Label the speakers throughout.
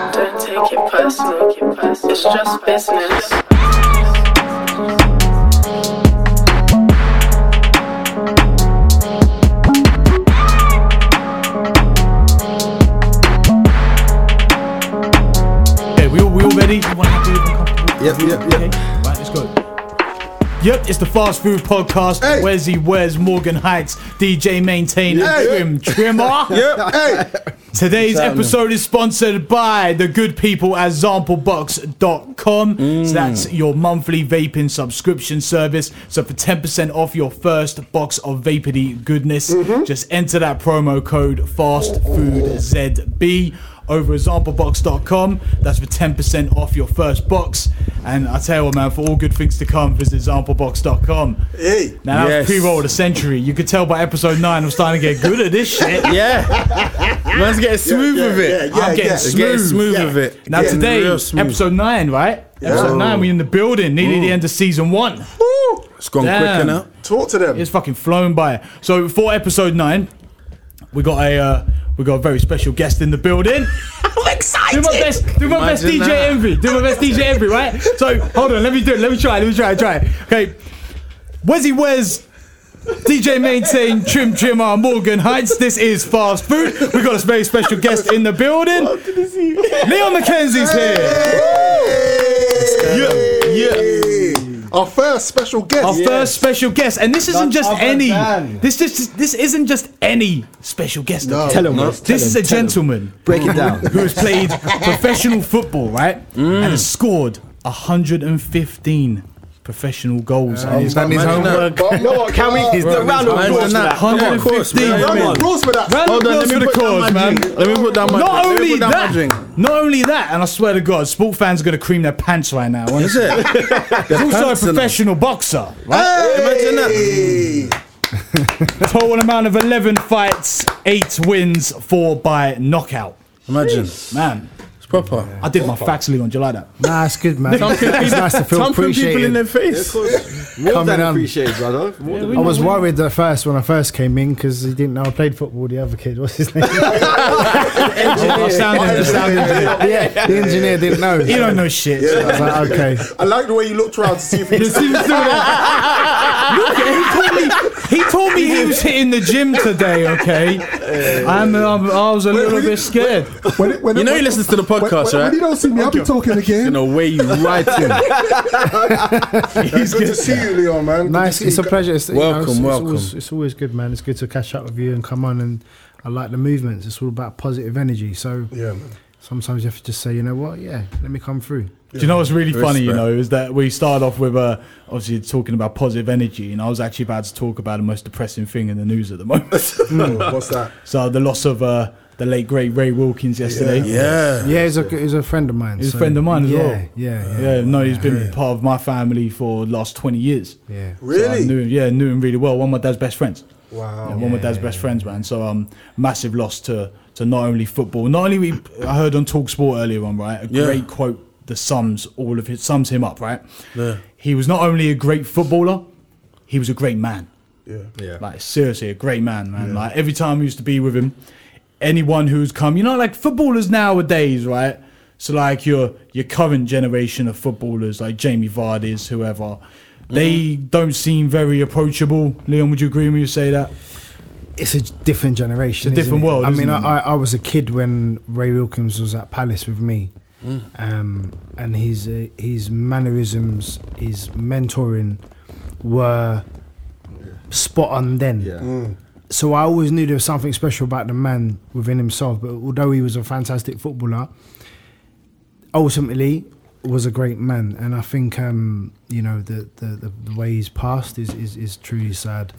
Speaker 1: take it personal. It's just business.
Speaker 2: Okay, we all, we all ready? You want happy and comfortable?
Speaker 3: Yep, yep, yep.
Speaker 2: Okay, right, let's go. Yep, it's the Fast Food Podcast.
Speaker 3: Hey.
Speaker 2: Where's he? Where's Morgan Heights? DJ Maintain
Speaker 3: Hey.
Speaker 2: and Trim Trimmer.
Speaker 3: Yep. Hey.
Speaker 2: Today's
Speaker 4: Exactly.
Speaker 2: episode is sponsored by the good people at zamplebox.com.
Speaker 4: Mm.
Speaker 2: So that's your monthly vaping subscription service. So for 10% off your first box of vapity goodness,
Speaker 4: Mm-hmm.
Speaker 2: just enter that promo code FASTFOODZB over at zamplebox.com. That's for 10% off your first box. And I tell you what, man, for all good things to come, visit zamplebox.com.
Speaker 3: Hey.
Speaker 2: Now that
Speaker 4: Yes.
Speaker 2: was pre-roll of the century. You could tell by episode 9 I'm starting to get good at this shit.
Speaker 4: Yeah. Man's getting smooth
Speaker 3: yeah,
Speaker 4: with it.
Speaker 3: yeah, yeah.
Speaker 2: I'm getting
Speaker 4: It's Getting smooth
Speaker 3: Yeah.
Speaker 4: with it.
Speaker 2: Now
Speaker 4: Getting
Speaker 2: today,
Speaker 4: real smooth.
Speaker 2: episode nine, right? Episode nine, we in the building, nearly the end of season one.
Speaker 4: It's gone
Speaker 2: Damn.
Speaker 4: quicker now.
Speaker 3: Talk to them.
Speaker 2: It's fucking flown by. So for episode nine, we got a uh, we got a very special guest in the building.
Speaker 5: I'm
Speaker 2: Do
Speaker 5: excited.
Speaker 2: my best, do my best DJ
Speaker 4: Imagine that.
Speaker 2: Envy. Do my best DJ Envy, right? So hold on, let me do it. Let me try. Let me try. Try. it. Okay, where's he? Where's DJ Maintain, Trim Trimmer, Morgan Heights. This is fast food. We got a very special guest in the building. Leon McKenzie's here.
Speaker 3: Hey. Our first special guest.
Speaker 2: Our first special guest, and this isn't
Speaker 4: None
Speaker 2: just
Speaker 4: other
Speaker 2: any.
Speaker 4: than-
Speaker 2: This just this isn't just any special guest.
Speaker 3: No.
Speaker 4: Tell him.
Speaker 2: This is a gentleman
Speaker 4: Break it Mm. down.
Speaker 2: who has played professional football, right? And has scored 115 professional goals.
Speaker 4: Oh,
Speaker 2: in his
Speaker 4: done his
Speaker 2: career.
Speaker 4: homework.
Speaker 3: But no, I
Speaker 5: Can we?
Speaker 3: can't.
Speaker 5: Is the round of
Speaker 4: Imagine
Speaker 5: applause for
Speaker 4: that.
Speaker 5: that?
Speaker 4: Come on,
Speaker 2: 115.
Speaker 4: man.
Speaker 3: Round
Speaker 4: Come
Speaker 3: of
Speaker 4: on.
Speaker 3: applause for that.
Speaker 2: Round of
Speaker 4: Hold on,
Speaker 2: applause
Speaker 4: let
Speaker 2: for
Speaker 4: me
Speaker 2: the
Speaker 4: put down
Speaker 2: cause,
Speaker 4: my
Speaker 2: man.
Speaker 4: drink. Let me put down my
Speaker 2: Not
Speaker 4: drink. Let me
Speaker 2: only
Speaker 4: put down my
Speaker 2: that,
Speaker 4: drink.
Speaker 2: not only that, and I swear to God, sport fans are going to cream their pants right now. He's
Speaker 4: Is it?
Speaker 2: also a
Speaker 4: pants in 'em.
Speaker 2: professional boxer.
Speaker 4: Imagine that.
Speaker 2: Total amount of 11 fights, 8 wins, 4 by knockout.
Speaker 4: Imagine.
Speaker 2: Man,
Speaker 4: It's proper.
Speaker 2: I did my facts league on July that.
Speaker 6: Nah, it's good, man. it's nice to feel
Speaker 4: Thumping people in
Speaker 6: appreciated.
Speaker 4: their face.
Speaker 6: Coming
Speaker 7: Coming
Speaker 6: on.
Speaker 7: appreciated, brother. More than-
Speaker 6: I was worried at first when I first came in because he didn't know I played football. The other kid, what's his name?
Speaker 2: I sounded, I sounded.
Speaker 6: yeah, the engineer didn't know.
Speaker 2: You don't know shit.
Speaker 6: I was like, okay.
Speaker 3: I like the way you looked around to see if
Speaker 2: You
Speaker 3: it's.
Speaker 2: see, you see what I- Look, he told me he told me he was hitting the gym today. Okay, I'm, I'm I was a little bit scared.
Speaker 3: When it- when
Speaker 4: You
Speaker 3: it-
Speaker 4: know he
Speaker 3: when-
Speaker 4: listens to the
Speaker 3: when-
Speaker 4: podcast,
Speaker 3: when- When you
Speaker 4: right?
Speaker 3: don't see me, I'll be talking
Speaker 4: You
Speaker 3: again.
Speaker 4: know where you writing.
Speaker 3: It's good to see you, Leon, man. Good to
Speaker 6: Nice.
Speaker 3: see
Speaker 6: It's
Speaker 3: you.
Speaker 6: a pleasure. It's, you know,
Speaker 4: Welcome,
Speaker 6: it's- it's,
Speaker 4: welcome.
Speaker 6: Always, it's always good, man. It's good to catch up with you and come on. And I like the movements. It's all about positive energy. So
Speaker 3: Yeah, man.
Speaker 6: sometimes you have to just say, you know what? Yeah, let me come through.
Speaker 2: Do you know what's really funny? You
Speaker 4: Respect.
Speaker 2: know, is that we started off with uh, obviously talking about positive energy, and I was actually about to talk about the most depressing thing in the news at the moment.
Speaker 3: What's that?
Speaker 2: so the loss of uh, the late great Ray Wilkins yesterday.
Speaker 4: Yeah.
Speaker 6: Yeah, he's a he's a friend of mine.
Speaker 2: He's a friend of mine as
Speaker 6: yeah,
Speaker 2: well.
Speaker 6: Yeah, yeah,
Speaker 2: Yeah, no, he's been part of my family for the last 20 years.
Speaker 6: yeah.
Speaker 2: So I
Speaker 3: Really?
Speaker 2: knew, yeah, knew him really well. One of my dad's best friends. Yeah,
Speaker 3: Wow.
Speaker 2: one of my dad's best friends, man. So um, massive loss to to not only football, not only we, I heard on Talk Sport earlier on, right? A
Speaker 4: Yeah.
Speaker 2: great quote that sums all of it sums him up, right? Yeah. He was not only a great footballer, he was a great man.
Speaker 3: Yeah.
Speaker 2: Like seriously, a great man, man. Like every time we used to be with him, anyone who's come, you know, like footballers nowadays, right? So like your your current generation of footballers, like Jamie Vardy's, whoever, they
Speaker 7: Mm-hmm.
Speaker 2: don't seem very approachable. Leon, would you agree when you say that?
Speaker 6: it's a different generation.
Speaker 2: It's a
Speaker 6: isn't
Speaker 2: different
Speaker 6: it?
Speaker 2: world,
Speaker 6: I
Speaker 2: isn't
Speaker 6: mean, I,
Speaker 2: it?
Speaker 6: I I was a kid when Ray Wilkins was at Palace with me, um, and his uh, his mannerisms, his mentoring, were spot on then.
Speaker 7: Yeah.
Speaker 6: So I always knew there was something special about the man within himself. But although he was a fantastic footballer, ultimately was a great man. And I think um, you know the, the, the, the way he's passed is, is, is truly sad.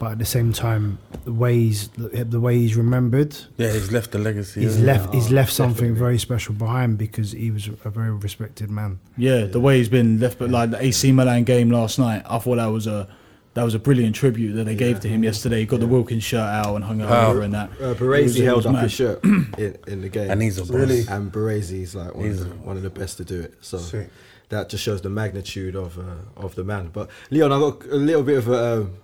Speaker 6: But at the same time, the way he's the way he's remembered,
Speaker 4: Yeah, he's left the legacy.
Speaker 6: he's
Speaker 4: yeah.
Speaker 6: left he's left something very special behind because he was a very respected man.
Speaker 2: Yeah, the way he's been left, but like the AC Milan game last night, I thought that was a that was a brilliant tribute that they gave to him yesterday. He got the Wilkins shirt out and hung it over and that.
Speaker 7: Uh,
Speaker 2: It was-
Speaker 7: Baresi
Speaker 2: it
Speaker 7: held
Speaker 2: was
Speaker 7: up
Speaker 2: mad.
Speaker 7: his shirt in, in the game.
Speaker 4: And he's a boss.
Speaker 7: really and Baresi's like one,
Speaker 4: He's
Speaker 7: of
Speaker 4: a
Speaker 7: the, one of the best to do it. So
Speaker 3: Sick.
Speaker 7: that just shows the magnitude of uh, of the man. But Leon, I got a little bit of a um,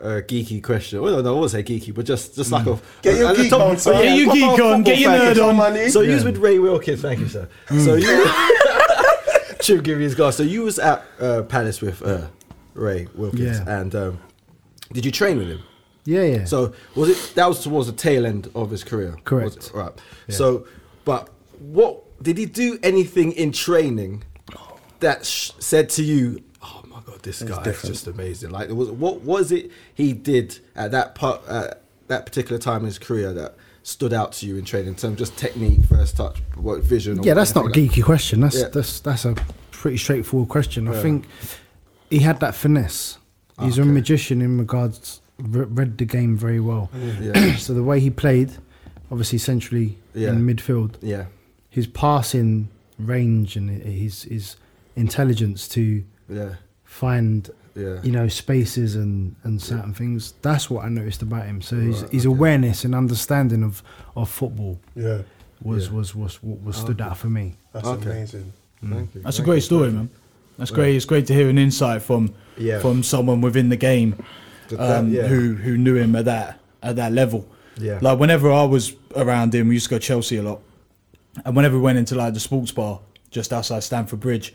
Speaker 7: uh, geeky question. Well, no, I won't say geeky, but just just
Speaker 2: Hmm.
Speaker 7: like a
Speaker 3: Get your
Speaker 7: a- a
Speaker 3: geek
Speaker 7: top-
Speaker 3: on, son.
Speaker 2: Get your
Speaker 7: proper
Speaker 2: geek on, get your
Speaker 7: football
Speaker 2: nerd
Speaker 7: faggot.
Speaker 2: on. Hmm.
Speaker 3: Money.
Speaker 7: So you was with Ray Wilkins, thank you, sir. So you, true, give you his glass. So you was at uh, Palace with uh, Ray Wilkins,
Speaker 6: Yeah.
Speaker 7: and um, did you train with him?
Speaker 6: Yeah, yeah.
Speaker 7: So was it that was towards the tail end of his career?
Speaker 6: Correct.
Speaker 7: Was it? right. So, but what did he do anything in training that sh- said to you? Oh my god, this guy is just amazing! Like, it was what was it he did at that part uh, that particular time in his career that stood out to you in training? In terms of just technique, first touch, what vision? or
Speaker 6: yeah, that's not a
Speaker 7: anything like
Speaker 6: geeky question. That's
Speaker 7: Yeah.
Speaker 6: that's that's a pretty straightforward question. I think he had that finesse.
Speaker 7: Ah,
Speaker 6: He's a magician in regards re- read the game very well.
Speaker 7: Yeah.
Speaker 6: so the way he played, obviously centrally
Speaker 7: Yeah.
Speaker 6: in midfield,
Speaker 7: that? Yeah,
Speaker 6: his passing range and his his intelligence to
Speaker 7: yeah,
Speaker 6: find
Speaker 7: yeah.
Speaker 6: you know spaces and and certain things. That's what I noticed about him. So his, his awareness and understanding of of football
Speaker 3: Yeah,
Speaker 6: was was was what was stood out for me.
Speaker 3: that's
Speaker 7: Ah, Okay.
Speaker 3: amazing.
Speaker 7: Thank you.
Speaker 2: That's a
Speaker 7: Thank
Speaker 2: great
Speaker 7: you.
Speaker 2: story, man. That's great. It's great to hear an insight from
Speaker 7: Yeah.
Speaker 2: from someone within the game
Speaker 7: But that-
Speaker 2: um,
Speaker 7: yeah.
Speaker 2: who who knew him at that at that level.
Speaker 7: Yeah.
Speaker 2: Like whenever I was around him, we used to go to Chelsea a lot, and whenever we went into like the sports bar just outside Stamford Bridge,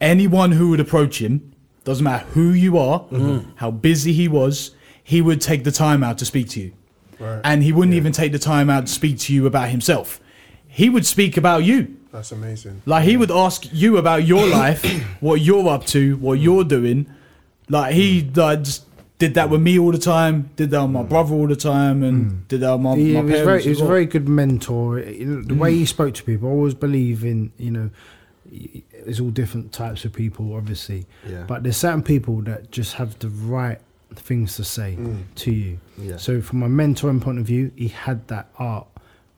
Speaker 2: anyone who would approach him, doesn't matter who you are,
Speaker 7: Mm-hmm.
Speaker 2: how busy he was, he would take the time out to speak to you,
Speaker 3: Right.
Speaker 2: and he wouldn't even take the time out to speak to you about himself. He would speak about you.
Speaker 3: That's amazing.
Speaker 2: Like he would ask you about your life, what you're up to, what you're doing. Like he like, just did that with me all the time, did that with my brother all the time, and did that with my,
Speaker 6: He
Speaker 2: my
Speaker 6: was
Speaker 2: parents.
Speaker 6: very, he was
Speaker 2: as
Speaker 6: a
Speaker 2: well. Mm.
Speaker 6: very good mentor. You know, the way he spoke to people, I always believe in. You know, y- it's all different types of people, obviously.
Speaker 7: Yeah.
Speaker 6: But there's certain people that just have the right things to say
Speaker 2: Mm.
Speaker 6: to you.
Speaker 7: Yeah.
Speaker 6: So from a mentoring point of view, he had that art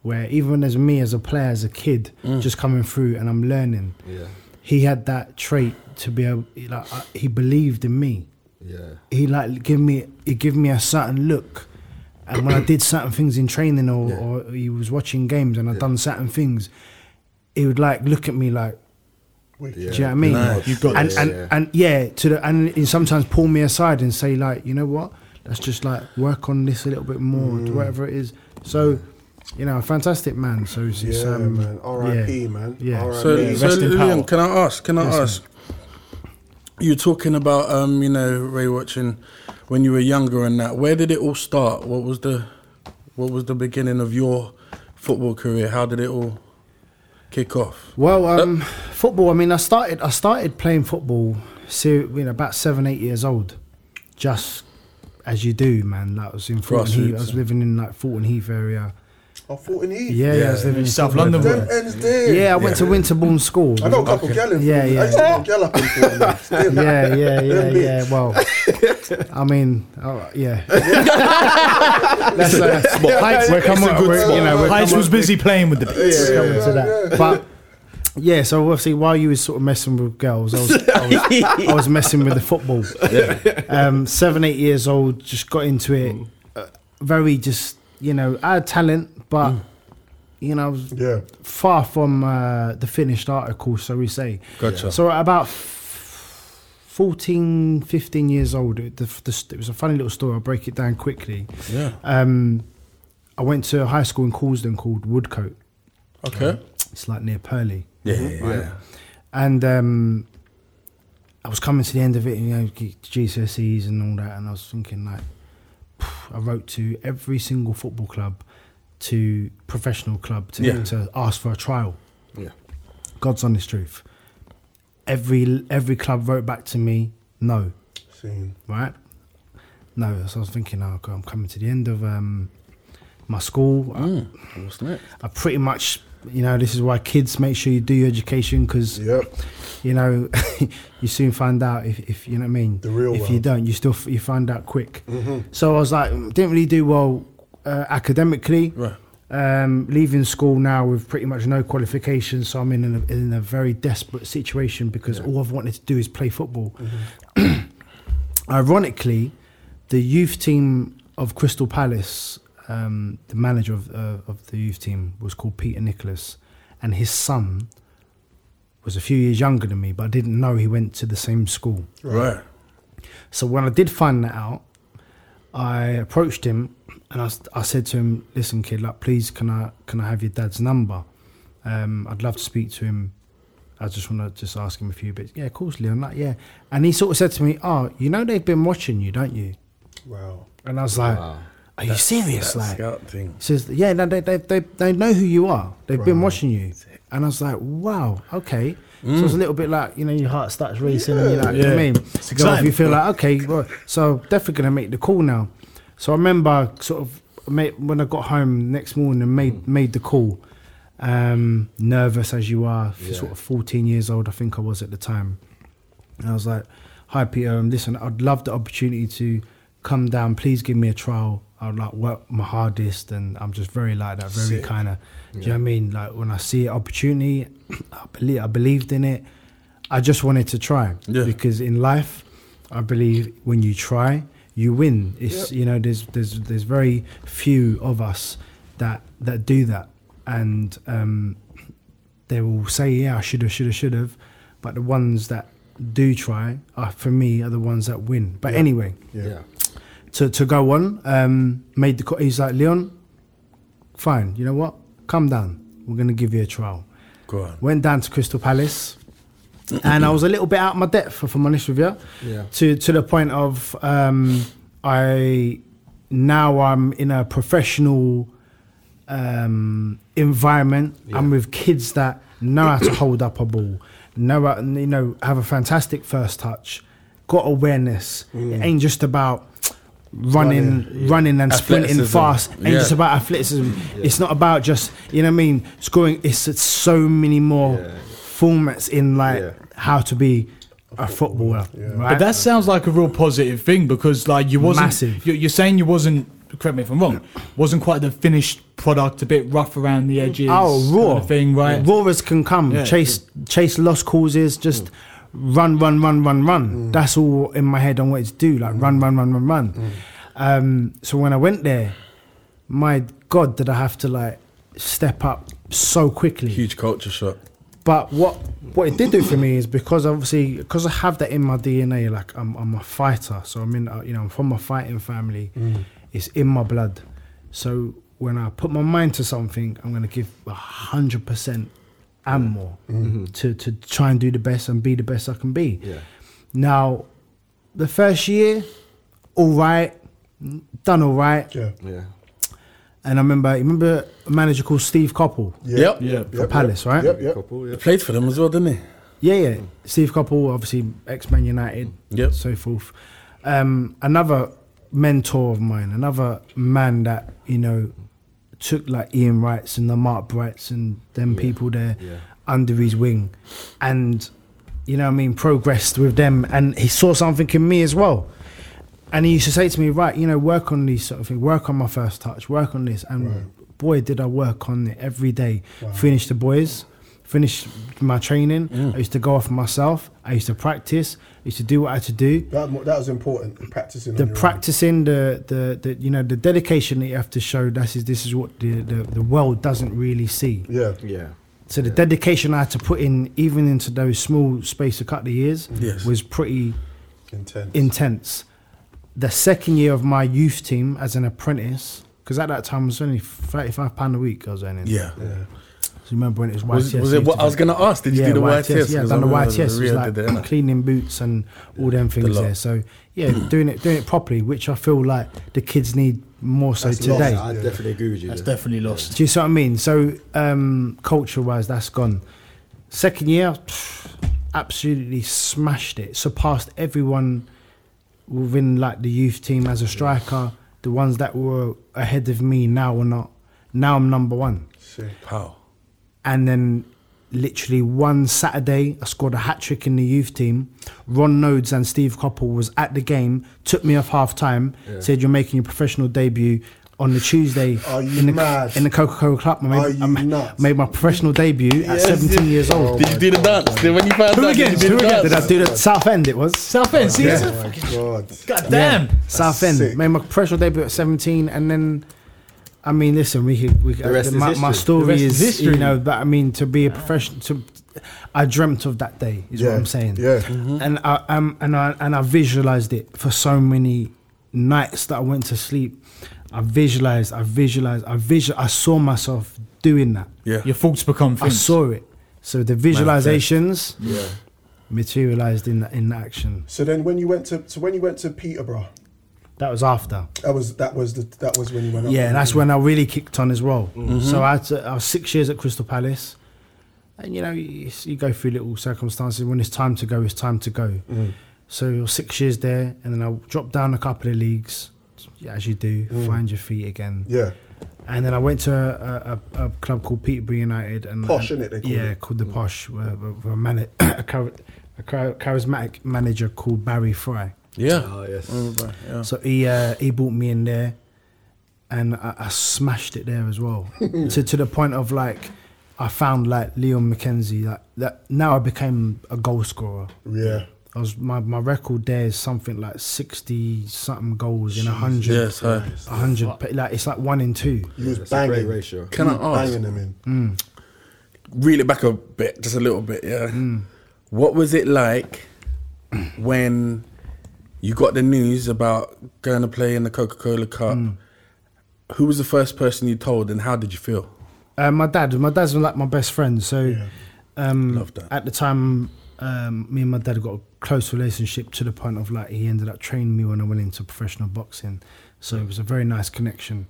Speaker 6: where even as me as a player, as a kid,
Speaker 2: Mm.
Speaker 6: just coming through and I'm learning,
Speaker 7: Yeah,
Speaker 6: he had that trait to be able. Like I, he believed in me
Speaker 7: yeah,
Speaker 6: he like give me he give me a certain look and when I did certain things in training or, or he was watching games and I'd done certain things he would like look at me like
Speaker 7: yeah.
Speaker 6: do you know what I mean
Speaker 7: Nice.
Speaker 2: You've got
Speaker 6: and
Speaker 2: this.
Speaker 6: and,
Speaker 7: Yeah.
Speaker 6: and yeah to the and he sometimes pull me aside and say like you know what let's just like work on this a little bit more or whatever it is so you know a fantastic man so it's, it's,
Speaker 3: Yeah,
Speaker 6: um,
Speaker 3: man. R.I.P. Man.
Speaker 6: Yeah.
Speaker 3: R.I.P.
Speaker 4: So,
Speaker 2: Yeah,
Speaker 4: so
Speaker 2: rest in
Speaker 4: Leon,
Speaker 2: power.
Speaker 4: can I ask? Can I
Speaker 6: Yes, sir.
Speaker 4: ask? You talking about um, you know, Ray watching when you were younger and that. Where did it all start? What was the, what was the beginning of your football career? How did it all kick off?
Speaker 6: Well, um, football. I mean, I started. I started playing football. See, you know, about seven, eight years old. Just as you do, man. Like I was in Fulton Heath. I
Speaker 4: Grassroots,
Speaker 6: was
Speaker 4: yeah.
Speaker 6: living in like Fulton Heath area.
Speaker 3: I thought in Eve.
Speaker 6: Yeah, yeah. I was living in
Speaker 2: South
Speaker 6: Fulton
Speaker 2: London.
Speaker 6: Heath.
Speaker 3: Them ends there.
Speaker 6: Yeah, I went to Winterbourne School.
Speaker 3: I got a couple gal in
Speaker 6: Yeah,
Speaker 3: Fulham.
Speaker 6: yeah.
Speaker 3: I used to got gal up in Fulham. Still.
Speaker 6: Yeah, yeah, yeah,
Speaker 3: Them bitch.
Speaker 6: yeah. Well, I mean, oh, yeah. That's a Heights. We're coming. we're, You know, we're
Speaker 2: Heights
Speaker 6: coming-
Speaker 2: was busy playing with the bits.
Speaker 6: It's coming to that. But yeah, so obviously while you was sort of messing with girls, I was, I was, I was messing with the football. Um, seven, eight years old, just got into it. Uh, very just, you know, I had talent, but you know, I was
Speaker 3: Yeah.
Speaker 6: far from uh, the finished article, so we say.
Speaker 4: Gotcha.
Speaker 6: So at about f- 14, 15 years old, it, the, the, it was a funny little story. I'll break it down quickly.
Speaker 4: Yeah.
Speaker 6: Um, I went to a high school in Causden called Woodcote.
Speaker 4: Okay.
Speaker 6: It's like near Purley.
Speaker 4: Yeah. Yeah. yeah.
Speaker 6: And um, I was coming to the end of it, you know, g- GCSEs and all that, and I was thinking like, phew, I wrote to every single football club, to professional club, to,
Speaker 4: Yeah.
Speaker 6: to ask for a trial.
Speaker 7: Yeah.
Speaker 6: God's honest truth. Every every club wrote back to me, no,
Speaker 3: Seen.
Speaker 6: right? No, so I was thinking, oh, God, I'm coming to the end of um, my school. I-
Speaker 4: Mm. What's next?
Speaker 6: I pretty much, you know, this is why kids make sure you do your education because
Speaker 3: Yep.
Speaker 6: you know, you soon find out if, if you know what I mean.
Speaker 3: The real
Speaker 6: If you
Speaker 3: world. Mm-hmm.
Speaker 6: don't, you still f- you find out quick. So I was like, mm, didn't really do well uh, academically.
Speaker 4: Right.
Speaker 6: Um, leaving school now with pretty much no qualifications, so I'm in a, in a very desperate situation because all I've wanted to do is play football. Ironically, the youth team of Crystal Palace, um, the manager of, uh, of the youth team was called Peter Nicholas, and his son was a few years younger than me, but I didn't know he went to the same school.
Speaker 4: Right.
Speaker 6: So when I did find that out, I approached him and I, s- I said to him, "Listen, kid, like, please, can I can I have your dad's number? Um, I'd love to speak to him. I just want to just ask him a few bits. Yeah, of course, Leon. Like, yeah." And he sort of said to me, "Oh, you know they've been watching you, don't you?"
Speaker 4: Wow.
Speaker 6: And I was like, "Are you serious?"
Speaker 4: That
Speaker 6: Like,
Speaker 4: scout thing.
Speaker 6: He says, yeah, no, they, they, they, they know who you are. They've been watching you. And I was like, wow, okay. So it's a little bit like, you know, your heart starts racing and you're like, you know what I mean? Go off, you feel like, okay, well, so definitely going to make the call now. So I remember sort of made, when I got home next morning and made, made the call, um, nervous as you are, f- sort of 14 years old, I think I was at the time. And I was like, "Hi, Peter. Um, listen, I'd love the opportunity to come down. Please give me a trial. I'd like work my hardest, and I'm just very like that, very kind of. Do you know what I mean? Like when I see opportunity, I believe I believed in it. I just wanted to try
Speaker 4: Yeah.
Speaker 6: because in life, I believe when you try, you win. It's you know there's there's there's very few of us that that do that, and um, they will say, yeah, I should have, should have, should have. But the ones that do try, are, for me, are the ones that win. But anyway,
Speaker 7: Yeah.
Speaker 6: to, to go on, um, made the call. He's like, Leon, fine, you know what? Come down. We're going to give you a trial.
Speaker 4: Go on.
Speaker 6: Went down to Crystal Palace. and I was a little bit out of my depth, if I'm honest with you.
Speaker 7: Yeah.
Speaker 6: To, to the point of um, I now I'm in a professional um, environment. I'm with kids that know how to hold up a ball, know how, you know have a fantastic first touch, got awareness.
Speaker 4: Mm.
Speaker 6: It ain't just about running, running, and sprinting
Speaker 4: Athleticism.
Speaker 6: fast. Ain't
Speaker 4: Yeah.
Speaker 6: just about athleticism. It's not about just you know what I mean. Scoring. It's, it's so many more formats in like
Speaker 7: Yeah.
Speaker 6: how to be a footballer, right?
Speaker 2: But that sounds like a real positive thing because, like, you wasn't.
Speaker 6: Massive.
Speaker 2: You're, you're saying you wasn't. Correct me if I'm wrong. Wasn't quite the finished product. A bit rough around the edges.
Speaker 6: Oh, raw
Speaker 2: kind of thing, right?
Speaker 6: Raw as can come. Chase, chase lost causes. Just run, run, run, run, run. That's all in my head on what it's do. Like run, run, run, run, run. Um, so when I went there, my God, did I have to like step up so quickly?
Speaker 4: Huge culture shock.
Speaker 6: But what what it did do for me is because obviously because I have that in my DNA, like I'm I'm a fighter, so I'm in uh, you know I'm from a fighting family, it's in my blood. So when I put my mind to something, I'm gonna give a hundred percent and more to to try and do the best and be the best I can be.
Speaker 7: Yeah.
Speaker 6: Now, the first year, all right, done all right,
Speaker 3: Yeah.
Speaker 7: Yeah.
Speaker 6: and I remember remember a manager called Steve Coppell
Speaker 4: Yep.
Speaker 2: Yeah.
Speaker 6: for Palace, right?
Speaker 3: Yep, yep.
Speaker 7: Couple, yeah.
Speaker 4: Played for them as well, didn't he?
Speaker 6: Yeah, yeah. Steve Coppell, obviously ex Man United,
Speaker 4: Yep.
Speaker 6: so forth. Um, another mentor of mine, another man that you know took like Ian Wrights and the Mark Brights and them people there under his wing, and you know what I mean progressed with them, and he saw something in me as well. And he used to say to me, right, you know, work on these sort of things, work on my first touch, work on this. And boy, did I work on it every day. Finished the boys, finished my training. I used to go off myself. I used to practice. I used to do what I had to do.
Speaker 3: That, mo- that was important. Practicing.
Speaker 6: The
Speaker 3: on your own.
Speaker 6: practicing, the, the the you know, the dedication that you have to show. This is this is what the the, the world doesn't really see.
Speaker 3: Yeah.
Speaker 7: Yeah.
Speaker 6: So the dedication I had to put in, even into those small space of couple of years,
Speaker 4: Yes.
Speaker 6: was pretty
Speaker 3: Intense.
Speaker 6: intense. The second year of my youth team as an apprentice, because at that time it was only thirty-five pound a week I was earning.
Speaker 4: Yeah.
Speaker 6: So you remember when it was YTS?
Speaker 4: Was, was
Speaker 6: I
Speaker 4: it
Speaker 6: used
Speaker 4: what
Speaker 6: to
Speaker 4: I was
Speaker 6: do-
Speaker 4: going to ask? Did you do the
Speaker 6: yeah,
Speaker 4: white test?
Speaker 6: Yeah, done the YTS. It was like cleaning boots and all them things
Speaker 4: lot.
Speaker 6: there. So yeah, doing it doing it properly, which I feel like the kids need more so
Speaker 7: That's
Speaker 6: today.
Speaker 7: lost. I definitely agree with you.
Speaker 2: That's
Speaker 7: there.
Speaker 2: definitely lost.
Speaker 6: Do you see what I mean? So, um, culture wise, that's gone. Second year, pff, absolutely smashed it, surpassed everyone within like the youth team as a striker. The ones that were ahead of me now are not. Now I'm number one.
Speaker 3: Sick.
Speaker 4: How?
Speaker 6: And then, literally one Saturday, I scored a hat trick in the youth team. Ron Nodes and Steve Coppell was at the game, took me off half time, said, "You're making your professional debut." On the Tuesday,
Speaker 3: Are you
Speaker 6: in the
Speaker 3: mad?
Speaker 6: in the Coca Cola Club, I made,
Speaker 3: Are you
Speaker 6: I ma-
Speaker 3: nuts? Oh
Speaker 6: made my professional debut at 17 years old.
Speaker 4: Did you do the dance? Did, when you found out,
Speaker 2: again?
Speaker 4: did you do
Speaker 2: Who
Speaker 4: the
Speaker 2: again?
Speaker 4: dance?
Speaker 6: Did I do the South End? It was
Speaker 2: South End. See,
Speaker 3: Oh
Speaker 2: yeah.
Speaker 3: my God.
Speaker 2: God damn.
Speaker 6: South End.
Speaker 3: sick.
Speaker 6: Made my professional debut at 17, and then, I mean, listen, we could. We, could
Speaker 7: The rest is
Speaker 6: my, my
Speaker 7: history.
Speaker 6: story
Speaker 2: The rest
Speaker 6: is,
Speaker 2: is history.
Speaker 6: you know, that I mean, to be a professional, to, I dreamt of that day, is
Speaker 3: Yeah.
Speaker 6: what I'm saying.
Speaker 3: Yeah.
Speaker 6: and I um, and I and I visualized it for so many nights that I went to sleep, I visualized, I visualized, I visual, I saw myself doing that.
Speaker 4: Yeah.
Speaker 2: Your thoughts become
Speaker 6: I
Speaker 2: things.
Speaker 6: saw it. So the visualizations materialized in in action.
Speaker 3: So then, when you went to so when you went to Peterborough,
Speaker 6: That was after.
Speaker 3: that was that was the that was when you went. up
Speaker 6: Yeah,
Speaker 3: there.
Speaker 6: and that's when I really kicked on as well.
Speaker 3: Mm-hmm.
Speaker 6: So I, had to, I was six years at Crystal Palace, and you know you, you go through little circumstances. When it's time to go, it's time to go.
Speaker 3: Mm.
Speaker 6: So you're six years there, and then I dropped down a couple of leagues, as you do. Find your feet again.
Speaker 3: Mm. Yeah.
Speaker 6: And then I went to a, a, a club called Peterborough United and
Speaker 3: Posh, innit, they call
Speaker 6: yeah,
Speaker 3: it? Mm.
Speaker 6: called the Posh, where, where, where a, man- a, char- a char- charismatic manager called Barry Fry.
Speaker 4: Yeah.
Speaker 7: Oh yes.
Speaker 4: Remember, yeah.
Speaker 6: So he uh, he brought me in there, and I, I smashed it there as well. to to the point of like, I found like Leon McKenzie like that. Now I became a goal scorer.
Speaker 3: Yeah.
Speaker 6: I was my, my record there is something like sixty something goals in a hundred.
Speaker 4: Yeah, it's high.
Speaker 6: A hundred, but, like it's like one in two.
Speaker 3: You was
Speaker 7: That's a great
Speaker 3: banging.
Speaker 7: ratio.
Speaker 4: Can I
Speaker 3: You
Speaker 4: ask?
Speaker 3: Banging them in.
Speaker 6: Mm.
Speaker 4: reel it back a bit, just a little bit, yeah. What was it like when you got the news about going to play in the Coca Cola Cup? Who was the first person you told, and how did you feel?
Speaker 6: Uh, my dad, my dad's like my best friend. So, um,
Speaker 4: Love that.
Speaker 6: at the time, um, me and my dad got a close relationship to the point of like he ended up training me when I went into professional boxing. So it was a very nice connection.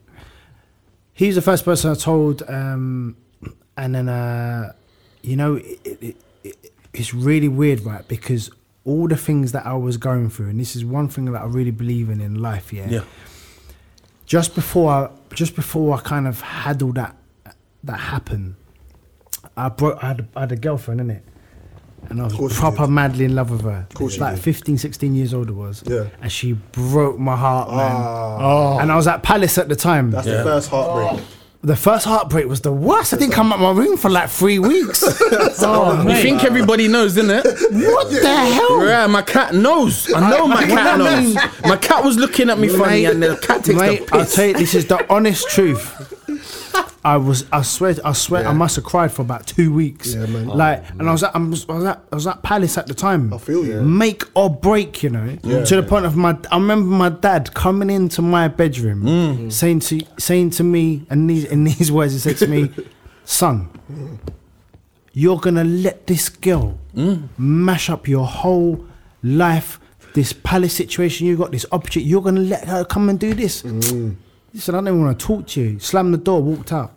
Speaker 6: He's the first person I told, um, and then uh, you know it, it, it, it, it's really weird, right? Because all the things that I was going through, and this is one thing that I really believe in in life,
Speaker 4: Yeah,
Speaker 6: just before I, just before I kind of had all that that happen, I broke. I had, I had a girlfriend in it, and I
Speaker 3: course
Speaker 6: was
Speaker 3: you
Speaker 6: proper madly in love with her.
Speaker 3: course you
Speaker 6: like
Speaker 3: did.
Speaker 6: 15, 16 years old, I was.
Speaker 3: Yeah.
Speaker 6: and she broke my heart, man.
Speaker 3: Ah,
Speaker 2: Oh,
Speaker 6: And I was at Palace at the time.
Speaker 3: that's
Speaker 4: Yeah.
Speaker 3: the first heartbreak.
Speaker 6: the first heartbreak was the worst. I didn't come out my room for like three weeks.
Speaker 2: oh,
Speaker 4: you
Speaker 2: mate.
Speaker 4: think everybody knows, innit?
Speaker 6: what the hell?
Speaker 4: Yeah, my cat knows. I know my cat knows. My cat was looking at me funny, and the cat takes
Speaker 6: Mate,
Speaker 4: the
Speaker 6: I'll
Speaker 4: piss.
Speaker 6: tell you, this is the honest truth. I was, I swear, I swear, I must have cried for about two weeks.
Speaker 3: Yeah, man.
Speaker 6: Like, and I was, at, I was, I was at, I was at Palace at the time.
Speaker 3: I feel you.
Speaker 6: Make or break, you know. to the point of my, I remember my dad coming into my bedroom, saying to, saying to me, and these, in these words, he said to me, "Son, you're gonna let this girl mash up your whole life, this palace situation you got, this object, you're gonna let her come and do this. He said, I don't want to talk to you. Slammed the door, walked out.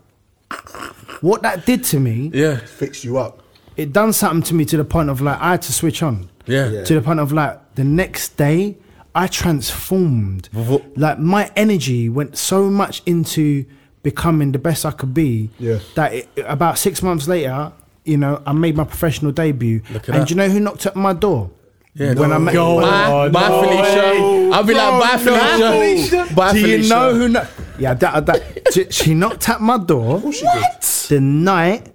Speaker 6: What that did to me,
Speaker 4: Yeah,
Speaker 3: Fix you up.
Speaker 6: it done something to me to the point of like I had to switch on.
Speaker 4: yeah,
Speaker 7: Yeah.
Speaker 6: To the point of like the next day, I transformed.
Speaker 4: Vo-
Speaker 6: Like my energy went so much into becoming the best I could be.
Speaker 3: Yeah.
Speaker 6: That it, about six months later, you know, I made my professional debut.
Speaker 4: Look at
Speaker 6: and
Speaker 4: that.
Speaker 6: do you know who knocked at my door?
Speaker 4: yeah.
Speaker 6: When I met-
Speaker 2: Go
Speaker 3: Oh,
Speaker 4: Bye,
Speaker 2: on,
Speaker 4: bye,
Speaker 2: no way.
Speaker 4: Felicia. I'll be like, bye, Felicia. Bye,
Speaker 6: Do you
Speaker 4: Felicia.
Speaker 6: know who? Kno- yeah, that, that, she- she knocked at my door. what? The night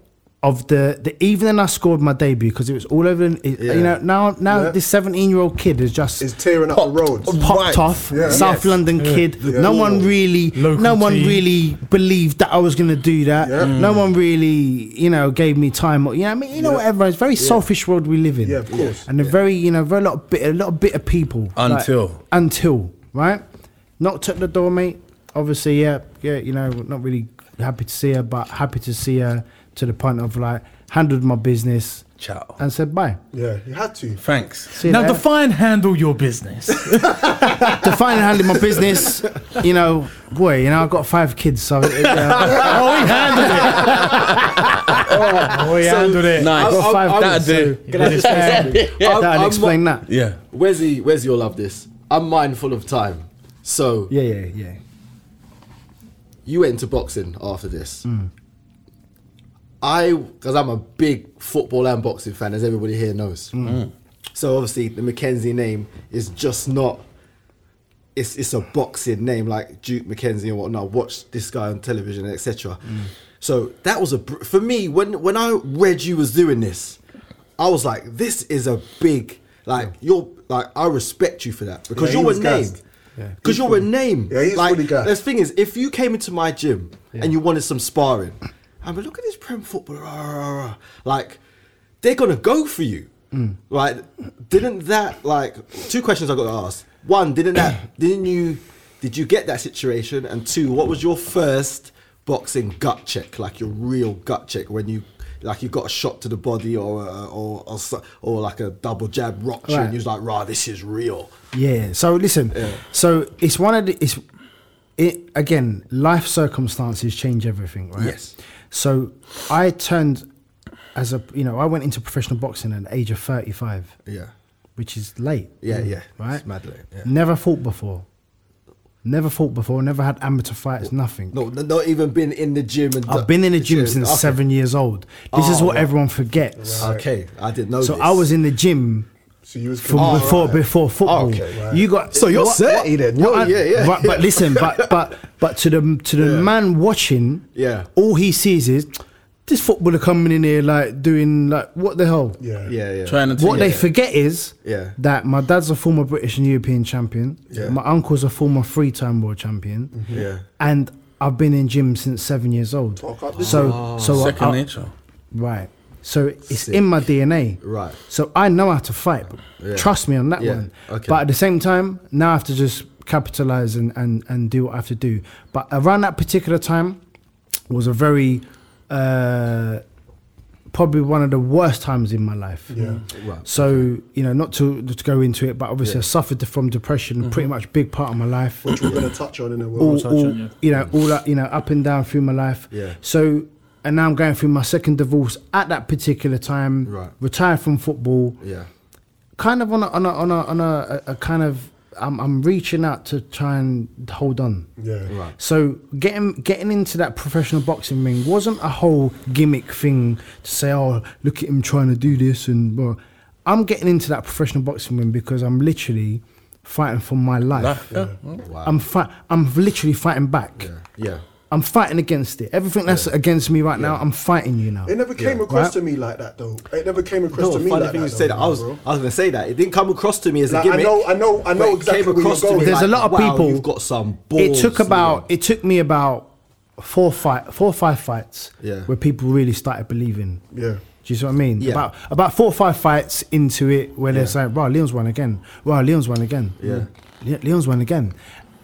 Speaker 6: of the the evening I scored my debut because it was all over. It, You know, now now
Speaker 3: Yeah.
Speaker 6: this seventeen year old kid is just
Speaker 3: It's tearing up the roads.
Speaker 6: popped
Speaker 4: Right.
Speaker 6: off.
Speaker 3: Yeah.
Speaker 6: South
Speaker 3: Yes.
Speaker 6: London kid. No one really,
Speaker 2: Local
Speaker 6: no one
Speaker 2: team.
Speaker 6: really believed that I was going to do that.
Speaker 3: Yeah.
Speaker 6: No
Speaker 2: Mm.
Speaker 6: one really, you know, gave me time. Or, you know, I mean, you know, whatever. It's a very selfish world we live in.
Speaker 3: Yeah, of course.
Speaker 6: And a very, you know, very lot of bit, a lot of bitter people. Like,
Speaker 4: Until.
Speaker 6: until right, knocked at the door, mate. Obviously, yeah, yeah, you know, not really happy to see her, but happy to see her to the point of like handled my business
Speaker 4: Ciao.
Speaker 6: and said bye.
Speaker 3: Yeah, you had to.
Speaker 4: Thanks.
Speaker 6: See you
Speaker 2: Now
Speaker 6: later.
Speaker 2: define handle your business.
Speaker 6: define and handling my business. You know, boy, you know, I've got five kids, so you know,
Speaker 2: oh, he handled it. oh, he handled it.
Speaker 4: Nice.
Speaker 6: I've got five
Speaker 4: That'll
Speaker 6: kids,
Speaker 4: do.
Speaker 7: Can I just say something? I'm-
Speaker 6: that
Speaker 7: I'm
Speaker 6: would explain
Speaker 7: mi-
Speaker 6: that.
Speaker 4: Yeah.
Speaker 7: Where's Where's your love this? I'm mindful of time. So
Speaker 6: Yeah, yeah, yeah.
Speaker 7: you went into boxing after this.
Speaker 3: Hmm.
Speaker 7: I, because I'm a big football and boxing fan, as everybody here knows.
Speaker 3: Hmm.
Speaker 7: So obviously, the Mackenzie name is just not. It's it's a boxing name like Duke Mackenzie and whatnot. Watch this guy on television, etc.
Speaker 3: Hmm.
Speaker 7: So that was a br- for me when when I read you was doing this, I was like, this is a big like you're like I respect you for that because
Speaker 3: Yeah, he
Speaker 7: you're a
Speaker 3: was
Speaker 7: name.
Speaker 3: gassed.
Speaker 7: Because you're a name.
Speaker 3: Yeah, he's
Speaker 7: like,
Speaker 3: fully gassed.
Speaker 7: The thing is, if you came into my gym and you wanted some sparring, I mean, look at this Prem footballer. rah, rah, rah," Like,
Speaker 6: Mm.
Speaker 7: they're gonna go for you. Like, didn't that like two questions I got to ask? one, didn't that? didn't you? Did you get that situation? And two, what was your first boxing gut check? Like your real gut check when you. Like you got a shot to the body, or a, or or, so- or like a double jab rock you,
Speaker 6: Right.
Speaker 7: and you was like, "Rah, this is real."
Speaker 6: Yeah. So listen. So it's one of the it's it again. Life circumstances change everything, right?
Speaker 7: Yes.
Speaker 6: So I turned as a you know I went into professional boxing at the age of thirty five,
Speaker 7: Yeah,
Speaker 6: which is late. Mm,
Speaker 7: yeah, yeah.
Speaker 6: Right.
Speaker 7: it's mad late, yeah.
Speaker 6: Never fought before. Never fought before. Never had amateur fights. Nothing.
Speaker 7: No, no, not even been in the gym. And
Speaker 6: I've been in the gym since
Speaker 7: okay.
Speaker 6: seven years old. This is
Speaker 7: Oh,
Speaker 6: what
Speaker 7: right.
Speaker 6: everyone forgets.
Speaker 7: Okay, I didn't know.
Speaker 6: So
Speaker 7: this.
Speaker 6: I was in the gym
Speaker 3: So you was
Speaker 6: from
Speaker 3: Oh,
Speaker 6: before
Speaker 3: right.
Speaker 6: before football.
Speaker 7: Okay, right.
Speaker 6: You got
Speaker 7: So you're 30 then? You're-
Speaker 6: I-
Speaker 7: yeah, yeah.
Speaker 6: But, but listen, but but but to the to the
Speaker 7: Yeah.
Speaker 6: man watching,
Speaker 7: Yeah.
Speaker 6: all he sees is this footballer coming in here like doing like what the hell.
Speaker 3: Yeah.
Speaker 7: Yeah, yeah.
Speaker 4: Trying to
Speaker 6: What they
Speaker 4: yeah.
Speaker 6: forget is
Speaker 7: Yeah.
Speaker 6: that my dad's a former British and European champion.
Speaker 7: Yeah. Mm-hmm.
Speaker 6: My uncle's a former three-time world champion,
Speaker 7: Yeah.
Speaker 6: and I've been in gym since seven years old.
Speaker 7: Oh,
Speaker 3: Fuck, I-
Speaker 6: So so uh,
Speaker 4: second
Speaker 6: I-
Speaker 4: nature.
Speaker 6: Right. So it's
Speaker 7: Sick.
Speaker 6: in my DNA.
Speaker 7: Right.
Speaker 6: So I know how to fight. Trust me on that
Speaker 7: Yeah,
Speaker 6: one.
Speaker 7: okay.
Speaker 6: But at the same time, now I have to just capitalize and, and, and do what I have to do. But around that particular time was a very, uh, probably one of the worst times in my life.
Speaker 3: Yeah.
Speaker 7: Right.
Speaker 6: So you know, not to, to go into it, but obviously I suffered from depression,
Speaker 7: Mm-hmm.
Speaker 6: pretty much big part of my life
Speaker 3: Which we're going to touch on in a
Speaker 6: all,
Speaker 3: while.
Speaker 2: touch
Speaker 6: all
Speaker 2: on, yeah.
Speaker 6: you know, all that, you know, up and down through my life.
Speaker 7: Yeah.
Speaker 6: So, and now I'm going through my second divorce at that particular time.
Speaker 7: Right.
Speaker 6: Retired from football.
Speaker 7: Yeah.
Speaker 6: Kind of on a on a on a, on a, a kind of I'm I'm reaching out to try and hold on.
Speaker 3: Yeah.
Speaker 7: Right.
Speaker 6: So getting getting into that professional boxing ring wasn't a whole gimmick thing to say, oh, look at him trying to do this and blah. I'm getting into that professional boxing ring because I'm literally fighting for my life.
Speaker 4: Yeah.
Speaker 7: Oh, Wow.
Speaker 6: I'm fight. I'm literally fighting back.
Speaker 7: yeah. Yeah.
Speaker 6: I'm fighting against it. Everything that's against me right now, I'm fighting you now.
Speaker 3: It never came across
Speaker 6: Right.
Speaker 3: to me like that though. It never came across to
Speaker 7: No,
Speaker 3: me
Speaker 7: funny
Speaker 3: like
Speaker 7: thing
Speaker 3: that.
Speaker 7: you said.
Speaker 3: though,
Speaker 7: I was, I
Speaker 3: bro.
Speaker 7: was going to say that it didn't come across to me as
Speaker 3: Like,
Speaker 7: a
Speaker 3: I
Speaker 7: gimmick.
Speaker 3: know- I know- I know
Speaker 7: but it
Speaker 3: exactly where
Speaker 7: came
Speaker 3: you're
Speaker 7: across to
Speaker 3: going.
Speaker 7: me
Speaker 6: There's a
Speaker 7: like,
Speaker 6: lot of
Speaker 7: wow,
Speaker 6: people-
Speaker 7: You've got some
Speaker 6: it
Speaker 7: balls.
Speaker 6: took about. It took me about four fight, four or five fights,
Speaker 7: Yeah.
Speaker 6: where people really started believing.
Speaker 3: Yeah.
Speaker 6: Do you see what I mean?
Speaker 7: Yeah.
Speaker 6: About about four or five fights into it, where they're saying, "Wow, Leon's won again. Wow, Leon's won again.
Speaker 7: Yeah.
Speaker 6: Le- Leon's won again."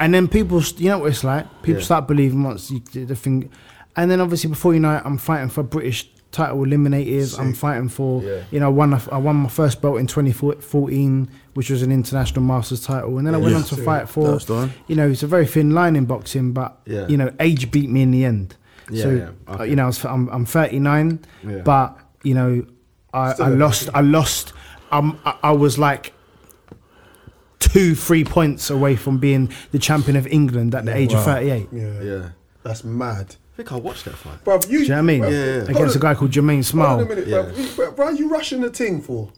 Speaker 6: And then people, st- you know what it's like. People
Speaker 7: Yeah.
Speaker 6: start believing once you, the the thing, and then obviously before you know it, I'm fighting for British title eliminators. I'm fighting for
Speaker 7: Yeah.
Speaker 6: you know, I won I won my first belt in 2014, which was an international masters title, and then I went
Speaker 4: Yeah.
Speaker 6: on to fight for.
Speaker 4: That's the one.
Speaker 6: You know, it's a very thin line in boxing, but
Speaker 7: Yeah.
Speaker 6: you know, age beat me in the end.
Speaker 7: Yeah,
Speaker 6: so
Speaker 7: yeah,
Speaker 6: uh,
Speaker 7: okay.
Speaker 6: you know, I was, I'm I'm 39,
Speaker 7: Yeah.
Speaker 6: but you know, I, I lost. I lost. Um, I, I was like two, three points away from being the champion of England at the age of 38.
Speaker 3: Yeah.
Speaker 7: Yeah.
Speaker 3: That's mad.
Speaker 7: I think I watched that fight.
Speaker 3: Bruv, you,
Speaker 6: Do you know what I mean?
Speaker 3: bruv,
Speaker 7: yeah.
Speaker 3: hold
Speaker 6: Against a
Speaker 3: on-
Speaker 6: guy called Jermaine
Speaker 3: Hold on a
Speaker 6: Smile.
Speaker 3: minute,
Speaker 7: Yeah.
Speaker 3: bruv. You- bruv. Why are you rushing the thing for?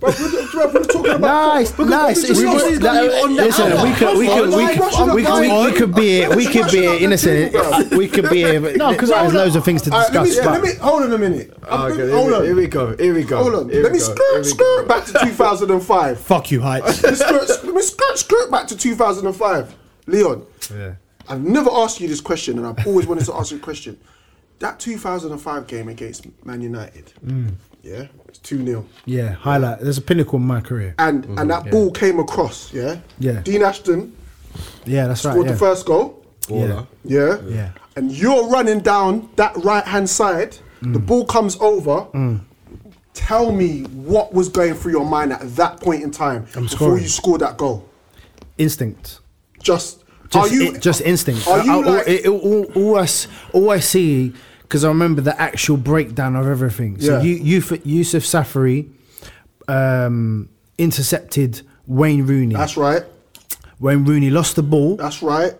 Speaker 3: Bruv, we're, bruv, we're talking about.
Speaker 6: Nice,
Speaker 3: because
Speaker 6: nice.
Speaker 3: we-
Speaker 6: We
Speaker 3: we-
Speaker 6: were-
Speaker 7: it's
Speaker 6: that-
Speaker 7: not on the
Speaker 6: Listen,
Speaker 7: hour.
Speaker 6: we could, we could, we could, we could, we could be here. We could be here. Innocent. We could be here. but
Speaker 3: No,
Speaker 6: No,
Speaker 3: 'cause
Speaker 6: because
Speaker 3: I
Speaker 6: there's
Speaker 3: wanna-
Speaker 6: loads of things to
Speaker 3: All right, let me-
Speaker 6: discuss.
Speaker 3: let
Speaker 6: But
Speaker 3: me- Hold on a minute. I'm
Speaker 7: Okay,
Speaker 3: been-
Speaker 7: here,
Speaker 3: hold
Speaker 7: we,
Speaker 3: on.
Speaker 7: here we go. Here we go.
Speaker 3: Hold on.
Speaker 7: Here
Speaker 3: Let
Speaker 7: we
Speaker 3: me
Speaker 7: go,
Speaker 3: skirt,
Speaker 7: here we go.
Speaker 3: skirt back to 2005.
Speaker 2: Fuck you, heights.
Speaker 3: Let me skirt, let me skirt, skirt back to 2005. Leon, I've never asked you this question, and I've always wanted to ask you a question. That 2005 game against Man United,
Speaker 6: Mm.
Speaker 3: yeah, it's 2 0.
Speaker 6: yeah, highlight. There's a pinnacle in my career.
Speaker 3: And and that ball came across, yeah?
Speaker 6: Mm-hmm. Yeah.
Speaker 3: Dean Ashton
Speaker 6: Yeah, that's right.
Speaker 3: scored
Speaker 6: Yeah.
Speaker 3: the first goal.
Speaker 6: yeah.
Speaker 3: Yeah.
Speaker 6: Yeah.
Speaker 3: And you're running down that right hand side.
Speaker 6: Mm.
Speaker 3: The ball comes over. Tell me what was going through your mind at that point in time before
Speaker 6: scoring.
Speaker 3: you scored that goal.
Speaker 6: Instinct.
Speaker 3: Just,
Speaker 6: Just,
Speaker 3: are you
Speaker 6: i- just instinct.
Speaker 3: Are
Speaker 6: I-
Speaker 3: you
Speaker 6: I- all,
Speaker 3: like,
Speaker 6: it- all, all I s- all I see because I remember the actual breakdown of everything. So
Speaker 3: Yeah.
Speaker 6: you, you, Yusuf Safari um, intercepted Wayne Rooney.
Speaker 3: that's right,
Speaker 6: Wayne Rooney lost the ball.
Speaker 3: that's right.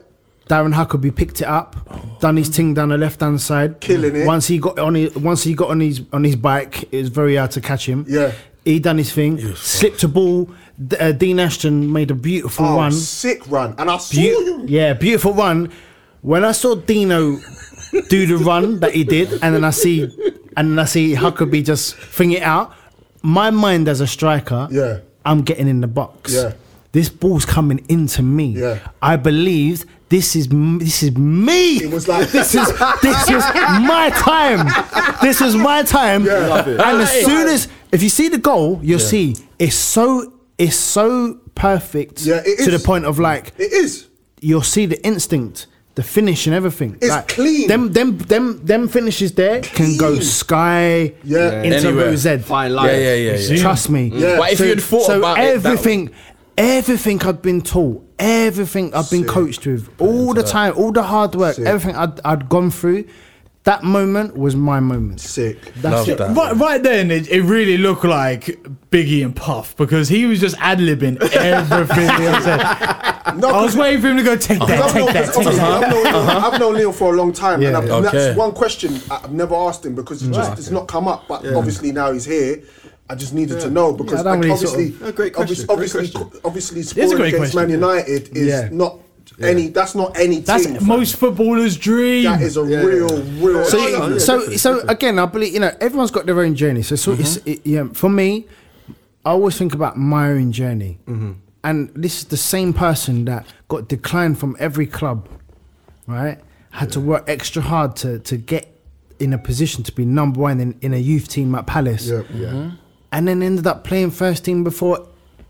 Speaker 6: Darren Huckabee picked it up, done his thing down the left hand side,
Speaker 3: Killing it.
Speaker 6: Once he got on his, once he got on his on his bike, it was very hard to catch him.
Speaker 3: Yeah.
Speaker 6: he done his thing, slipped a ball. D- uh, Dean Ashton made a beautiful
Speaker 3: Oh,
Speaker 6: run.
Speaker 3: sick run. And I saw
Speaker 6: Beau-
Speaker 3: you.
Speaker 6: yeah, beautiful run. When I saw Dino do the run that he did, and then I see, and then I see Huckabee just thing it out. My mind as a striker,
Speaker 3: Yeah.
Speaker 6: I'm getting in the box.
Speaker 3: Yeah.
Speaker 6: This ball's coming into me.
Speaker 3: Yeah.
Speaker 6: I believed this is m- this is me.
Speaker 3: It was like
Speaker 6: this is this is my time. This is my time.
Speaker 3: Love it.
Speaker 6: And as soon as if you see the goal, you'll see it's so it's so perfect
Speaker 3: Yeah, it
Speaker 6: to the
Speaker 3: is.
Speaker 6: point of like
Speaker 3: It is.
Speaker 6: you'll see the instinct, the finish, and everything.
Speaker 3: It's
Speaker 6: Like,
Speaker 3: clean.
Speaker 6: Them, them, them, them finishes there can go
Speaker 3: Clean.
Speaker 6: sky
Speaker 3: Yeah.
Speaker 6: into
Speaker 5: Anywhere.
Speaker 6: Rose Z.
Speaker 7: Fine
Speaker 5: Yeah,
Speaker 7: line.
Speaker 5: yeah, yeah, yeah.
Speaker 6: Trust me.
Speaker 3: Yeah.
Speaker 5: But if
Speaker 6: So-
Speaker 5: you had thought
Speaker 6: so
Speaker 5: about it, that-
Speaker 6: everything, everything I'd been taught, everything I'd been coached with, all the time, all the hard work, everything I'd, I'd gone through, that moment was my moment.
Speaker 3: Sick.
Speaker 5: Love
Speaker 6: That's it.
Speaker 5: that.
Speaker 2: Right, right then, it, it really looked like Biggie and Puff because he was just ad libbing everything he said.
Speaker 3: No,
Speaker 2: I was waiting for him to go take that,
Speaker 3: I've known,
Speaker 2: take that, take
Speaker 3: obviously,
Speaker 2: that. Uh-huh.
Speaker 3: I've, known, I've known Leon for a long time, and, I've, and
Speaker 5: Okay.
Speaker 3: that's one question I- I've never asked him because it's just it's not come up. But obviously now he's here. I just needed to know because
Speaker 6: I don't
Speaker 3: like,
Speaker 6: really sort
Speaker 3: obviously,
Speaker 6: of-
Speaker 7: No, great question,
Speaker 3: obviously,
Speaker 7: great
Speaker 3: obviously,
Speaker 7: question.
Speaker 3: obviously,
Speaker 2: a
Speaker 3: scoring
Speaker 2: great
Speaker 3: against
Speaker 2: question.
Speaker 3: Man United is
Speaker 6: Yeah.
Speaker 3: not any. That's not any
Speaker 2: That's
Speaker 3: team.
Speaker 2: most footballers' dream.
Speaker 3: that is a real, real.
Speaker 6: So,
Speaker 3: achievement.
Speaker 6: so, so again, I believe you know everyone's got their own journey. So, so it's, it, yeah, for me, I always think about my own journey, and this is the same person that got declined from every club, right? Had to work extra hard to to get in a position to be number one in, in a youth team at Palace,
Speaker 3: Yeah, yeah.
Speaker 6: Mm-hmm. and then ended up playing first team before.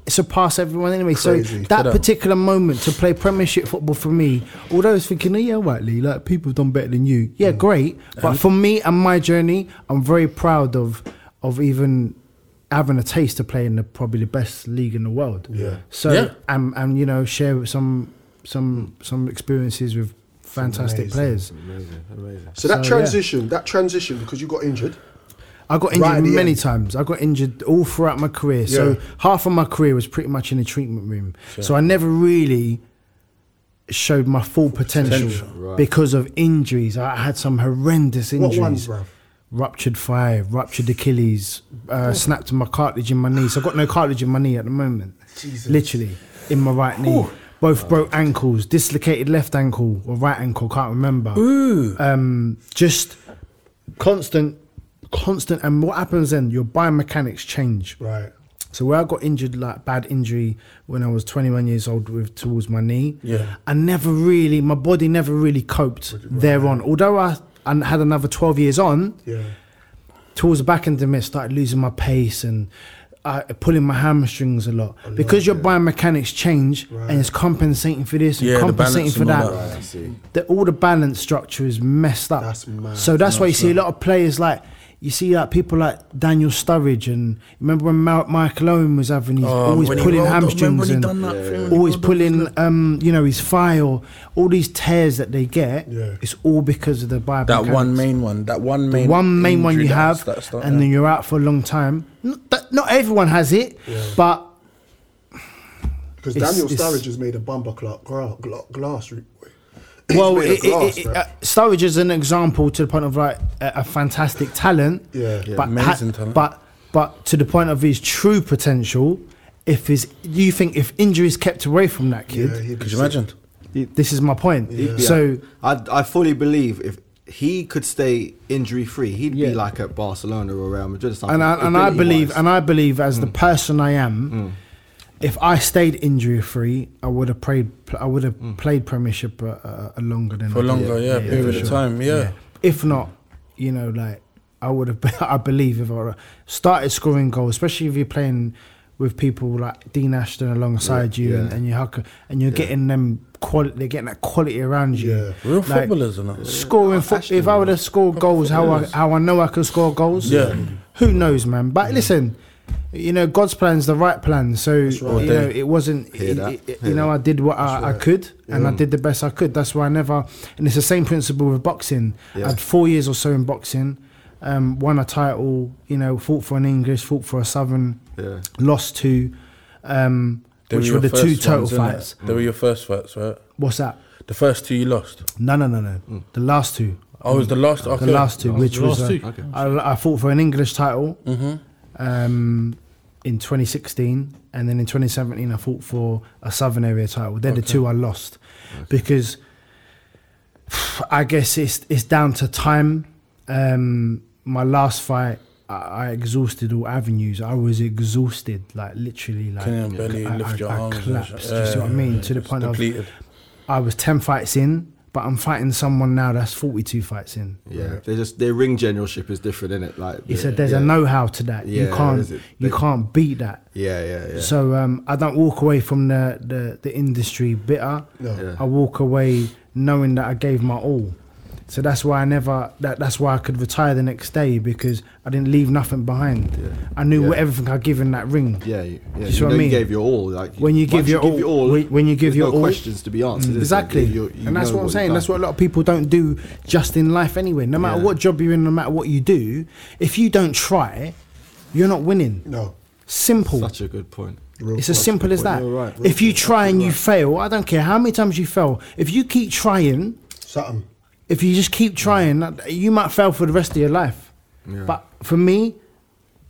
Speaker 6: Surpass everyone anyway.
Speaker 3: Crazy.
Speaker 6: So that particular moment to play Premiership football for me, although I was thinking, oh yeah, right, Lee, like people have done better than you. Yeah, great. But for me and my journey, I'm very proud of of even having a taste of playing the probably the best league in the world. Yeah. So
Speaker 4: Yeah.
Speaker 6: and and you know share some some some experiences with fantastic players.
Speaker 3: So that
Speaker 6: So, yeah.
Speaker 3: transition, that transition, because you got injured.
Speaker 6: I got
Speaker 3: Right at
Speaker 6: injured
Speaker 3: the
Speaker 6: many
Speaker 3: end.
Speaker 6: times. I got injured all throughout my career.
Speaker 3: Yeah.
Speaker 6: So half of my career was pretty much in the treatment room. So I never really showed my full potential, because of injuries. I had some horrendous
Speaker 3: What
Speaker 6: injuries.
Speaker 3: ones, bruv?
Speaker 6: Ruptured thigh, ruptured Achilles,
Speaker 3: Oh.
Speaker 6: uh, snapped my cartilage in my knee. So I've got no cartilage in my knee at the moment. Literally, in my right knee. Both broke ankles, dislocated left ankle or right ankle, can't remember. Ooh. Um, just constant, constant. And what happens then? Your biomechanics change.
Speaker 3: Right.
Speaker 6: So where I got injured, like bad injury when I was 21 years old with towards my knee.
Speaker 4: Yeah.
Speaker 6: I never really, my body never really coped thereon. Although I, I had another 12 years on,
Speaker 3: Yeah.
Speaker 6: towards the back end of the minute, started losing my pace and uh, pulling my hamstrings a lot because your biomechanics change and it's compensating for this and
Speaker 4: Yeah, the
Speaker 6: compensating
Speaker 4: balance
Speaker 6: for
Speaker 4: and all
Speaker 6: that.
Speaker 4: that. Right, I
Speaker 6: The, all the balance structure is messed up.
Speaker 3: That's mad.
Speaker 6: So that's why you see a lot of players like. You see, like people like Daniel Sturridge, and remember when Ma- Michael Owen was having his always
Speaker 4: Oh, when he
Speaker 6: pulling
Speaker 4: rolled up, remember
Speaker 6: hamstrings
Speaker 4: when he
Speaker 6: and
Speaker 4: done that thing when he
Speaker 6: always
Speaker 4: rolled up,
Speaker 6: pulling, um, you know, his thigh or all these tears that they get.
Speaker 3: Yeah.
Speaker 6: It's all because of the biomechanics
Speaker 4: That one main one. That one main.
Speaker 6: one main one
Speaker 4: injury
Speaker 6: you
Speaker 4: that
Speaker 6: have,
Speaker 4: sta- sta-
Speaker 6: and
Speaker 4: yeah.
Speaker 6: then you're out for a long time. Not, that, not everyone has it, but
Speaker 3: Because
Speaker 6: It's-
Speaker 3: Daniel
Speaker 6: it's-
Speaker 3: Sturridge has made a bumper clock glass, glass root.
Speaker 6: well,
Speaker 3: made a
Speaker 6: it, it,
Speaker 3: glass,
Speaker 6: it-
Speaker 3: man.
Speaker 6: uh, Sturridge is an example to the point of like a, a fantastic talent,
Speaker 3: Yeah. Yeah,
Speaker 6: but
Speaker 4: amazing talent.
Speaker 6: but but to the point of his true potential. If his, you think if injuries kept away from that kid,
Speaker 3: he'd be
Speaker 4: Could you
Speaker 3: sick.
Speaker 4: imagine?
Speaker 6: this is my point.
Speaker 7: Yeah.
Speaker 6: So
Speaker 7: I, I fully believe if he could stay injury free, he'd be like at Barcelona or Real Madrid or something.
Speaker 6: and I, and I believe
Speaker 7: ability-wise.
Speaker 6: and I believe as
Speaker 4: Mm.
Speaker 6: the person I am, if I stayed injury free, I would have played. I would have played Premiership uh, uh, longer than I
Speaker 4: Mm. For
Speaker 6: did.
Speaker 4: longer, yeah,
Speaker 6: yeah,
Speaker 4: period
Speaker 6: for
Speaker 4: of
Speaker 6: sure.
Speaker 4: time, yeah.
Speaker 6: If not, you know, like I would have. I believe if I would've started scoring goals, especially if you're playing with people like Dean Ashton alongside you, And, and you're huck- and you're getting them quality. They're getting that quality around you.
Speaker 3: Yeah.
Speaker 4: Real
Speaker 6: Like,
Speaker 4: footballers, and all.
Speaker 6: Scoring, fo- if I would have scored goals, how I, how I know I could score goals?
Speaker 4: Yeah.
Speaker 6: Who knows, man? But listen, you know, God's plan's the right plan. So you know, it wasn't.
Speaker 7: Hear
Speaker 6: it-
Speaker 7: that.
Speaker 6: it-
Speaker 7: Hear
Speaker 6: you know,
Speaker 7: that.
Speaker 6: I did what I, I could, and
Speaker 4: Mm.
Speaker 6: I did the best I could. That's why I never. And it's the same principle with boxing. I had four years or so in boxing. Um, won a title. You know, fought for an English, fought for a Southern.
Speaker 7: Yeah.
Speaker 6: Lost two, um,
Speaker 4: They
Speaker 6: which
Speaker 4: your
Speaker 6: were the
Speaker 4: first
Speaker 6: two
Speaker 4: ones,
Speaker 6: total
Speaker 4: innit?
Speaker 6: fights.
Speaker 4: They were your first fights, right?
Speaker 6: What's that?
Speaker 4: The first two you lost.
Speaker 6: No, no, no, no. The last two.
Speaker 4: Mm. Oh, it was the last. Okay.
Speaker 6: The last two, which
Speaker 2: the
Speaker 6: was
Speaker 2: last
Speaker 6: uh,
Speaker 2: two.
Speaker 6: I, I fought for an English title
Speaker 4: Mm-hmm.
Speaker 6: um, in 2016, and then in 2017 I fought for a Southern Area title. They're the two I lost because I guess it's it's down to time. Um, my last fight, I, I exhausted all avenues. I was exhausted, like literally, like
Speaker 4: Couldn't barely
Speaker 6: I,
Speaker 4: lift
Speaker 6: I-
Speaker 4: your
Speaker 6: I
Speaker 4: arms and
Speaker 6: collapsed.
Speaker 4: shit.
Speaker 6: do you see what I
Speaker 4: Yeah,
Speaker 6: mean?
Speaker 4: yeah,
Speaker 6: to the
Speaker 4: it's
Speaker 6: point of
Speaker 4: depleted.
Speaker 6: I was 10 fights in. But I'm fighting someone now that's 42 fights in.
Speaker 7: Yeah, they just their ring generalship is different, isn't it? Like
Speaker 6: He
Speaker 7: yeah,
Speaker 6: said there's
Speaker 7: yeah.
Speaker 6: a know-how to that.
Speaker 7: Yeah,
Speaker 6: you can't
Speaker 7: is it-
Speaker 6: you
Speaker 7: they-
Speaker 6: can't beat that.
Speaker 7: Yeah, yeah, yeah.
Speaker 6: So um, I don't walk away from the, the, the industry bitter.
Speaker 3: No. Yeah.
Speaker 6: I walk away knowing that I gave my all. So that's why I never that, that's why I could retire the next day because I didn't leave nothing behind. I knew
Speaker 7: Yeah.
Speaker 6: what everything I give in that ring.
Speaker 7: yeah, you- yeah.
Speaker 6: see
Speaker 7: you
Speaker 6: what I
Speaker 7: know
Speaker 6: mean?
Speaker 7: You gave your all. Like
Speaker 6: When you
Speaker 7: once
Speaker 6: give your all- when- when you give
Speaker 7: there's
Speaker 6: your
Speaker 7: no
Speaker 6: all-
Speaker 7: questions to be answered. is there?
Speaker 6: Exactly.
Speaker 7: You- you
Speaker 6: and that's
Speaker 7: know
Speaker 6: what I'm
Speaker 7: you've
Speaker 6: saying. That's
Speaker 7: done.
Speaker 6: what a lot of people don't do just in life anyway. No matter
Speaker 7: Yeah.
Speaker 6: what job you're in, no matter what you do, if you don't try, you're not winning.
Speaker 3: No.
Speaker 6: Simple.
Speaker 7: Such a good point.
Speaker 6: It's as simple as that.
Speaker 7: You're right.
Speaker 6: If you try and you fail, I don't care how many times you fail. If you keep trying,
Speaker 3: Something.
Speaker 6: if you just keep trying, that- you might fail for the rest of your life.
Speaker 7: Yeah.
Speaker 6: But for me,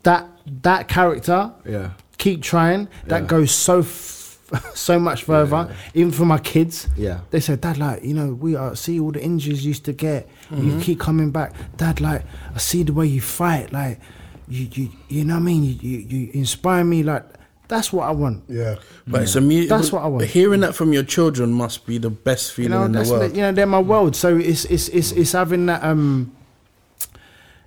Speaker 6: that that character,
Speaker 7: Yeah.
Speaker 6: keep trying. That
Speaker 7: Yeah.
Speaker 6: goes so f- so much further. Even for my kids,
Speaker 7: Yeah.
Speaker 6: they said, Dad, like you know, we are see all the injuries you used to get.
Speaker 7: Mm-hmm.
Speaker 6: You keep coming back, Dad. Like I see the way you fight. Like you you you know what I mean. You you, you inspire me. Like that's what I want.
Speaker 3: Yeah.
Speaker 4: But it's a mu-
Speaker 6: That's what I want.
Speaker 4: but Hearing that from your children must be the best
Speaker 6: you
Speaker 4: feeling
Speaker 6: know,
Speaker 4: in the
Speaker 6: that's
Speaker 4: world. Mm.
Speaker 6: the- you know, they're my world. So it's it's it's it's having that um,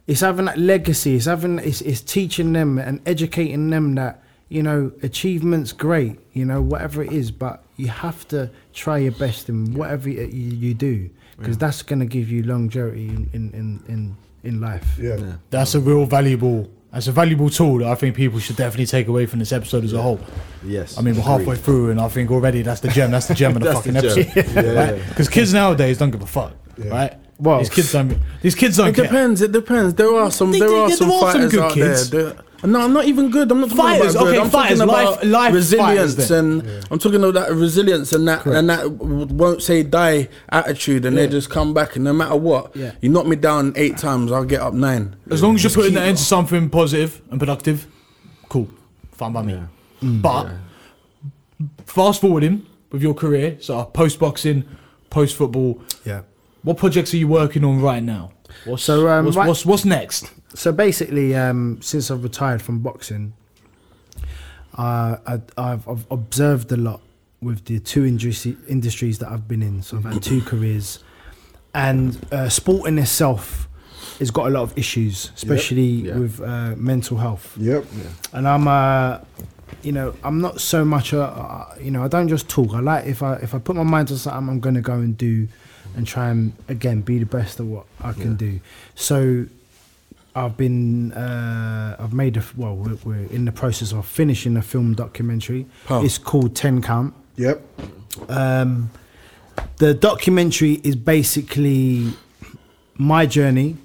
Speaker 6: it's having that legacy. It's having it's it's teaching them and educating them that you know achievements great. You know whatever it is, but you have to try your best in whatever you, you, you do because that's gonna give you longevity in in in in, in life.
Speaker 3: Yeah.
Speaker 2: That's a real valuable. That's a valuable tool that I think people should definitely take away from this episode as a whole.
Speaker 7: Yes.
Speaker 2: I mean, we're halfway through, and I think already that's the gem. That's the gem of the
Speaker 7: That's
Speaker 2: fucking
Speaker 7: the gem.
Speaker 2: episode.
Speaker 7: Yeah.
Speaker 2: Because kids nowadays don't give a fuck, right?
Speaker 6: Well,
Speaker 2: these kids don't. These kids don't
Speaker 4: It
Speaker 2: care.
Speaker 4: depends. It depends. There are some.
Speaker 2: They-
Speaker 4: There
Speaker 2: they-
Speaker 4: are
Speaker 2: there
Speaker 4: some
Speaker 2: are some
Speaker 4: fighters
Speaker 2: good
Speaker 4: out
Speaker 2: kids.
Speaker 4: there. that- No, I'm not even good. I'm not talking
Speaker 2: Fighters,
Speaker 4: about good.
Speaker 2: okay,
Speaker 4: I'm
Speaker 2: fighters,
Speaker 4: talking
Speaker 2: life-
Speaker 4: about
Speaker 2: life
Speaker 4: resilience,
Speaker 2: fighters then.
Speaker 4: and I'm talking about that resilience and that and that w- won't say die attitude, and they just come back, and no matter what,
Speaker 6: Yeah.
Speaker 4: you knock me down eight times, I'll get up nine.
Speaker 2: As long as you're putting that into something positive and productive, cool, fine by me. Mm. But fast forwarding with your career, so post boxing, post football.
Speaker 6: Yeah.
Speaker 2: What projects are you working on right now? What's,
Speaker 6: So, um,
Speaker 2: what's,
Speaker 6: right-
Speaker 2: what's what's next?
Speaker 6: So basically, um, since I've retired from boxing, uh, I, I've, I've observed a lot with the two industry, industries that I've been in. So I've had two careers, and uh, sport in itself has got a lot of issues, especially
Speaker 7: Yeah.
Speaker 6: with uh, mental health
Speaker 3: Yep.
Speaker 6: and I'm uh you know I'm not so much a uh, you know I don't just talk I like if I if I put my mind to something I'm gonna go and do and try and again be the best at what I can do so I've been uh I've made a f- well we're, we're in the process of finishing a film documentary
Speaker 4: Pow.
Speaker 6: it's called Ten Count
Speaker 3: Yep.
Speaker 6: um, the documentary is basically my journey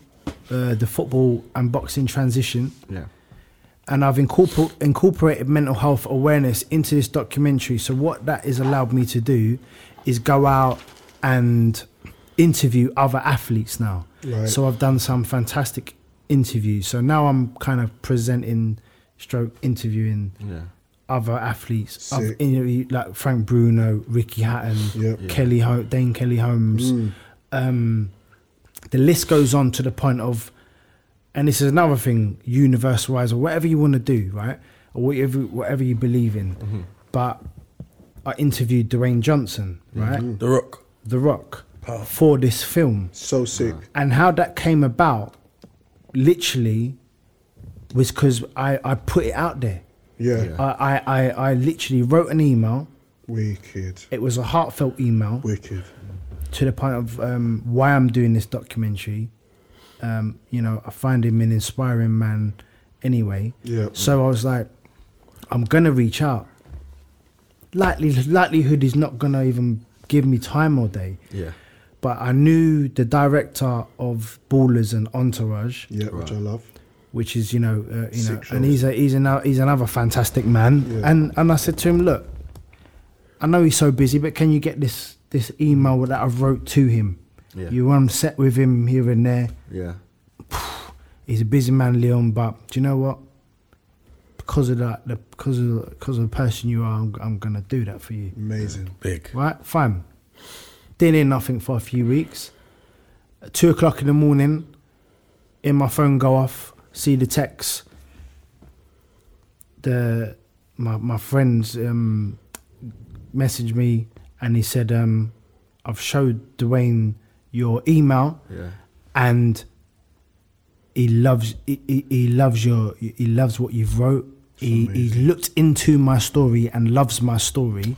Speaker 6: uh, the football and boxing transition
Speaker 7: Yeah.
Speaker 6: and I've incorpor- incorporated mental health awareness into this documentary. So what that has allowed me to do is go out and interview other athletes now.
Speaker 3: Right.
Speaker 6: So I've done some fantastic interviews. So now I'm kind of presenting, stroke interviewing
Speaker 7: Yeah.
Speaker 6: other athletes.
Speaker 3: Sick.
Speaker 6: I've interviewed like Frank Bruno, Ricky Hatton,
Speaker 3: Yep. Yeah. Mm.
Speaker 6: Kelly Ho- Dane Kelly Holmes. Um, the list goes on to the point of, and this is another thing, universalize or whatever you want to do, right? Or whatever whatever you believe in. But I interviewed Dwayne Johnson, right?
Speaker 4: The Rock.
Speaker 6: The Rock for this film
Speaker 3: So sick.
Speaker 6: and how that came about literally was because I, I put it out there.
Speaker 3: Yeah.
Speaker 6: I, I, I, I literally wrote an email.
Speaker 3: Wicked.
Speaker 6: It was a heartfelt email
Speaker 3: Wicked.
Speaker 6: to the point of um, why I'm doing this documentary. Um, you know, I find him an inspiring man anyway.
Speaker 3: Yeah.
Speaker 6: So I was like, I'm gonna reach out. Likely likelihood is not gonna even give me time all day.
Speaker 7: Yeah.
Speaker 6: But I knew the director of Ballers and Entourage,
Speaker 3: Yeah, which I love.
Speaker 6: which is you know uh, you know,
Speaker 3: Six
Speaker 6: and
Speaker 3: shots.
Speaker 6: he's a, he's another he's another fantastic man.
Speaker 3: Yeah.
Speaker 6: And and I said to him, look, I know he's so busy, but can you get this this email that I wrote to him?
Speaker 7: Yeah.
Speaker 6: You on set with him here and there.
Speaker 7: Yeah.
Speaker 6: He's a busy man, Leon. But do you know what? Because of that, the, because of because of the person you are, I'm, I'm gonna do that for you.
Speaker 3: Amazing.
Speaker 4: Big.
Speaker 6: Right, fine. Didn't hear nothing for a few weeks. At two o'clock in the morning, in my phone go off, see the text. The my my friends um, messaged me and he said, um, I've showed Dwayne your email,
Speaker 7: Yeah.
Speaker 6: and he loves he, he, he loves your he loves what you've wrote. He, he looked into my story and loves my story.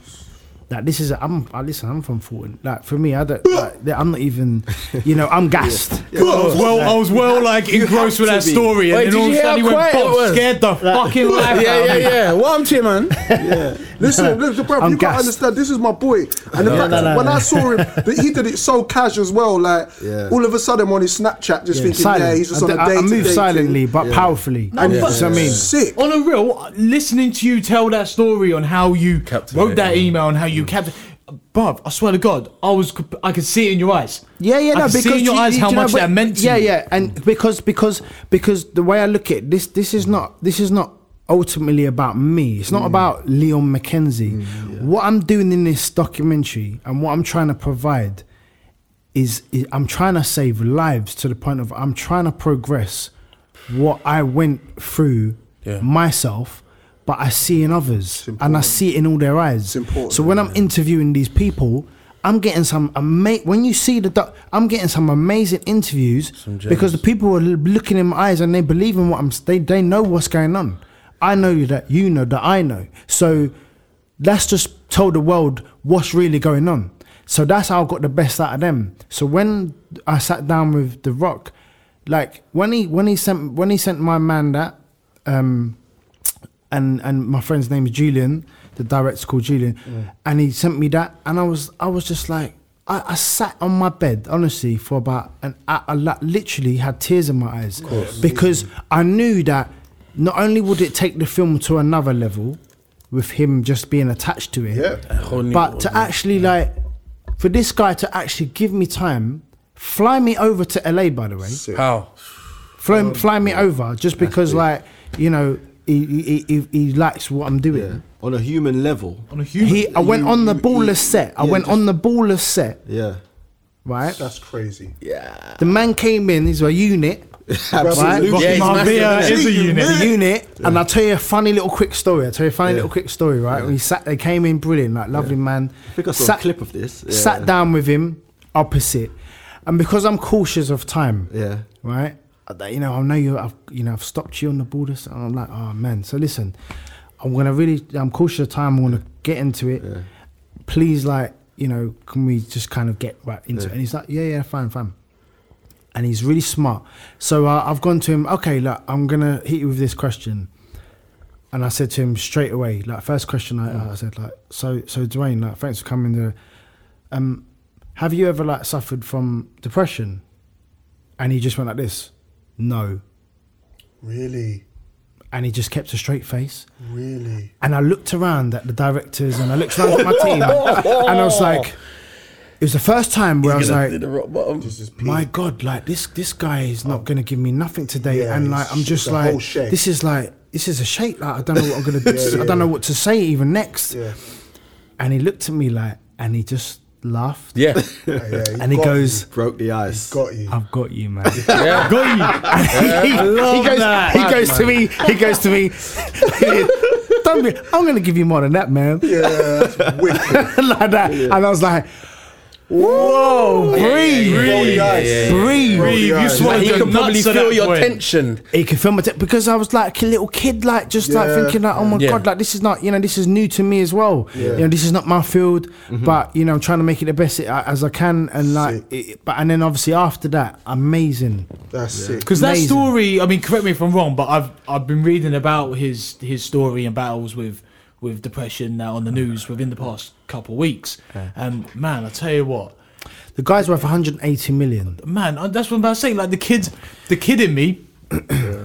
Speaker 6: Like this is a, I'm I listen I'm from Fulton. Like for me I don't like, I'm not even you know I'm gassed.
Speaker 2: I was well, I was well like engrossed with that
Speaker 7: to be.
Speaker 2: story, and
Speaker 4: Wait,
Speaker 2: then
Speaker 4: did
Speaker 2: all of
Speaker 4: you
Speaker 2: a sudden
Speaker 4: hear how
Speaker 2: he went,
Speaker 4: quiet it
Speaker 2: "Bob,
Speaker 4: was?"
Speaker 2: scared the fucking life out of
Speaker 4: Yeah, yeah,
Speaker 2: me."
Speaker 4: yeah. What I'm to, man?
Speaker 3: Yeah. Listen, listen, bro,
Speaker 6: I'm
Speaker 3: you can't
Speaker 6: gassed.
Speaker 3: understand. This is my boy. And the
Speaker 6: No,
Speaker 3: fact
Speaker 6: no,
Speaker 3: that
Speaker 6: no,
Speaker 3: when
Speaker 6: no.
Speaker 3: I saw him, that he did it so cash as well. Like,
Speaker 7: Yeah.
Speaker 3: all of a sudden I'm on his Snapchat, just thinking, yeah, he's just
Speaker 6: I,
Speaker 3: on a
Speaker 6: I- I
Speaker 3: day to
Speaker 6: move
Speaker 3: day
Speaker 6: silently but powerfully.
Speaker 2: No,
Speaker 6: you know
Speaker 2: but-
Speaker 6: what I mean?
Speaker 3: Sick.
Speaker 2: On a real, listening to you tell that story on how you wrote that email and how you kept, Bob, I swear to God, I was, I could see it in your eyes.
Speaker 6: Yeah, yeah,
Speaker 2: I
Speaker 6: no,
Speaker 2: could
Speaker 6: because
Speaker 2: see in your
Speaker 6: you-
Speaker 2: eyes
Speaker 6: you-
Speaker 2: how
Speaker 6: do you know
Speaker 2: much
Speaker 6: what-
Speaker 2: that meant to
Speaker 6: Yeah,
Speaker 2: you.
Speaker 6: yeah, and because because because the way I look at it, this, this is not this is not ultimately about me. It's
Speaker 2: Mm.
Speaker 6: not about Leon McKenzie. What I'm doing in this documentary and what I'm trying to provide is, is I'm trying to save lives to the point of I'm trying to progress what I went through
Speaker 4: Yeah.
Speaker 6: myself. But I see in others, and I see it in all their eyes.
Speaker 3: important,
Speaker 6: So when I'm interviewing these people, I'm getting some amazing. When you see the, doc, I'm getting some amazing interviews because the people are l- looking in my eyes and they believe in what I'm. s- They they know what's going on. I know that you know that I know. So that's just told the world what's really going on. So that's how I got the best out of them. So when I sat down with The Rock, like when he when he sent when he sent my man that um and and my friend's name is Julian, the director's called Julian, and he sent me that, and I was I was just like I, I sat on my bed honestly for about an I, I li- literally had tears in my eyes because I knew that not only would it take the film to another level with him just being attached to it,
Speaker 4: whole new
Speaker 6: but to
Speaker 4: world, yeah.
Speaker 6: actually like for this guy to actually give me time, fly me over to LA by the way
Speaker 4: How?
Speaker 6: fly,
Speaker 7: Oh,
Speaker 6: fly me over just because like you know he he, he, he likes what I'm doing.
Speaker 7: Yeah. On a human level.
Speaker 2: On a human,
Speaker 6: He, I went
Speaker 7: You-
Speaker 6: on the
Speaker 7: you-
Speaker 6: baller
Speaker 7: you-
Speaker 6: set. I
Speaker 7: yeah,
Speaker 6: went
Speaker 7: just-
Speaker 6: on the baller set,
Speaker 7: Yeah.
Speaker 6: right?
Speaker 3: That's crazy.
Speaker 6: The man came in, he's a unit,
Speaker 7: Absolutely.
Speaker 2: Rocky
Speaker 7: he's
Speaker 2: Maivia
Speaker 7: massive,
Speaker 2: is a
Speaker 7: isn't
Speaker 2: unit.
Speaker 6: the unit, and I'll tell you a funny little quick story. I'll tell you a funny
Speaker 7: Yeah.
Speaker 6: little quick story, right? We sat, they came in brilliant, like lovely man.
Speaker 7: I think I saw a
Speaker 6: Sat-
Speaker 7: clip of this. Yeah.
Speaker 6: Sat down with him, opposite, and because I'm cautious of time,
Speaker 7: Yeah.
Speaker 6: right? I- You know, I know you. I've you know I've stopped you on the border, so I'm like, oh man. So listen, I'm gonna really. I'm cautious of time. I'm gonna get into it. Please, like, you know, can we just kind of get right into it? And he's like, yeah, yeah, fine, fine. And he's really smart. So uh, I've gone to him. Okay, look, I'm gonna hit you with this question. And I said to him straight away, like first question, I, I said like, so, so Dwayne, like, thanks for coming. There, um, have you ever like suffered from depression? And he just went like this, no.
Speaker 3: Really,
Speaker 6: And he just kept a straight face.
Speaker 3: really.
Speaker 6: And I looked around at the directors and I looked around at my team, and I was like, it was the first time where I was like,
Speaker 3: This is
Speaker 6: my god like this this guy is not going to give me nothing today
Speaker 3: Oh. Yeah,
Speaker 6: and
Speaker 3: it's
Speaker 6: like i'm
Speaker 3: sh-
Speaker 6: just
Speaker 3: it's a
Speaker 6: like
Speaker 3: whole shake.
Speaker 6: this is like this is a shake like i don't know what i'm going to do i don't know what to say even next
Speaker 3: Yeah.
Speaker 6: and he looked at me like and he just laughed
Speaker 4: Yeah.
Speaker 3: Yeah, yeah,
Speaker 6: and he
Speaker 3: got
Speaker 6: goes "Um,
Speaker 7: Broke the ice.
Speaker 3: you, got you.
Speaker 6: i've got you man
Speaker 4: yeah.
Speaker 2: Got you.
Speaker 6: he, he goes,
Speaker 2: that.
Speaker 6: he goes to me he goes to me don't be, i'm going to give you more than that man
Speaker 3: Yeah, that's wicked.
Speaker 6: like that and i was like whoa breathe
Speaker 3: Broke the ice.
Speaker 6: breathe
Speaker 2: Breathe,
Speaker 3: Yeah.
Speaker 2: you swallowed
Speaker 4: He
Speaker 2: your
Speaker 4: can probably
Speaker 2: nuts at
Speaker 4: feel
Speaker 2: that
Speaker 4: your
Speaker 2: point.
Speaker 4: tension.
Speaker 6: he could film it because I was like a little kid, like just like
Speaker 3: Yeah.
Speaker 6: thinking like, oh my
Speaker 4: Yeah.
Speaker 6: god, like this is not you know this is new to me as well. You know this is not my field, but you know I'm trying to make it the best it, uh, as I can and like, it, but and then obviously after that, amazing.
Speaker 3: That's sick.
Speaker 2: Because that
Speaker 6: Amazing.
Speaker 2: story, I mean, correct me if I'm wrong, but I've I've been reading about his his story and battles with with depression now on the news within the past couple of weeks. And man, I tell you what,
Speaker 6: The guy's worth 180 million.
Speaker 2: man, I- that's what I'm about to say. Like the kids, the kid in me.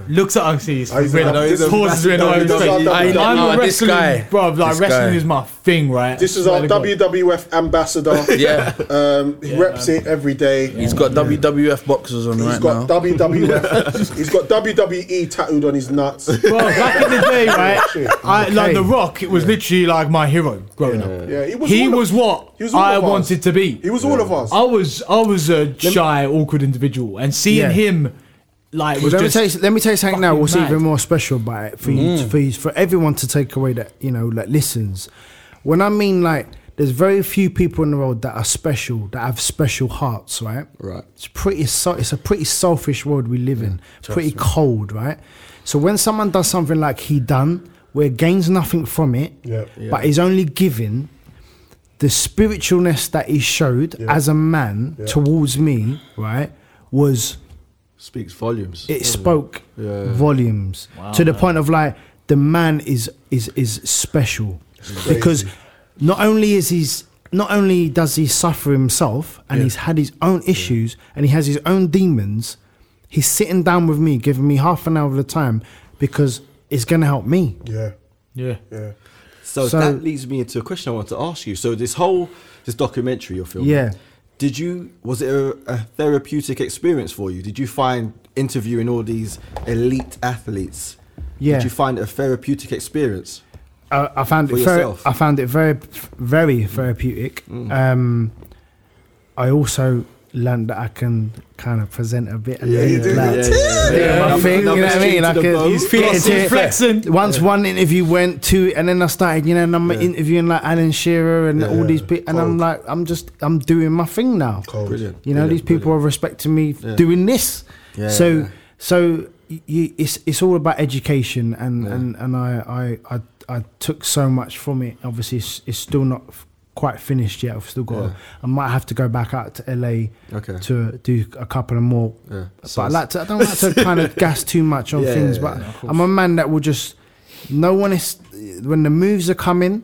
Speaker 2: looks at us, he's
Speaker 3: he's
Speaker 2: really-
Speaker 3: a- no, he's a
Speaker 2: pauses
Speaker 3: massive-
Speaker 2: really
Speaker 3: no, he
Speaker 2: hard to
Speaker 3: does
Speaker 2: say.
Speaker 3: not do
Speaker 2: I'm
Speaker 3: that.
Speaker 4: No,
Speaker 2: a
Speaker 4: this
Speaker 2: wrestling,
Speaker 4: guy.
Speaker 2: bro. Like
Speaker 4: This
Speaker 2: wrestling
Speaker 4: guy.
Speaker 2: is my thing, right?
Speaker 3: This is
Speaker 2: Swear
Speaker 3: our
Speaker 2: to God.
Speaker 3: WWF ambassador.
Speaker 4: Yeah.
Speaker 3: Um, he reps it every day.
Speaker 4: He's got WWF boxers on
Speaker 3: He's
Speaker 4: right
Speaker 3: got
Speaker 4: now.
Speaker 3: WWF. he's got WWE tattooed on his nuts.
Speaker 2: Bro, back in the day, right? I, Like
Speaker 6: Okay.
Speaker 2: The Rock, it was literally like my hero growing up.
Speaker 3: Yeah, he was
Speaker 2: he
Speaker 3: all of-
Speaker 2: was what
Speaker 3: he was all
Speaker 2: I
Speaker 3: of us.
Speaker 2: wanted to be.
Speaker 3: He was all of us.
Speaker 6: Oh.
Speaker 2: I was I was a shy, awkward individual, and seeing
Speaker 6: Yeah.
Speaker 2: him like was
Speaker 6: let,
Speaker 2: just
Speaker 6: me tell you, let me tell you something now.
Speaker 2: fucking
Speaker 6: What's
Speaker 2: mad.
Speaker 6: even more special about it for you, for you, for everyone to take away that you know, like listens. When I mean like there's very few people in the world that are special, that have special hearts, right?
Speaker 7: Right.
Speaker 6: It's pretty. So, it's a pretty selfish world we live in. Pretty cold, right? So when someone does something like he done, where gains nothing from it,
Speaker 3: Yeah.
Speaker 6: but is only giving the spiritualness that he showed as a man towards me, right, was
Speaker 7: Speaks volumes.
Speaker 6: it spoke
Speaker 7: Yeah.
Speaker 6: volumes to the point of like the man is is is special because not only is he's not only does he suffer himself and he's had his own issues and he has his own demons he's sitting down with me giving me half an hour of the time because it's going to help me
Speaker 3: Yeah.
Speaker 2: Yeah.
Speaker 3: Yeah.
Speaker 7: So,
Speaker 6: So-
Speaker 7: that leads me into a question I want to ask you. So this whole this documentary you're filming,
Speaker 6: Yeah.
Speaker 7: Did you was it a, a therapeutic experience for you? Did you find interviewing all these elite athletes?
Speaker 6: Yeah.
Speaker 7: Did you find it a therapeutic experience?
Speaker 6: I, I found
Speaker 7: For
Speaker 6: it very,
Speaker 7: yourself. Mm.
Speaker 6: I found it very very therapeutic. Um, I also learned that I can kind of present a bit.
Speaker 3: Yeah, you do.
Speaker 6: like- I think, you know what I mean? Like uh, a,
Speaker 7: He's
Speaker 6: it's a-
Speaker 2: flexing.
Speaker 6: Once one interview went to, and then I started, you know, and I'm interviewing like Alan Shearer and all these people, and I'm like, I'm just, I'm doing my thing now.
Speaker 3: Cold.
Speaker 7: Brilliant.
Speaker 6: You know,
Speaker 7: brilliant,
Speaker 6: these people
Speaker 7: brilliant.
Speaker 6: are respecting me f- doing this.
Speaker 7: Yeah,
Speaker 6: so,
Speaker 7: yeah.
Speaker 6: so y- you, it's it's all about education, and and and I, I I I took so much from it. Obviously, it's, it's still not f- quite finished yet. I've still got.
Speaker 7: Yeah.
Speaker 6: I might have to go back out to LA
Speaker 7: Okay.
Speaker 6: to do a couple of more.
Speaker 7: Yeah.
Speaker 6: But I like to. I don't like to kind of gas too much on
Speaker 7: Yeah,
Speaker 6: things.
Speaker 7: yeah,
Speaker 6: but
Speaker 7: yeah, of
Speaker 6: I'm a man that will just. No one is when the moves are coming.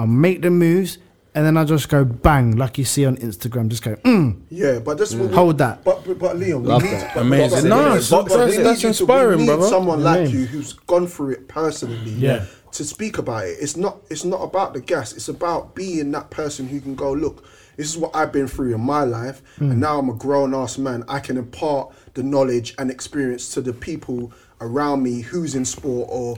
Speaker 6: I'll make the moves, and then I just go bang, like you see on Instagram. Just go, mm,
Speaker 3: Yeah, but that's what we-
Speaker 6: Hold that.
Speaker 3: But but, but Leon, we
Speaker 7: Love
Speaker 3: need
Speaker 7: that.
Speaker 3: but-
Speaker 4: Amazing.
Speaker 3: but- but-
Speaker 4: No,
Speaker 3: but-
Speaker 4: that's-
Speaker 3: but we
Speaker 4: that's-
Speaker 3: need
Speaker 4: that's
Speaker 3: you to-
Speaker 4: inspiring,
Speaker 3: we need
Speaker 4: brother.
Speaker 3: Someone
Speaker 6: You know
Speaker 3: like
Speaker 6: what I mean?
Speaker 3: you who's gone through it personally.
Speaker 2: Yeah.
Speaker 3: To speak about it, it's not it's not about the gas. It's about being that person who can go look. This is what I've been through in my life, and now I'm a grown ass man. I can impart the knowledge and experience to the people around me who's in sport or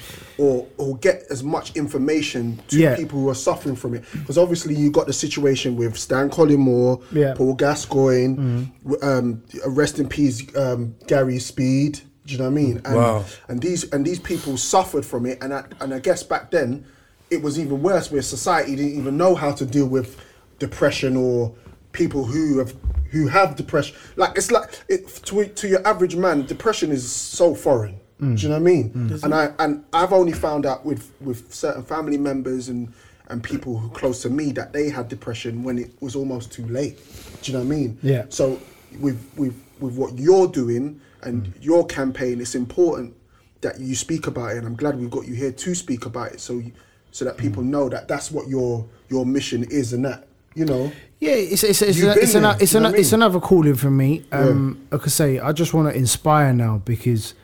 Speaker 3: or or get as much information to
Speaker 6: Yeah.
Speaker 3: people who are suffering from it because obviously you got the situation with Stan Collymore
Speaker 6: Yeah.
Speaker 3: Paul Gascoigne, w- um, rest in peace, um, Gary Speed. Do you know what I mean? And,
Speaker 4: Wow.
Speaker 3: And these and these people suffered from it, and I, and I guess back then it was even worse, where society didn't even know how to deal with depression or people who have who have depression. Like it's like it, to to your average man, depression is so foreign. Do you know what I mean? And I and I've only found out with with certain family members and and people who close to me that they had depression when it was almost too late. Do you know what I mean?
Speaker 6: Yeah.
Speaker 3: So with with with what you're doing and your campaign, it's important that you speak about it, and I'm glad we've got you here to speak about it, so you, so that people know that that's what your your mission is, and that you know.
Speaker 6: Yeah, it's it's it's,
Speaker 3: You've
Speaker 6: an,
Speaker 3: been
Speaker 6: it's,
Speaker 3: there,
Speaker 6: an, it's,
Speaker 3: you know what
Speaker 6: an,
Speaker 3: I mean?
Speaker 6: it's another calling for me. Um, Like I say, I just want to inspire now because,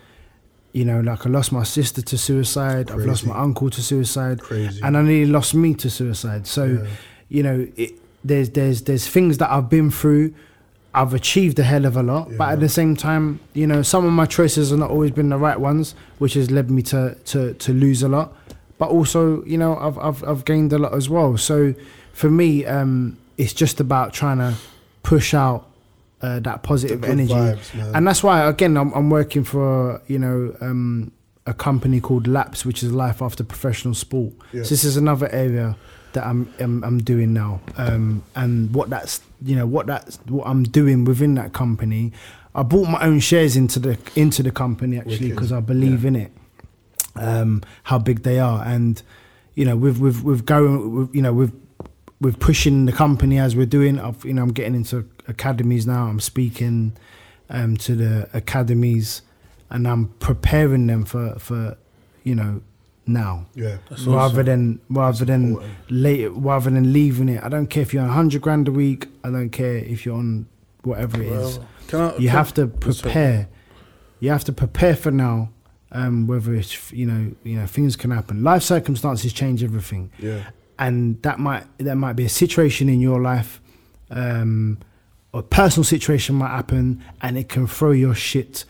Speaker 6: you know, like I lost my sister to suicide. I've lost my uncle to suicide,
Speaker 3: Crazy.
Speaker 6: and I nearly lost me to suicide. So, you know, it, there's there's there's things that I've been through. I've achieved a hell of a lot, but at the same time, you know, some of my choices have not always been the right ones, which has led me to to to lose a lot. But also, you know, I've I've, I've gained a lot as well. So for me, um, it's just about trying to push out uh, that positive
Speaker 3: good
Speaker 6: energy,
Speaker 3: vibes, man.
Speaker 6: and that's why again I'm, I'm working for you know um, a company called Laps, which is Life After Professional Sport.
Speaker 3: Yeah.
Speaker 6: So this is another area that I'm I'm, I'm doing now, um, and what that's you know what that's what I'm doing within that company. I bought my own shares into the into the company actually because I believe in it um, how big they are, and you know, with with with going, with, you know, with with pushing the company as we're doing. I've, you know, I'm getting into academies now. I'm speaking um, to the academies, and I'm preparing them for for you know now
Speaker 3: Yeah.
Speaker 6: rather than rather than later rather than leaving it. I don't care if you're on hundred grand a week. I don't care if you're on whatever it is
Speaker 4: Can I,
Speaker 6: you
Speaker 4: can-
Speaker 6: have to
Speaker 4: That's it.
Speaker 6: prepare. You have to prepare for now. Um, whether it's you know you know things can happen. Life circumstances change everything.
Speaker 3: Yeah.
Speaker 6: And that might that might be a situation in your life, um, a personal situation might happen, and it can throw your shit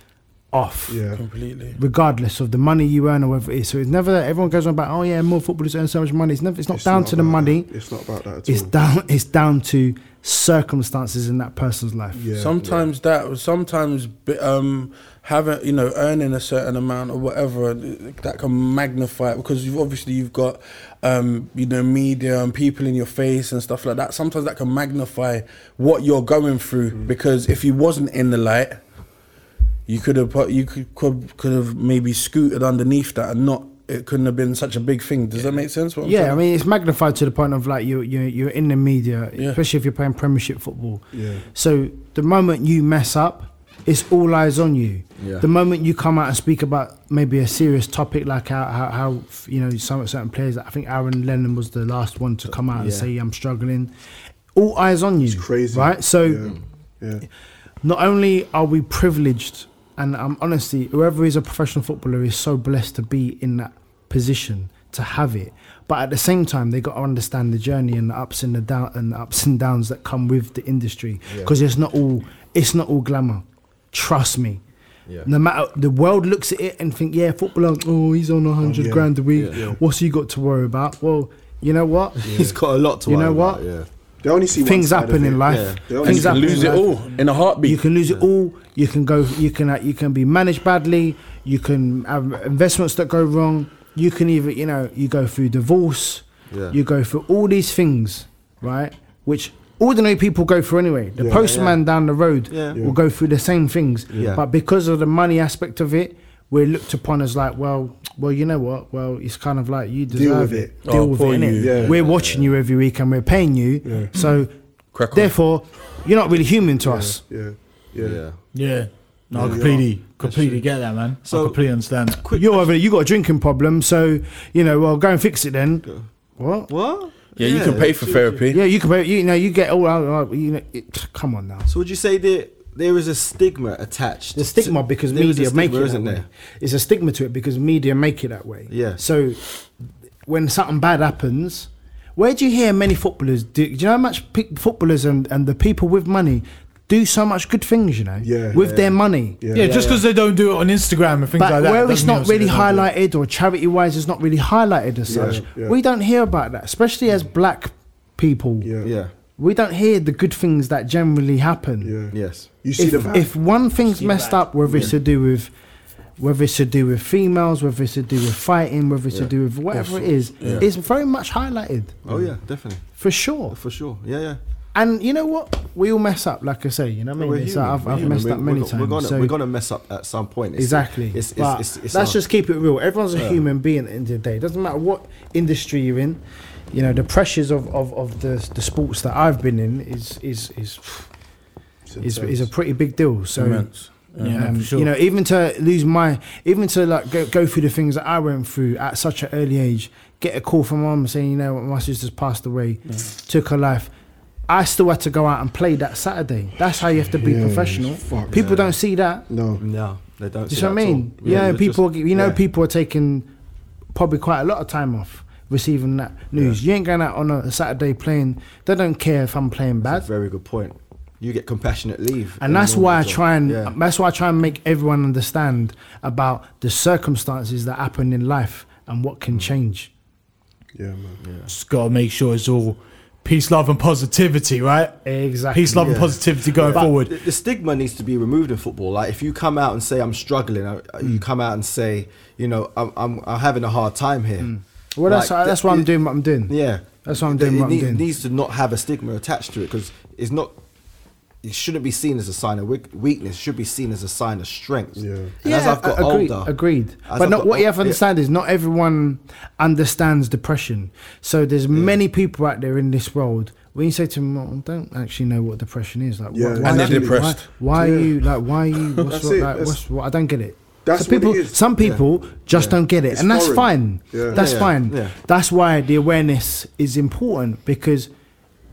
Speaker 6: off.
Speaker 3: Yeah.
Speaker 4: completely.
Speaker 6: Regardless of the money you earn or whatever it is. So it's never that everyone goes on about, oh yeah, more footballers earn so much money. It's never it's not
Speaker 3: It's
Speaker 6: down
Speaker 3: not
Speaker 6: to the
Speaker 3: about
Speaker 6: money.
Speaker 3: that. It's not about that at
Speaker 6: It's
Speaker 3: all.
Speaker 6: down it's down to circumstances in that person's life.
Speaker 3: yeah.
Speaker 4: sometimes that sometimes b- um having you know earning a certain amount or whatever uh, that can magnify it because you've obviously you've got um you know media and people in your face and stuff like that sometimes that can magnify what you're going through
Speaker 6: Mm.
Speaker 4: because if you wasn't in the light you could have put you could could, could have maybe scooted underneath that and not it couldn't have been such a big thing does that make sense what I'm
Speaker 6: Yeah, I
Speaker 4: saying?
Speaker 6: mean it's magnified to the point of like you you you're in the media,
Speaker 4: Yeah.
Speaker 6: especially if you're playing Premiership football.
Speaker 3: Yeah.
Speaker 6: So the moment you mess up, it's all eyes on you.
Speaker 7: Yeah.
Speaker 6: The moment you come out and speak about maybe a serious topic like how how, how you know some certain players, I think Aaron Lennon was the last one to come out and
Speaker 7: Yeah.
Speaker 6: say I'm struggling. All eyes on you. It's
Speaker 3: crazy.
Speaker 6: right? So
Speaker 3: Yeah. Yeah.
Speaker 6: not only are we privileged, and I'm honestly, whoever is a professional footballer is so blessed to be in that position to have it. But at the same time, they got to understand the journey and the ups and the down and the ups and downs that come with the industry because it's not all it's not all glamour. Trust me.
Speaker 7: Yeah.
Speaker 6: No matter the world looks at it and think, yeah, footballer. Oh, he's on a hundred
Speaker 3: yeah.
Speaker 6: grand a week.
Speaker 7: Yeah.
Speaker 6: What's he got to worry about? Well, you know what?
Speaker 7: He's got a lot to
Speaker 6: You
Speaker 7: worry
Speaker 6: know what?
Speaker 7: about, yeah.
Speaker 3: They only see one
Speaker 6: Things
Speaker 3: side
Speaker 6: happen
Speaker 3: of
Speaker 6: in
Speaker 3: it.
Speaker 6: life.
Speaker 3: They only
Speaker 4: And
Speaker 3: see-
Speaker 6: Things
Speaker 4: you can
Speaker 6: happen
Speaker 4: lose
Speaker 6: in
Speaker 4: it
Speaker 6: life.
Speaker 4: all in a heartbeat
Speaker 6: You can lose it all. You can go. You can. uh, You can be managed badly. You can have investments that go wrong. You can even. You know. You go through divorce.
Speaker 7: Yeah.
Speaker 6: You go through all these things, right? Which ordinary people go through anyway. The
Speaker 3: Yeah.
Speaker 6: postman down the road
Speaker 7: Yeah.
Speaker 6: will go through the same things.
Speaker 7: Yeah.
Speaker 6: But because of the money aspect of it, we're looked upon as like, well, well, you know what? Well, it's kind of like you deserve
Speaker 3: with
Speaker 6: it.
Speaker 4: it.
Speaker 6: Deal
Speaker 4: Oh,
Speaker 6: with it,
Speaker 4: poor you.
Speaker 6: innit?
Speaker 3: Yeah.
Speaker 6: We're watching you every week and we're paying you. So,
Speaker 4: Crack on.
Speaker 6: therefore, you're not really human to us.
Speaker 3: Yeah.
Speaker 7: Yeah.
Speaker 3: Yeah.
Speaker 2: Yeah. No, I
Speaker 3: Yeah.
Speaker 2: completely, completely get that, man. I
Speaker 7: So-
Speaker 2: completely understand. that.
Speaker 6: you're over, you got a drinking problem, so you know, well, go and fix it then. What?
Speaker 7: What?
Speaker 4: yeah, you can pay for therapy
Speaker 6: Yeah, you can. You know, you get all out. out- You know, it, come on now.
Speaker 7: So would you say that there is a stigma attached?
Speaker 6: The stigma
Speaker 7: to-
Speaker 6: because
Speaker 7: there is a
Speaker 6: media make
Speaker 7: stigma,
Speaker 6: it
Speaker 7: isn't
Speaker 6: that way.
Speaker 7: there?
Speaker 6: It's a stigma to it because media make it that way.
Speaker 7: Yeah.
Speaker 6: So when something bad happens, where do you hear many footballers do? Do you know how much pe- footballers and, and the people with money do so much good things? You know,
Speaker 3: Yeah.
Speaker 6: with
Speaker 3: Yeah.
Speaker 6: their money.
Speaker 3: Yeah.
Speaker 2: Yeah, just because they don't do it on Instagram and things
Speaker 6: But
Speaker 2: like that.
Speaker 6: where it's
Speaker 2: doesn't mean
Speaker 6: not really
Speaker 2: they don't do it.
Speaker 6: highlighted or charity wise, it's not really highlighted as
Speaker 3: Yeah,
Speaker 6: such.
Speaker 3: yeah.
Speaker 6: We don't hear about that, especially as black people.
Speaker 3: Yeah.
Speaker 7: Yeah.
Speaker 6: We don't hear the good things that generally happen.
Speaker 3: Yeah.
Speaker 7: Yes.
Speaker 3: You see
Speaker 6: If,
Speaker 3: the bad.
Speaker 6: if one thing's
Speaker 2: See the
Speaker 6: messed
Speaker 2: bad.
Speaker 6: up, whether it's to do with whether it's to do with females, whether it's to do with fighting, whether it's to
Speaker 7: Yeah.
Speaker 6: do with whatever it is,
Speaker 7: Yeah.
Speaker 6: it's very much highlighted
Speaker 7: Oh yeah, definitely.
Speaker 6: for sure.
Speaker 7: For sure. Yeah, yeah.
Speaker 6: And you know what? We all mess up, like I say. You know what I
Speaker 7: We're
Speaker 6: mean? It's
Speaker 7: human,
Speaker 6: like I've,
Speaker 7: we're
Speaker 6: I've
Speaker 7: human.
Speaker 6: messed
Speaker 7: We're-
Speaker 6: up many
Speaker 7: we're, go-
Speaker 6: times.
Speaker 7: We're gonna,
Speaker 6: so
Speaker 7: we're gonna mess up at some point. It's-
Speaker 6: exactly.
Speaker 7: It's, it's,
Speaker 6: But
Speaker 7: it's, it's
Speaker 6: let's
Speaker 7: our-
Speaker 6: just keep it real. Everyone's a
Speaker 7: Yeah.
Speaker 6: human being at the end of the day. It doesn't matter what industry you're in. You know the pressures of, of, of the the sports that I've been in is is is is, is a pretty big deal. So
Speaker 4: Immense.
Speaker 2: Yeah,
Speaker 6: um,
Speaker 2: for sure.
Speaker 6: you know, even to lose my, even to like go, go through the things that I went through at such an early age, get a call from mum saying, you know, what, my sister's passed away, took her life. I still had to go out and play that Saturday. That's how you have to be
Speaker 3: Yeah,
Speaker 6: professional.
Speaker 3: fuck.
Speaker 6: People don't see that.
Speaker 3: no.
Speaker 7: No, they don't.
Speaker 6: Do you
Speaker 7: see
Speaker 6: know what
Speaker 7: that
Speaker 6: I
Speaker 7: at
Speaker 6: mean?
Speaker 7: all.
Speaker 6: Yeah,
Speaker 7: they're
Speaker 6: people,
Speaker 7: just-
Speaker 6: you know,
Speaker 7: yeah.
Speaker 6: people are taking probably quite a lot of time off receiving that news. You ain't going out on a Saturday playing. They don't care if I'm playing bad,
Speaker 7: That's a very good point. You get compassionate leave,
Speaker 6: and
Speaker 7: in
Speaker 6: that's
Speaker 7: a
Speaker 6: why I
Speaker 7: normal job.
Speaker 6: try and
Speaker 7: Yeah.
Speaker 6: that's why I try and make everyone understand about the circumstances that happen in life and what
Speaker 7: Mm.
Speaker 6: can change.
Speaker 3: Yeah, man.
Speaker 2: Just gotta make sure it's all peace, love, and positivity, right?
Speaker 6: Exactly.
Speaker 2: Peace, love, and positivity going
Speaker 7: But
Speaker 2: forward.
Speaker 7: The, the stigma needs to be removed in football. Like if you come out and say I'm struggling, uh,
Speaker 6: Mm.
Speaker 7: you come out and say, you know, I'm I'm, I'm having a hard time here.
Speaker 6: Mm. Well, that's
Speaker 7: Like,
Speaker 6: that's why I'm
Speaker 7: th-
Speaker 6: doing what I'm doing.
Speaker 7: Yeah,
Speaker 6: That's what I'm
Speaker 7: Th-
Speaker 6: doing,
Speaker 7: It,
Speaker 6: what I'm
Speaker 7: need-
Speaker 6: doing.
Speaker 7: needs to not have a stigma attached to it because it's not. It shouldn't be seen as a sign of weak- weakness. It should be seen as a sign of strength.
Speaker 3: Yeah.
Speaker 7: And
Speaker 6: Yeah,
Speaker 7: as I've got
Speaker 6: a- agreed,
Speaker 7: older,
Speaker 6: agreed.
Speaker 7: as
Speaker 6: but
Speaker 7: I've
Speaker 6: not
Speaker 7: got
Speaker 6: what you
Speaker 7: ol-
Speaker 6: have to understand is not everyone understands depression. So there's many people out there in this world. When you say to them, "Oh, I don't actually know what depression is, like,
Speaker 3: Yeah,
Speaker 6: why,
Speaker 3: And
Speaker 4: they're
Speaker 6: why-
Speaker 4: depressed.
Speaker 6: Why, why are you like? Why are you? What's
Speaker 3: That's
Speaker 6: what,
Speaker 3: it,
Speaker 6: like,
Speaker 3: that's-
Speaker 6: what's what? I don't get it.
Speaker 3: That's
Speaker 6: so
Speaker 3: what it
Speaker 6: people.
Speaker 3: is.
Speaker 6: Some people just don't get it,
Speaker 3: It's
Speaker 6: and that's
Speaker 3: foreign.
Speaker 6: fine.
Speaker 3: Yeah.
Speaker 6: That's
Speaker 7: Yeah,
Speaker 6: fine.
Speaker 7: yeah.
Speaker 6: That's why the awareness is important because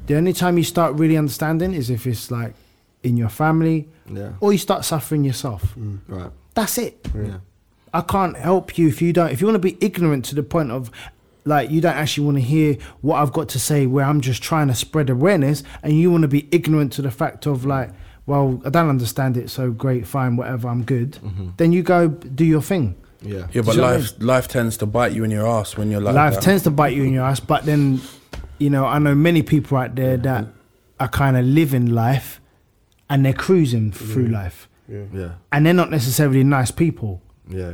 Speaker 6: the only time you start really understanding is if it's like in your family,
Speaker 7: Yeah.
Speaker 6: or you start suffering yourself.
Speaker 3: Mm.
Speaker 7: Yeah. Right.
Speaker 6: That's it.
Speaker 7: Yeah.
Speaker 6: I can't help you if you don't. If you want to be ignorant to the point of, like, you don't actually want to hear what I've got to say, where I'm just trying to spread awareness, and you want to be ignorant to the fact of, like, well, I don't understand it, so great, fine, whatever, I'm good.
Speaker 4: Mm-hmm.
Speaker 6: Then you go b- do your thing.
Speaker 7: Yeah.
Speaker 4: Yeah, but
Speaker 6: you know what I
Speaker 4: life life tends to bite you in your ass when you're like
Speaker 6: Life
Speaker 4: that.
Speaker 6: tends to bite you in your ass, but then, you know, I know many people out there that are kind of living life and they're cruising through
Speaker 4: Mm-hmm.
Speaker 6: life
Speaker 7: Yeah.
Speaker 6: and they're not necessarily nice people.
Speaker 7: Yeah.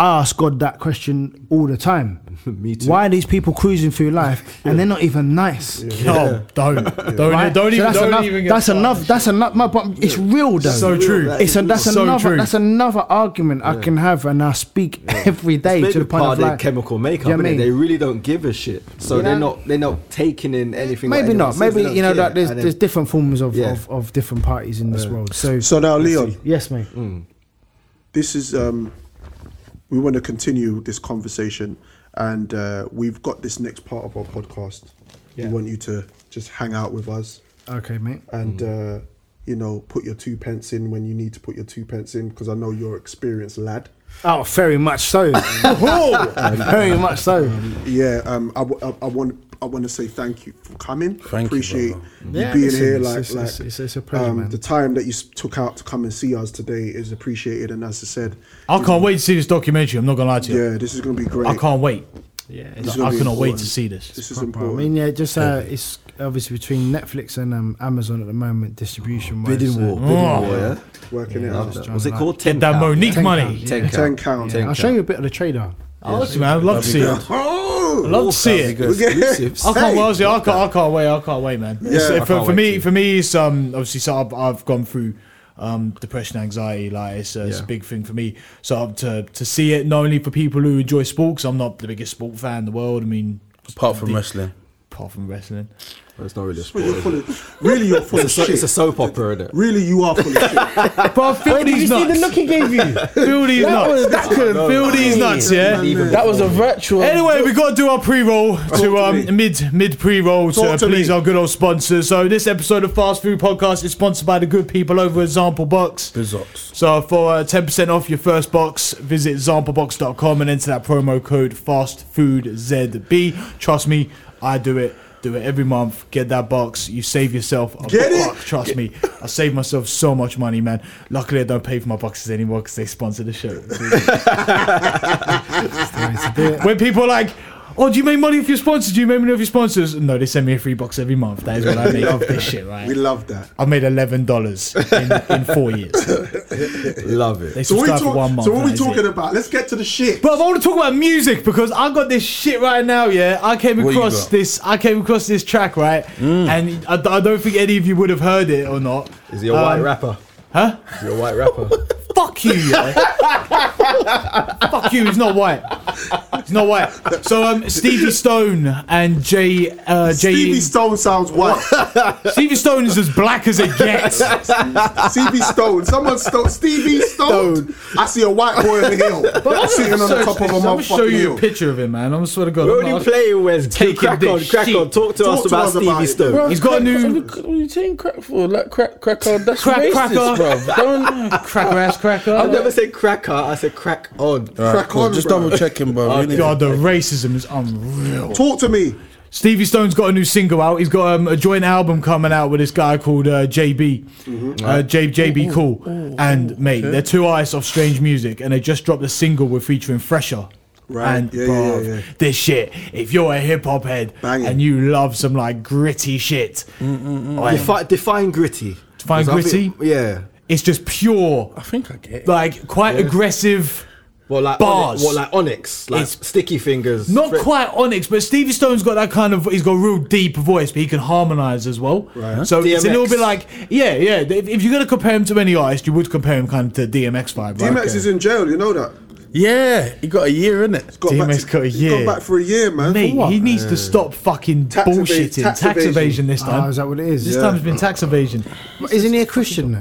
Speaker 6: I ask God that question all the time.
Speaker 7: Me too.
Speaker 6: Why are these people cruising through life and they're not even nice?
Speaker 2: No, don't, don't, e-
Speaker 6: Right?
Speaker 2: don't
Speaker 6: So
Speaker 2: even,
Speaker 6: that's
Speaker 2: don't
Speaker 6: enough.
Speaker 2: even get
Speaker 6: that's
Speaker 2: started.
Speaker 6: enough. That's enough. My, but it's real though.
Speaker 2: So true.
Speaker 6: It's a, that's
Speaker 2: So
Speaker 6: another.
Speaker 2: true.
Speaker 6: That's another argument I can have, and I speak every day
Speaker 7: Maybe
Speaker 6: to the point
Speaker 7: part
Speaker 6: of
Speaker 7: of their
Speaker 6: like
Speaker 7: chemical makeup,
Speaker 6: You know what I
Speaker 7: innit?
Speaker 6: mean?
Speaker 7: they really don't give a shit. So
Speaker 6: You
Speaker 7: they're
Speaker 6: know?
Speaker 7: not they're not taking in anything.
Speaker 6: Maybe not. Maybe you know that there's, there's
Speaker 7: this.
Speaker 6: different forms of,
Speaker 7: Yeah.
Speaker 6: of, of different parties in this world. So,
Speaker 3: So now, Leon,
Speaker 6: yes, mate.
Speaker 7: Mm.
Speaker 3: this is um, we want to continue this conversation, and uh, we've got this next part of our podcast. We want you to just hang out with us
Speaker 6: Okay, mate.
Speaker 3: and uh, you know put your two pence in when you need to put your two pence in because I know you're an experienced lad.
Speaker 6: Oh, very much so. very much so.
Speaker 3: Yeah, um, I, w- I, I want I want to say thank you for coming.
Speaker 4: you,
Speaker 3: Appreciate
Speaker 4: brother.
Speaker 3: you
Speaker 6: Yeah,
Speaker 3: being
Speaker 6: listen,
Speaker 3: here.
Speaker 6: it's-
Speaker 3: Like,
Speaker 6: it's-
Speaker 3: like um,
Speaker 6: it's- it's- it's a pleasure, man.
Speaker 3: The time that you s- took out to come and see us today is appreciated, and as I said,
Speaker 2: I can't wait to see this documentary. I'm not gonna lie to you.
Speaker 3: yeah, this is gonna be great.
Speaker 2: I can't wait.
Speaker 6: Yeah,
Speaker 2: I
Speaker 3: This is
Speaker 2: cannot
Speaker 3: gonna be
Speaker 2: wait
Speaker 3: important.
Speaker 2: to see this.
Speaker 3: This is
Speaker 6: I
Speaker 3: important.
Speaker 6: mean, yeah, just uh, it's obviously between Netflix and um, Amazon at the moment, distribution. wise,
Speaker 7: bidding
Speaker 6: so-
Speaker 7: war. Bidding
Speaker 2: Oh.
Speaker 7: war. Yeah.
Speaker 3: Working it
Speaker 7: Love
Speaker 3: out.
Speaker 6: just
Speaker 7: that.
Speaker 6: trying
Speaker 7: Was it
Speaker 6: to
Speaker 7: called
Speaker 2: Get
Speaker 7: ten
Speaker 2: that
Speaker 7: pound?
Speaker 2: Monique
Speaker 6: Ten
Speaker 2: money.
Speaker 6: pound, yeah.
Speaker 7: Ten
Speaker 3: Ten
Speaker 7: count.
Speaker 3: count.
Speaker 7: Ten
Speaker 6: I'll show you a bit of the trader.
Speaker 2: Honestly, man, I'd love to see it.
Speaker 3: Oh,
Speaker 2: I'd love to see it.
Speaker 7: Because
Speaker 3: Yeah.
Speaker 7: exclusives.
Speaker 2: I can't, well, honestly, I, can't, I can't wait. I can't wait, man. It's-
Speaker 3: I
Speaker 2: for,
Speaker 7: can't
Speaker 2: for
Speaker 7: wait
Speaker 2: me,
Speaker 7: too.
Speaker 2: for me, it's um, obviously, so I've, I've gone through um, depression, anxiety. Like it's, uh, it's a
Speaker 7: Yeah.
Speaker 2: big thing for me. So um, to to see it, not only for people who enjoy sports, I'm not the biggest sport fan in the world. I mean,
Speaker 4: Apart from
Speaker 2: the-
Speaker 4: wrestling.
Speaker 2: apart from wrestling,
Speaker 7: Well, It's not really a sport.
Speaker 3: Well, you're
Speaker 7: is it?
Speaker 3: full of, really, you're full of
Speaker 7: It's a-
Speaker 3: shit.
Speaker 7: it's a soap opera, isn't it?
Speaker 3: really, you are full of shit.
Speaker 2: but I feel these nuts.
Speaker 6: he gave you?
Speaker 2: Feel these nuts.
Speaker 6: that could
Speaker 2: Feel these nuts. Yeah.
Speaker 7: Even
Speaker 4: That was a virtual.
Speaker 2: Anyway, we got to do our pre-roll to um, mid mid pre-roll to,
Speaker 3: Talk
Speaker 2: uh,
Speaker 3: to
Speaker 2: please
Speaker 3: me.
Speaker 2: our good old sponsors. So this episode of Fast Food Podcast is sponsored by the good people over at Zample Box.
Speaker 4: Bizox.
Speaker 2: So for uh, ten percent off your first box, visit zamplebox.com and enter that promo code FastFoodZB. Trust me, I do it. Do it every month. Get that box. You save yourself a
Speaker 3: Get it?
Speaker 2: buck. Trust me, I save myself so much money, man. Luckily, I don't pay for my boxes anymore because they sponsor the show. when people are like, "Oh, do you make money off your sponsors? Do you make money off your sponsors?" No, they send me a free box every month. That is what I make off this shit,
Speaker 3: We
Speaker 2: right?
Speaker 3: love that.
Speaker 2: I made eleven dollars in, in four years.
Speaker 7: love it.
Speaker 2: They
Speaker 3: So, we
Speaker 2: subscribe for one
Speaker 3: talk,
Speaker 2: month.
Speaker 3: so what
Speaker 2: that
Speaker 3: are we
Speaker 2: is it.
Speaker 3: talking about? Let's get to the shit.
Speaker 2: But I want to talk about music because I got this shit right now. Yeah, I came
Speaker 4: What you
Speaker 2: across
Speaker 4: got?
Speaker 2: this. I came across this track right, and I, I don't think any of you would have heard it or not.
Speaker 7: Is he a white rapper?
Speaker 2: Um, Huh?
Speaker 7: Is he a white rapper?
Speaker 2: Fuck you. Yeah. Fuck you. He's not white. He's not white. So um, Stevie Stone and Jay. Uh, Jay
Speaker 3: Stevie Stone sounds white.
Speaker 2: Stevie Stone is as black as it gets.
Speaker 3: Stevie Stone. Someone stole Stevie Stone. I see a white boy on the hill sitting on the top of a
Speaker 2: I'm gonna
Speaker 3: motherfucking
Speaker 2: show you a
Speaker 3: hill.
Speaker 2: picture of him, man. I'm swear to God.
Speaker 7: We're
Speaker 2: I'm
Speaker 7: only
Speaker 2: not-
Speaker 7: playing with
Speaker 2: Taking
Speaker 7: crack on,
Speaker 2: this
Speaker 7: crack on.
Speaker 2: shit.
Speaker 7: Talk to
Speaker 3: Talk
Speaker 7: us
Speaker 3: to
Speaker 7: about
Speaker 3: us about
Speaker 7: Stevie
Speaker 3: it.
Speaker 7: Stone.
Speaker 2: He's got a new-
Speaker 4: What are you saying crack for? Like crack, cracker. That's
Speaker 2: Crack
Speaker 4: racist,
Speaker 2: cracker.
Speaker 4: bruv. Don't.
Speaker 2: cracker ass cracker.
Speaker 7: I've never said cracker, I said crack on.
Speaker 3: Crack on,
Speaker 4: Just
Speaker 3: bro.
Speaker 4: double checking, bro.
Speaker 2: Oh, God, the racism is unreal.
Speaker 3: Talk to me.
Speaker 2: Stevie Stone's got a new single out. He's got um, a joint album coming out with this guy called uh, JB,
Speaker 3: Mm-hmm.
Speaker 2: uh, J- JB Cool, and mate, they're two artists of strange music, and they just dropped a single with featuring Fresher.
Speaker 3: Right,
Speaker 2: And
Speaker 3: yeah, yeah,
Speaker 2: bruv,
Speaker 3: yeah, yeah.
Speaker 2: this shit. If you're a hip hop head
Speaker 3: Banging.
Speaker 2: and you love some like gritty shit, like,
Speaker 7: Defi- define gritty.
Speaker 2: Define
Speaker 7: 'Cause I think-
Speaker 2: gritty?
Speaker 7: yeah.
Speaker 2: it's just pure,
Speaker 4: I think I get it.
Speaker 2: like quite aggressive.
Speaker 7: Well, like
Speaker 2: Bars.
Speaker 7: Ony- well, like Onyx, like
Speaker 2: It's-
Speaker 7: sticky fingers.
Speaker 2: Not
Speaker 7: Fre-
Speaker 2: quite Onyx, but Stevie Stone's got that kind of. He's got a real deep voice, but he can harmonize as well. Right. So it's a
Speaker 7: DMX.
Speaker 2: little bit like, yeah, yeah. If, if you're gonna compare him to any artist, you would compare him kind of to DMX vibe.
Speaker 3: DMX
Speaker 2: Right?
Speaker 3: is in jail. You know that.
Speaker 4: Yeah, he got a year in it.
Speaker 3: Got
Speaker 2: DMX
Speaker 3: to-
Speaker 2: got a
Speaker 3: he's
Speaker 2: year.
Speaker 3: Gone back for a year, man.
Speaker 2: Mate, he needs to stop fucking
Speaker 3: Tax eva-
Speaker 2: bullshitting.
Speaker 3: tax
Speaker 2: Tax,
Speaker 3: evasion.
Speaker 2: evasion. this time.
Speaker 6: Oh, is that what it is?
Speaker 2: This
Speaker 6: Yeah.
Speaker 2: time's been tax evasion.
Speaker 6: Isn't he a Christian though?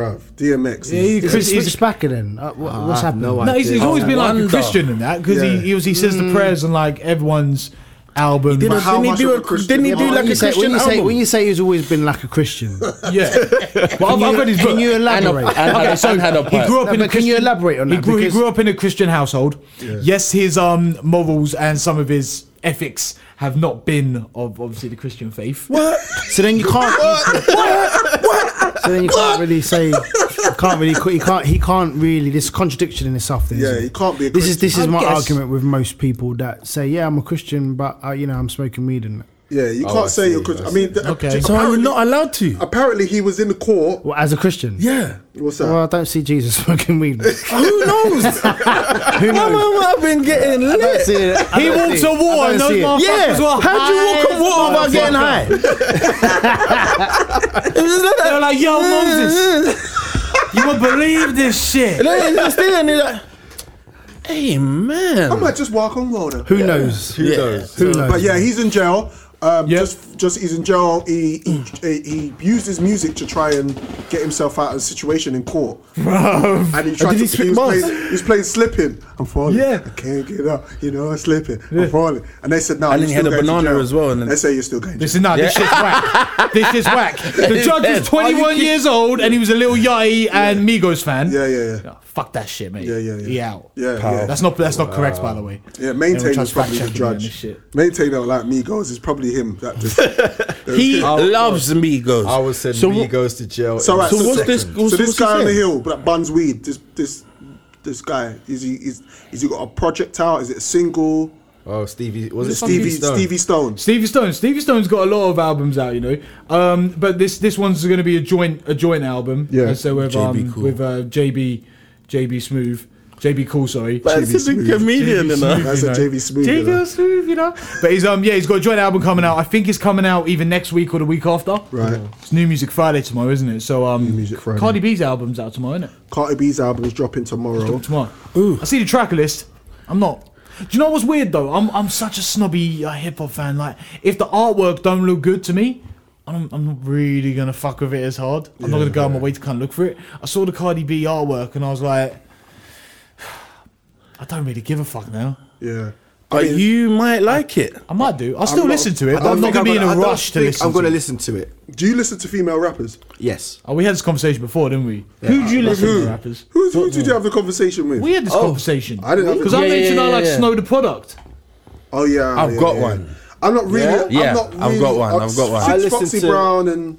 Speaker 3: Bruv, DMX.
Speaker 2: Yeah, he-
Speaker 6: Is
Speaker 2: Chris-
Speaker 6: he
Speaker 2: he's-
Speaker 6: switchbacker then? Uh, wha- what's
Speaker 7: have
Speaker 6: happening?
Speaker 7: no
Speaker 2: No, he's, he's always been like a
Speaker 4: Oh, Wonder. Mm.
Speaker 2: Christian in that because
Speaker 3: Yeah.
Speaker 2: he, he, was- he says the prayers on like everyone's album.
Speaker 4: Didn't,
Speaker 3: how
Speaker 4: didn't he
Speaker 3: much
Speaker 4: do
Speaker 3: of
Speaker 4: a?
Speaker 3: a Christian-
Speaker 4: Didn't he do
Speaker 3: Well,
Speaker 4: like
Speaker 6: when,
Speaker 4: a
Speaker 6: you say, when,
Speaker 4: Christian
Speaker 6: you say,
Speaker 4: album?
Speaker 6: when you say he's always been like a Christian,
Speaker 2: yeah, but I've, I've read his book.
Speaker 6: can you elaborate?
Speaker 2: Okay, so he grew up
Speaker 6: No,
Speaker 2: in a
Speaker 6: but can you elaborate on
Speaker 2: he
Speaker 6: that?
Speaker 2: Grew, he
Speaker 6: Because-
Speaker 2: grew up in a Christian household. Yes, his um morals and some of his ethics have not been of obviously the Christian faith.
Speaker 6: so then you can't. So then you can't really say, you can't really, he can't, he can't really. This contradiction in itself. Then,
Speaker 3: Yeah,
Speaker 6: isn't
Speaker 3: he can't be a
Speaker 6: this is this is
Speaker 2: I
Speaker 6: my
Speaker 2: guess-
Speaker 6: argument with most people that say, yeah, I'm a Christian, but uh, you know, I'm smoking weed and. that."
Speaker 3: Yeah, you
Speaker 7: Oh, I
Speaker 3: can't say
Speaker 7: see,
Speaker 3: you're Christian.
Speaker 7: I
Speaker 3: I mean, th-
Speaker 2: Okay.
Speaker 3: apparently- Oh.
Speaker 4: So are you not allowed to?
Speaker 3: Apparently, he was in the court.
Speaker 6: Well, as a Christian,
Speaker 4: Yeah. Oh,
Speaker 3: What's that?
Speaker 6: Well, I don't see Jesus smoking weed. Who
Speaker 4: Who knows?
Speaker 6: knows?
Speaker 4: I've been getting
Speaker 6: I don't
Speaker 4: lit.
Speaker 6: see it. I
Speaker 2: He
Speaker 6: don't
Speaker 2: walks
Speaker 6: see it.
Speaker 2: on water
Speaker 6: I
Speaker 2: and
Speaker 6: don't
Speaker 2: those
Speaker 6: see it.
Speaker 2: motherfuckers
Speaker 4: Yeah.
Speaker 2: were
Speaker 4: How'd you walk
Speaker 2: high
Speaker 4: on water
Speaker 2: as
Speaker 4: without getting
Speaker 2: motherfucker.
Speaker 4: high? It's like
Speaker 2: They're like, yo, Moses, you won't believe this shit.
Speaker 4: And then he's still in there like, hey
Speaker 3: I
Speaker 4: man.
Speaker 3: might just walk on water.
Speaker 6: Who knows?
Speaker 7: Who knows?
Speaker 6: Who knows?
Speaker 3: But yeah, he's in jail. Um,
Speaker 2: Yep.
Speaker 3: Just, just he's in jail. He, he he used his music to try and get himself out of the situation in court. And he tried to.
Speaker 4: did he
Speaker 3: He,
Speaker 4: spit
Speaker 3: was
Speaker 4: bars?
Speaker 3: playing, he was playing slipping. I'm falling.
Speaker 2: Yeah.
Speaker 3: I can't get up. You know, I'm slipping. I'm falling. And they said no.
Speaker 4: And
Speaker 3: you're
Speaker 4: then he had
Speaker 3: still
Speaker 4: a
Speaker 3: going to
Speaker 4: banana
Speaker 3: jail.
Speaker 4: as well, and then-
Speaker 3: they say you're still going. to
Speaker 2: This is not. This shit's whack. This is whack. The judge was 21 years old and he was a little yai and Migos fan.
Speaker 3: jail. Yeah, yeah, yeah.
Speaker 2: Oh, fuck that shit, mate.
Speaker 3: Yeah, yeah, yeah.
Speaker 2: He out.
Speaker 3: Yeah, yeah.
Speaker 2: That's not. That's not correct, by the way.
Speaker 3: Yeah,
Speaker 2: They were
Speaker 3: maintain
Speaker 2: trying
Speaker 3: was
Speaker 2: to
Speaker 3: probably the
Speaker 2: fact-check him on
Speaker 3: judge.
Speaker 2: this shit.
Speaker 3: Maintain don't like Migos is probably him. That just,
Speaker 4: He loves Migos.
Speaker 7: I would send
Speaker 4: So
Speaker 7: me
Speaker 4: what-
Speaker 7: goes to jail.
Speaker 3: so, right,
Speaker 4: So
Speaker 3: so,
Speaker 4: what's this-
Speaker 3: so
Speaker 4: what's-
Speaker 3: this
Speaker 4: what's he
Speaker 3: guy on the
Speaker 4: saying?
Speaker 3: hill that buns weed. This this this guy is he is is he got a project out? Is it a single?
Speaker 7: Oh, Stevie. Was it
Speaker 3: Stevie
Speaker 7: Stevie
Speaker 3: Stevie Stone.
Speaker 7: Stone?
Speaker 2: Stevie Stone. Stevie Stone's got a lot of albums out, you know. Um, but this this one's going to be a joint a joint album.
Speaker 3: Yeah.
Speaker 2: Uh, So with
Speaker 4: JB
Speaker 2: um,
Speaker 4: Cool.
Speaker 2: with uh, JB JB Smooth JB Cool, sorry.
Speaker 4: He's a comedian, you know.
Speaker 3: That's
Speaker 2: know.
Speaker 3: a JV Smooth. you
Speaker 2: JB
Speaker 3: know.
Speaker 2: Smooth, you know. But he's um yeah he's got a joint album coming out. I think it's coming out either next week or the week after.
Speaker 3: Right.
Speaker 2: It's New Music Friday tomorrow, isn't it? So um
Speaker 3: Music Friday.
Speaker 2: Cardi B's album's out tomorrow, isn't it?
Speaker 3: Cardi B's album is dropping tomorrow.
Speaker 2: tomorrow. I see the track list. I'm not. Do you know what's weird though? I'm I'm such a snobby uh, hip hop fan. Like, if the artwork don't look good to me, I'm I'm not really gonna fuck with it as hard. I'm not gonna go on my way to kind of look for it. I saw the Cardi B artwork and I was like, I don't really give a fuck now.
Speaker 3: Yeah.
Speaker 4: But
Speaker 3: I mean,
Speaker 4: you might like it.
Speaker 2: I might do. I'll still listen to it. But I'm not gonna be in a rush to listen.
Speaker 7: I'm
Speaker 2: to
Speaker 7: gonna
Speaker 2: it.
Speaker 7: listen to it.
Speaker 3: do you listen to female rappers?
Speaker 7: Yes.
Speaker 2: Oh, we had this conversation before, didn't we? who do you listen to, rappers?
Speaker 3: Who, who did you have the conversation with?
Speaker 2: We had this conversation.
Speaker 3: I didn't have the
Speaker 2: because I
Speaker 4: Yeah, yeah,
Speaker 2: mentioned I
Speaker 4: yeah,
Speaker 2: like
Speaker 4: yeah.
Speaker 2: Snow the product.
Speaker 3: oh yeah,
Speaker 4: I've
Speaker 3: yeah,
Speaker 4: got
Speaker 3: yeah.
Speaker 4: one.
Speaker 3: I'm not really.
Speaker 7: Yeah?
Speaker 3: I'm
Speaker 4: Yeah,
Speaker 3: not
Speaker 4: I've
Speaker 3: really,
Speaker 4: got one,
Speaker 3: uh,
Speaker 4: I've got one.
Speaker 7: I
Speaker 3: Six
Speaker 7: listen
Speaker 3: Foxy
Speaker 7: to-
Speaker 3: Brown and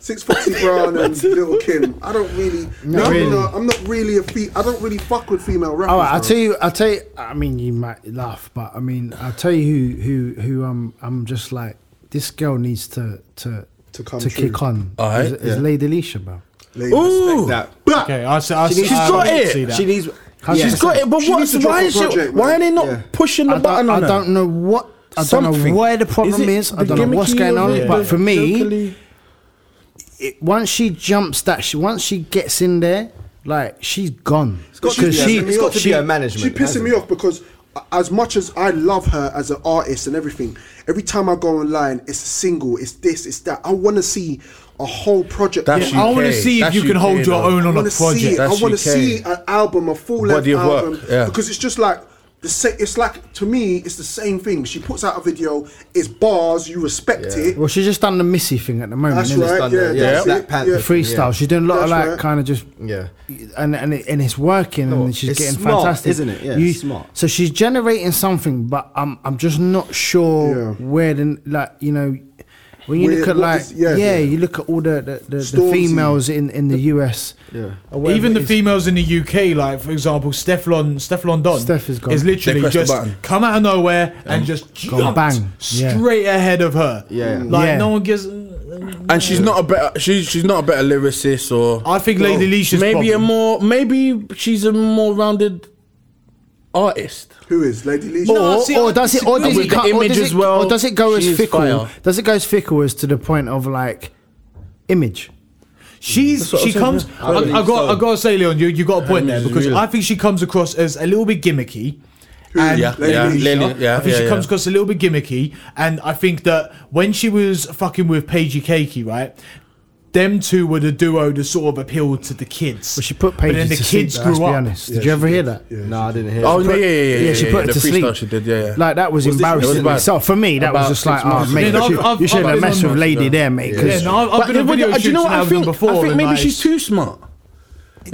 Speaker 3: Six Foxy Brown and Little Kim. I don't really. No, I'm
Speaker 6: really.
Speaker 3: not- I'm not really a. Fe- I don't really fuck with female rappers.
Speaker 6: All right, I'll
Speaker 3: bro.
Speaker 6: tell you. I'll tell you. I mean, you might laugh, but I mean, I'll tell you who who who I'm. I'm just like this girl needs to to
Speaker 3: To come
Speaker 6: to
Speaker 3: true.
Speaker 6: kick on.
Speaker 4: All right,
Speaker 6: is, is
Speaker 7: yeah.
Speaker 6: Lady Leisha, bro.
Speaker 3: Ladies.
Speaker 4: Ooh.
Speaker 7: That.
Speaker 2: Okay, I, s- I, s-
Speaker 4: She's
Speaker 2: I
Speaker 4: got
Speaker 2: can
Speaker 4: it.
Speaker 2: see that.
Speaker 7: She needs.
Speaker 6: She's
Speaker 4: She's got it, but
Speaker 3: She needs
Speaker 4: what's
Speaker 3: to drop
Speaker 4: why
Speaker 3: a
Speaker 4: is she,
Speaker 3: project,
Speaker 4: why are
Speaker 3: man.
Speaker 4: they not
Speaker 3: Yeah.
Speaker 4: pushing the
Speaker 6: I
Speaker 4: button
Speaker 6: don't,
Speaker 4: on
Speaker 6: I
Speaker 4: her?
Speaker 6: don't know what. I don't
Speaker 4: Something.
Speaker 6: know where the problem
Speaker 4: it
Speaker 6: is. I
Speaker 4: the
Speaker 6: don't know what's
Speaker 4: gimmicky
Speaker 6: going on.
Speaker 4: of it?
Speaker 6: But for me,
Speaker 4: Locally-
Speaker 6: it, once she jumps that, she, once she gets in there, like she's gone.
Speaker 7: got to be
Speaker 6: Because
Speaker 7: a-
Speaker 6: she,
Speaker 7: it's got to be
Speaker 6: she-
Speaker 7: a management,
Speaker 3: She pissing
Speaker 7: hasn't
Speaker 3: me
Speaker 7: it?
Speaker 3: off because a- as much as I love her as an artist and everything, every time I go online, it's a single, it's this, it's that. I want to see a whole project.
Speaker 4: That's
Speaker 2: I want to
Speaker 4: UK.
Speaker 2: see if
Speaker 4: That's
Speaker 2: you can
Speaker 4: UK,
Speaker 2: hold your
Speaker 4: though.
Speaker 2: own
Speaker 3: I
Speaker 2: on a
Speaker 3: want to see it.
Speaker 2: project.
Speaker 3: I
Speaker 4: That's
Speaker 3: want to
Speaker 4: UK.
Speaker 3: see an album, a full length
Speaker 4: Body of work,
Speaker 3: album,
Speaker 4: yeah.
Speaker 3: because it's just like. The sa- it's like to me, it's the same thing. She puts out a video, it's bars, you respect it.
Speaker 6: well, she's just done the missy thing at the moment.
Speaker 3: That's
Speaker 6: isn't it?
Speaker 3: right.
Speaker 7: done
Speaker 3: yeah,
Speaker 7: that, yeah,
Speaker 3: that's
Speaker 7: Black
Speaker 3: it,
Speaker 7: Panther.
Speaker 3: yeah.
Speaker 7: Free-
Speaker 6: freestyle.
Speaker 7: Yeah.
Speaker 6: She's doing a lot
Speaker 3: That's
Speaker 6: of like
Speaker 3: right.
Speaker 6: kind of just
Speaker 7: Yeah.
Speaker 6: and and it, and it's working
Speaker 7: No,
Speaker 6: and she's
Speaker 7: it's
Speaker 6: getting
Speaker 7: smart,
Speaker 6: fantastic,
Speaker 7: isn't it? Yeah, it's smart.
Speaker 6: So she's generating something, but I'm I'm just not sure
Speaker 3: Yeah.
Speaker 6: where the like you know. When you
Speaker 3: Where-
Speaker 6: look at
Speaker 3: what
Speaker 6: like
Speaker 3: is-
Speaker 6: yeah,
Speaker 3: yeah.
Speaker 6: you look at all the the, the, the
Speaker 3: Stormzy.
Speaker 6: females in, in the US.
Speaker 7: Yeah.
Speaker 6: or whatever
Speaker 2: Even
Speaker 6: it
Speaker 2: the
Speaker 6: is.
Speaker 2: females in the UK, like for example, Steflon Steflon Don
Speaker 6: Steph is gone.
Speaker 2: literally
Speaker 4: They pressed the
Speaker 2: just
Speaker 4: button.
Speaker 2: come out of nowhere and just jump
Speaker 6: bang. Yeah. Mm.
Speaker 2: straight ahead of her.
Speaker 7: Yeah.
Speaker 2: like
Speaker 6: Yeah.
Speaker 2: no one gives.
Speaker 4: And she's not a better she's she's not a better lyricist or
Speaker 2: I think Lady Leisha's
Speaker 4: maybe a
Speaker 2: problem-
Speaker 4: more maybe she's a more rounded artist.
Speaker 3: Who is Lady Leisha?
Speaker 2: No,
Speaker 6: or,
Speaker 2: see,
Speaker 6: or
Speaker 2: I
Speaker 6: does it or
Speaker 2: disagree
Speaker 6: does
Speaker 4: with
Speaker 6: it,
Speaker 4: the
Speaker 6: come- or
Speaker 4: image
Speaker 6: does it
Speaker 4: as well.
Speaker 6: or does it go
Speaker 4: She
Speaker 6: as
Speaker 4: is
Speaker 6: fickle?
Speaker 4: fire.
Speaker 6: Does it go as fickle as to the point of like image?
Speaker 2: She's
Speaker 4: what
Speaker 2: she
Speaker 4: I'm saying,
Speaker 2: comes.
Speaker 4: yeah.
Speaker 2: I,
Speaker 7: I believe
Speaker 2: I got
Speaker 7: so.
Speaker 2: I got to say, Leon, you you got a point there
Speaker 4: is
Speaker 2: because
Speaker 4: real.
Speaker 2: I think she comes across as a little bit gimmicky. And
Speaker 4: Yeah,
Speaker 3: Lady
Speaker 4: yeah,
Speaker 3: Leisha.
Speaker 4: Lady- yeah,
Speaker 2: I think
Speaker 4: yeah,
Speaker 2: she
Speaker 4: yeah.
Speaker 2: comes across a little bit gimmicky, and I think that when she was fucking with Paigey Cakey, right? Them two were the duo that sort of appealed to the kids.
Speaker 6: Well, she put
Speaker 2: But then
Speaker 6: pages
Speaker 2: the
Speaker 6: to
Speaker 2: kids
Speaker 6: sleep,
Speaker 2: grew
Speaker 6: though, let's
Speaker 2: up.
Speaker 6: Be honest. Did you ever hear that?
Speaker 7: No, I didn't hear.
Speaker 4: Oh
Speaker 7: that.
Speaker 4: yeah, yeah, yeah, yeah.
Speaker 6: yeah, she put it
Speaker 4: the
Speaker 6: to
Speaker 4: freestyle
Speaker 6: sleep.
Speaker 4: She did, yeah, yeah.
Speaker 6: Like that was,
Speaker 7: this-
Speaker 6: embarrassing
Speaker 4: It was
Speaker 6: in
Speaker 4: about-
Speaker 6: itself. For me, that
Speaker 4: about
Speaker 6: was just like,
Speaker 4: six
Speaker 6: oh,
Speaker 4: months
Speaker 6: mate,
Speaker 2: ago.
Speaker 6: you,
Speaker 2: Yeah, I've-
Speaker 6: you
Speaker 2: I've-
Speaker 6: shouldn't
Speaker 2: I've
Speaker 6: have messed
Speaker 2: been
Speaker 6: with
Speaker 2: on
Speaker 6: lady
Speaker 2: those,
Speaker 6: there, mate.
Speaker 2: Yeah,
Speaker 6: Because
Speaker 2: no, I've, I've been on
Speaker 4: But
Speaker 2: video
Speaker 4: do you
Speaker 2: shoots
Speaker 4: know what
Speaker 2: and
Speaker 4: I
Speaker 2: I've done
Speaker 4: think?
Speaker 2: before.
Speaker 4: I think
Speaker 2: and,
Speaker 4: maybe
Speaker 2: like,
Speaker 4: she's too smart.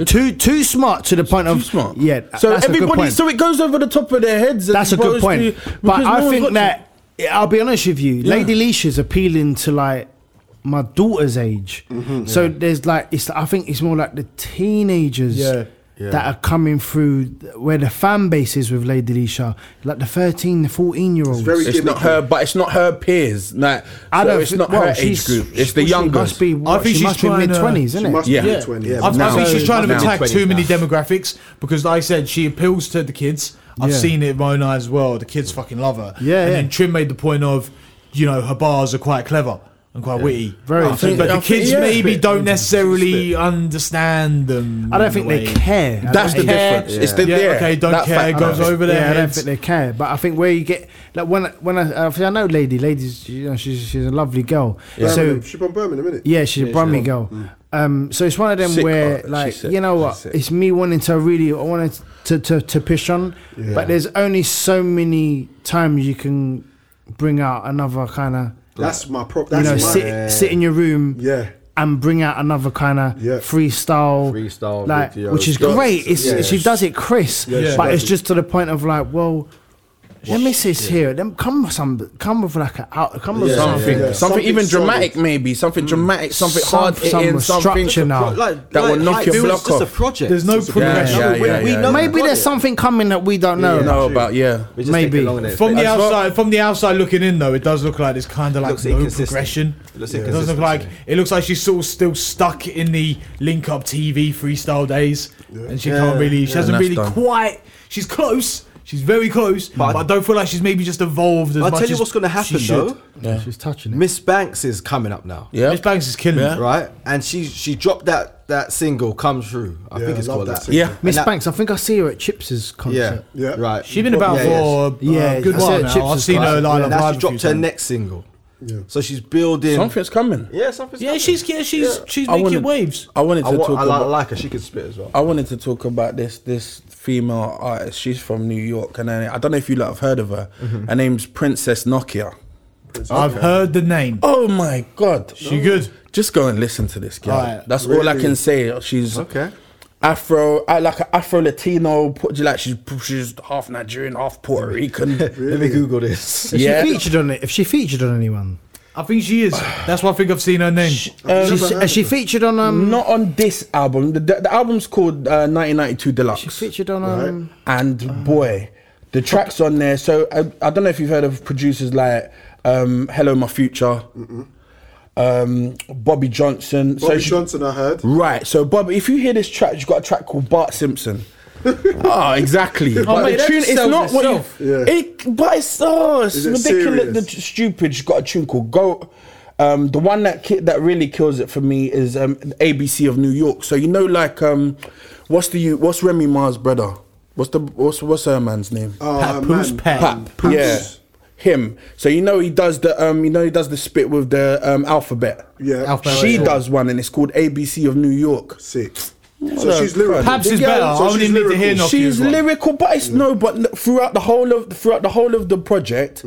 Speaker 6: too too smart to the point of
Speaker 4: Too smart.
Speaker 6: Yeah,
Speaker 4: So
Speaker 6: that's a good
Speaker 4: everybody,
Speaker 6: point.
Speaker 4: so it goes over the top of their heads.
Speaker 6: that's a good point. But I think that I'll be honest with you,
Speaker 4: Yeah.
Speaker 6: Lady Leisha's appealing to like my daughter's age.
Speaker 4: Mm-hmm.
Speaker 6: so there's like it's. I think it's more like the teenagers
Speaker 2: Yeah.
Speaker 6: that are coming through th- where the fan base is with Lady Lisha, like the 13, the 14 year olds.
Speaker 3: very-
Speaker 4: It's not her, but it's not her peers. Like,
Speaker 6: I
Speaker 4: so
Speaker 6: don't
Speaker 4: it's
Speaker 6: thi-
Speaker 4: not
Speaker 6: well,
Speaker 4: her
Speaker 6: she's-
Speaker 4: age group. It's
Speaker 6: well,
Speaker 4: the
Speaker 6: she
Speaker 4: youngest.
Speaker 6: Must be, what,
Speaker 2: think
Speaker 6: she
Speaker 2: she's
Speaker 6: must be
Speaker 2: trying to-
Speaker 6: mid twenties, isn't
Speaker 3: She
Speaker 6: it?
Speaker 3: must
Speaker 4: Yeah.
Speaker 3: be in 20.
Speaker 7: Yeah,
Speaker 2: I, I
Speaker 4: Now.
Speaker 2: think she's trying to
Speaker 4: Now.
Speaker 2: attack too
Speaker 7: 20s
Speaker 2: many
Speaker 7: now.
Speaker 2: demographics because, like I said, she appeals to the kids. I've
Speaker 6: Yeah.
Speaker 2: seen it in my own eyes as well. The kids fucking love her.
Speaker 6: Yeah,
Speaker 2: And
Speaker 6: yeah.
Speaker 2: then Trim made the point of, you know, her bars are quite clever and quite witty.
Speaker 6: Very
Speaker 2: I think,
Speaker 6: clever.
Speaker 2: but
Speaker 4: I
Speaker 2: the
Speaker 4: think-
Speaker 2: kids
Speaker 4: yeah.
Speaker 2: maybe
Speaker 4: Spit.
Speaker 2: don't necessarily understand them.
Speaker 6: I don't
Speaker 2: in
Speaker 6: think
Speaker 2: a
Speaker 6: they
Speaker 2: way.
Speaker 6: care. I
Speaker 4: That's
Speaker 6: don't
Speaker 4: the
Speaker 6: think-
Speaker 4: difference. It's the
Speaker 2: Yeah,
Speaker 4: there.
Speaker 2: okay, don't
Speaker 4: That
Speaker 2: care,
Speaker 4: fact-
Speaker 2: goes
Speaker 4: Yeah.
Speaker 2: over their
Speaker 6: yeah, I don't
Speaker 2: heads.
Speaker 6: think they care. But I think where you get like when I- when I, I, think I know lady, ladies, you know, she's she's a lovely girl. So
Speaker 3: Birmingham. She's from Birmingham, isn't it?
Speaker 6: yeah, she's a Brummy girl. Um, so it's one of them
Speaker 4: Mm. Sick
Speaker 6: where
Speaker 4: art, she's
Speaker 6: like
Speaker 4: sick,
Speaker 6: you know
Speaker 4: she's
Speaker 6: what,
Speaker 4: sick.
Speaker 6: it's me wanting to really I wanted to to, to push on, but there's only so many times you can bring out another kind of
Speaker 3: That's my prop.
Speaker 6: you
Speaker 3: That's
Speaker 6: know
Speaker 3: my.
Speaker 6: sit sit in your room
Speaker 3: yeah.
Speaker 6: and bring out another kind of
Speaker 3: Yeah.
Speaker 6: freestyle,
Speaker 7: Freestyle
Speaker 6: like
Speaker 7: videos.
Speaker 6: which is
Speaker 7: Yeah.
Speaker 6: great. It's
Speaker 7: Yeah.
Speaker 6: she does it, Chris,
Speaker 2: Yeah.
Speaker 6: but it's just to the point of like, well, let me sit here. Then come with some, come with like a out, come with
Speaker 3: Yeah.
Speaker 4: Something,
Speaker 6: something. Mm.
Speaker 3: Yeah.
Speaker 4: something, even
Speaker 3: Something
Speaker 4: dramatic, maybe something dramatic, something hard
Speaker 6: Some- some
Speaker 4: hitting, something.
Speaker 6: structure now.
Speaker 7: Like,
Speaker 4: That
Speaker 7: like,
Speaker 4: will knock
Speaker 7: like
Speaker 4: your
Speaker 7: Bill's
Speaker 4: block
Speaker 7: just
Speaker 4: off.
Speaker 7: a project.
Speaker 2: There's no
Speaker 7: It's a
Speaker 2: progress.
Speaker 4: Yeah, yeah,
Speaker 7: we,
Speaker 4: yeah,
Speaker 7: we
Speaker 4: yeah.
Speaker 7: know the
Speaker 6: Maybe there's
Speaker 7: project.
Speaker 6: something coming that we don't know.
Speaker 7: Yeah.
Speaker 4: No, about yeah.
Speaker 7: We just take
Speaker 6: Maybe.
Speaker 7: it along in it.
Speaker 2: From the
Speaker 4: As well-
Speaker 2: outside, from the outside looking in, though, it does look like there's kind of like
Speaker 7: Looks
Speaker 2: no
Speaker 7: inconsistent.
Speaker 2: progression.
Speaker 7: It looks
Speaker 2: It doesn't look
Speaker 7: inconsistent
Speaker 2: like
Speaker 7: to me.
Speaker 2: it looks like she's sort of still stuck in the link up TV freestyle days, and she can't really. She hasn't
Speaker 4: And that's
Speaker 2: really
Speaker 4: done.
Speaker 2: quite. She's close. She's very close, but,
Speaker 7: But-
Speaker 2: I don't feel like she's maybe just evolved as
Speaker 7: I'll
Speaker 2: much
Speaker 7: tell you
Speaker 2: as
Speaker 7: what's going to
Speaker 2: she
Speaker 7: happen
Speaker 2: should.
Speaker 7: though.
Speaker 6: She's touching it.
Speaker 7: Miss Banks is coming up now.
Speaker 4: Yeah.
Speaker 2: Miss Banks is killing.
Speaker 4: Yeah.
Speaker 2: it.
Speaker 7: Right? And she she dropped that that single Come Through. I
Speaker 3: Yeah,
Speaker 7: think
Speaker 3: I
Speaker 7: it's
Speaker 3: love
Speaker 7: called
Speaker 3: that
Speaker 7: that.
Speaker 3: single.
Speaker 4: Yeah.
Speaker 6: Miss
Speaker 7: And that-
Speaker 6: Banks, I think I see her at Chips's
Speaker 7: Yeah.
Speaker 6: concert.
Speaker 3: Yeah.
Speaker 7: Right.
Speaker 2: She's been about
Speaker 7: Yeah, yeah.
Speaker 2: for
Speaker 6: Yeah,
Speaker 2: yeah, a good
Speaker 6: I said
Speaker 2: while
Speaker 6: it,
Speaker 2: now.
Speaker 6: Chips
Speaker 2: I've
Speaker 6: is
Speaker 2: seen her
Speaker 6: class.
Speaker 2: live
Speaker 7: now
Speaker 2: live.
Speaker 7: she
Speaker 2: a few
Speaker 7: dropped her
Speaker 2: times.
Speaker 7: next single.
Speaker 3: Yeah.
Speaker 7: So she's building
Speaker 4: Something's coming.
Speaker 7: Yeah, something's
Speaker 2: Yeah,
Speaker 7: happening.
Speaker 2: she's yeah, she's she's
Speaker 4: I
Speaker 2: making
Speaker 4: wanted-
Speaker 2: waves.
Speaker 4: I wanted to
Speaker 7: I,
Speaker 4: talk
Speaker 7: wa- I
Speaker 4: about
Speaker 7: like, like her. She could spit as well.
Speaker 4: I wanted to talk about this this female artist. She's from New York, and I, I don't know if you lot have heard of her. Her name's Princess Nokia.
Speaker 2: I've heard the name.
Speaker 4: Oh my god,
Speaker 2: She good.
Speaker 4: Just go and listen to this girl.
Speaker 2: Alright,
Speaker 4: That's all I
Speaker 7: really?
Speaker 4: can say. She's
Speaker 7: Okay.
Speaker 4: Afro, I like an Afro Latino. Like she's she's half Nigerian, half Puerto Rican.
Speaker 7: Let me Google this.
Speaker 6: If
Speaker 4: Yeah.
Speaker 6: she featured on it, if she featured on anyone,
Speaker 2: I think she is. That's why I think I've seen her name.
Speaker 6: She's-
Speaker 3: never heard
Speaker 6: has she
Speaker 3: of her.
Speaker 6: featured on um,
Speaker 4: Not on this album. The, the, the album's called uh, 1992
Speaker 6: she
Speaker 4: Deluxe.
Speaker 6: featured on um,
Speaker 4: and boy, the tracks on there. So I, I don't know if you've heard of producers like um, Hello My Future, um, Bobby Johnson.
Speaker 3: Bobby
Speaker 4: she-
Speaker 3: Johnson, I heard.
Speaker 4: Right, so Bob, if you hear this track, you've got a track called Bart Simpson. oh, exactly. but
Speaker 2: mate,
Speaker 4: the
Speaker 2: that
Speaker 4: tune it's
Speaker 2: sells
Speaker 4: not what
Speaker 2: itself.
Speaker 4: you,
Speaker 3: Yeah.
Speaker 4: it, but it's oh, it's
Speaker 3: it
Speaker 4: ridiculous. The
Speaker 3: serious?
Speaker 4: t- stupid. She's got a tune called Go. Um, the one that ki- that really kills it for me is um, ABC of New York. So you know, like, um, what's the you- what's Remy Ma's brother? What's the what's what's her man's name?
Speaker 3: Oh,
Speaker 2: Papoose
Speaker 3: man.
Speaker 2: Pet.
Speaker 4: Pap.
Speaker 3: Paps.
Speaker 4: Yeah, him. So you know he does the um, you know he does the spit with the um, alphabet.
Speaker 3: Yeah.
Speaker 2: Alphabet.
Speaker 4: She
Speaker 2: Yeah.
Speaker 4: does one, and it's called ABC of New York.
Speaker 3: Sick.
Speaker 4: no,
Speaker 3: So she's lyrical.
Speaker 2: Pabs is
Speaker 3: Yeah,
Speaker 2: better.
Speaker 3: so
Speaker 2: I only
Speaker 3: she's
Speaker 2: need to
Speaker 3: lyrical.
Speaker 2: hear Nokia.
Speaker 4: She's
Speaker 2: as well.
Speaker 4: lyrical, but it's no. But n- throughout the whole of throughout the whole of the project,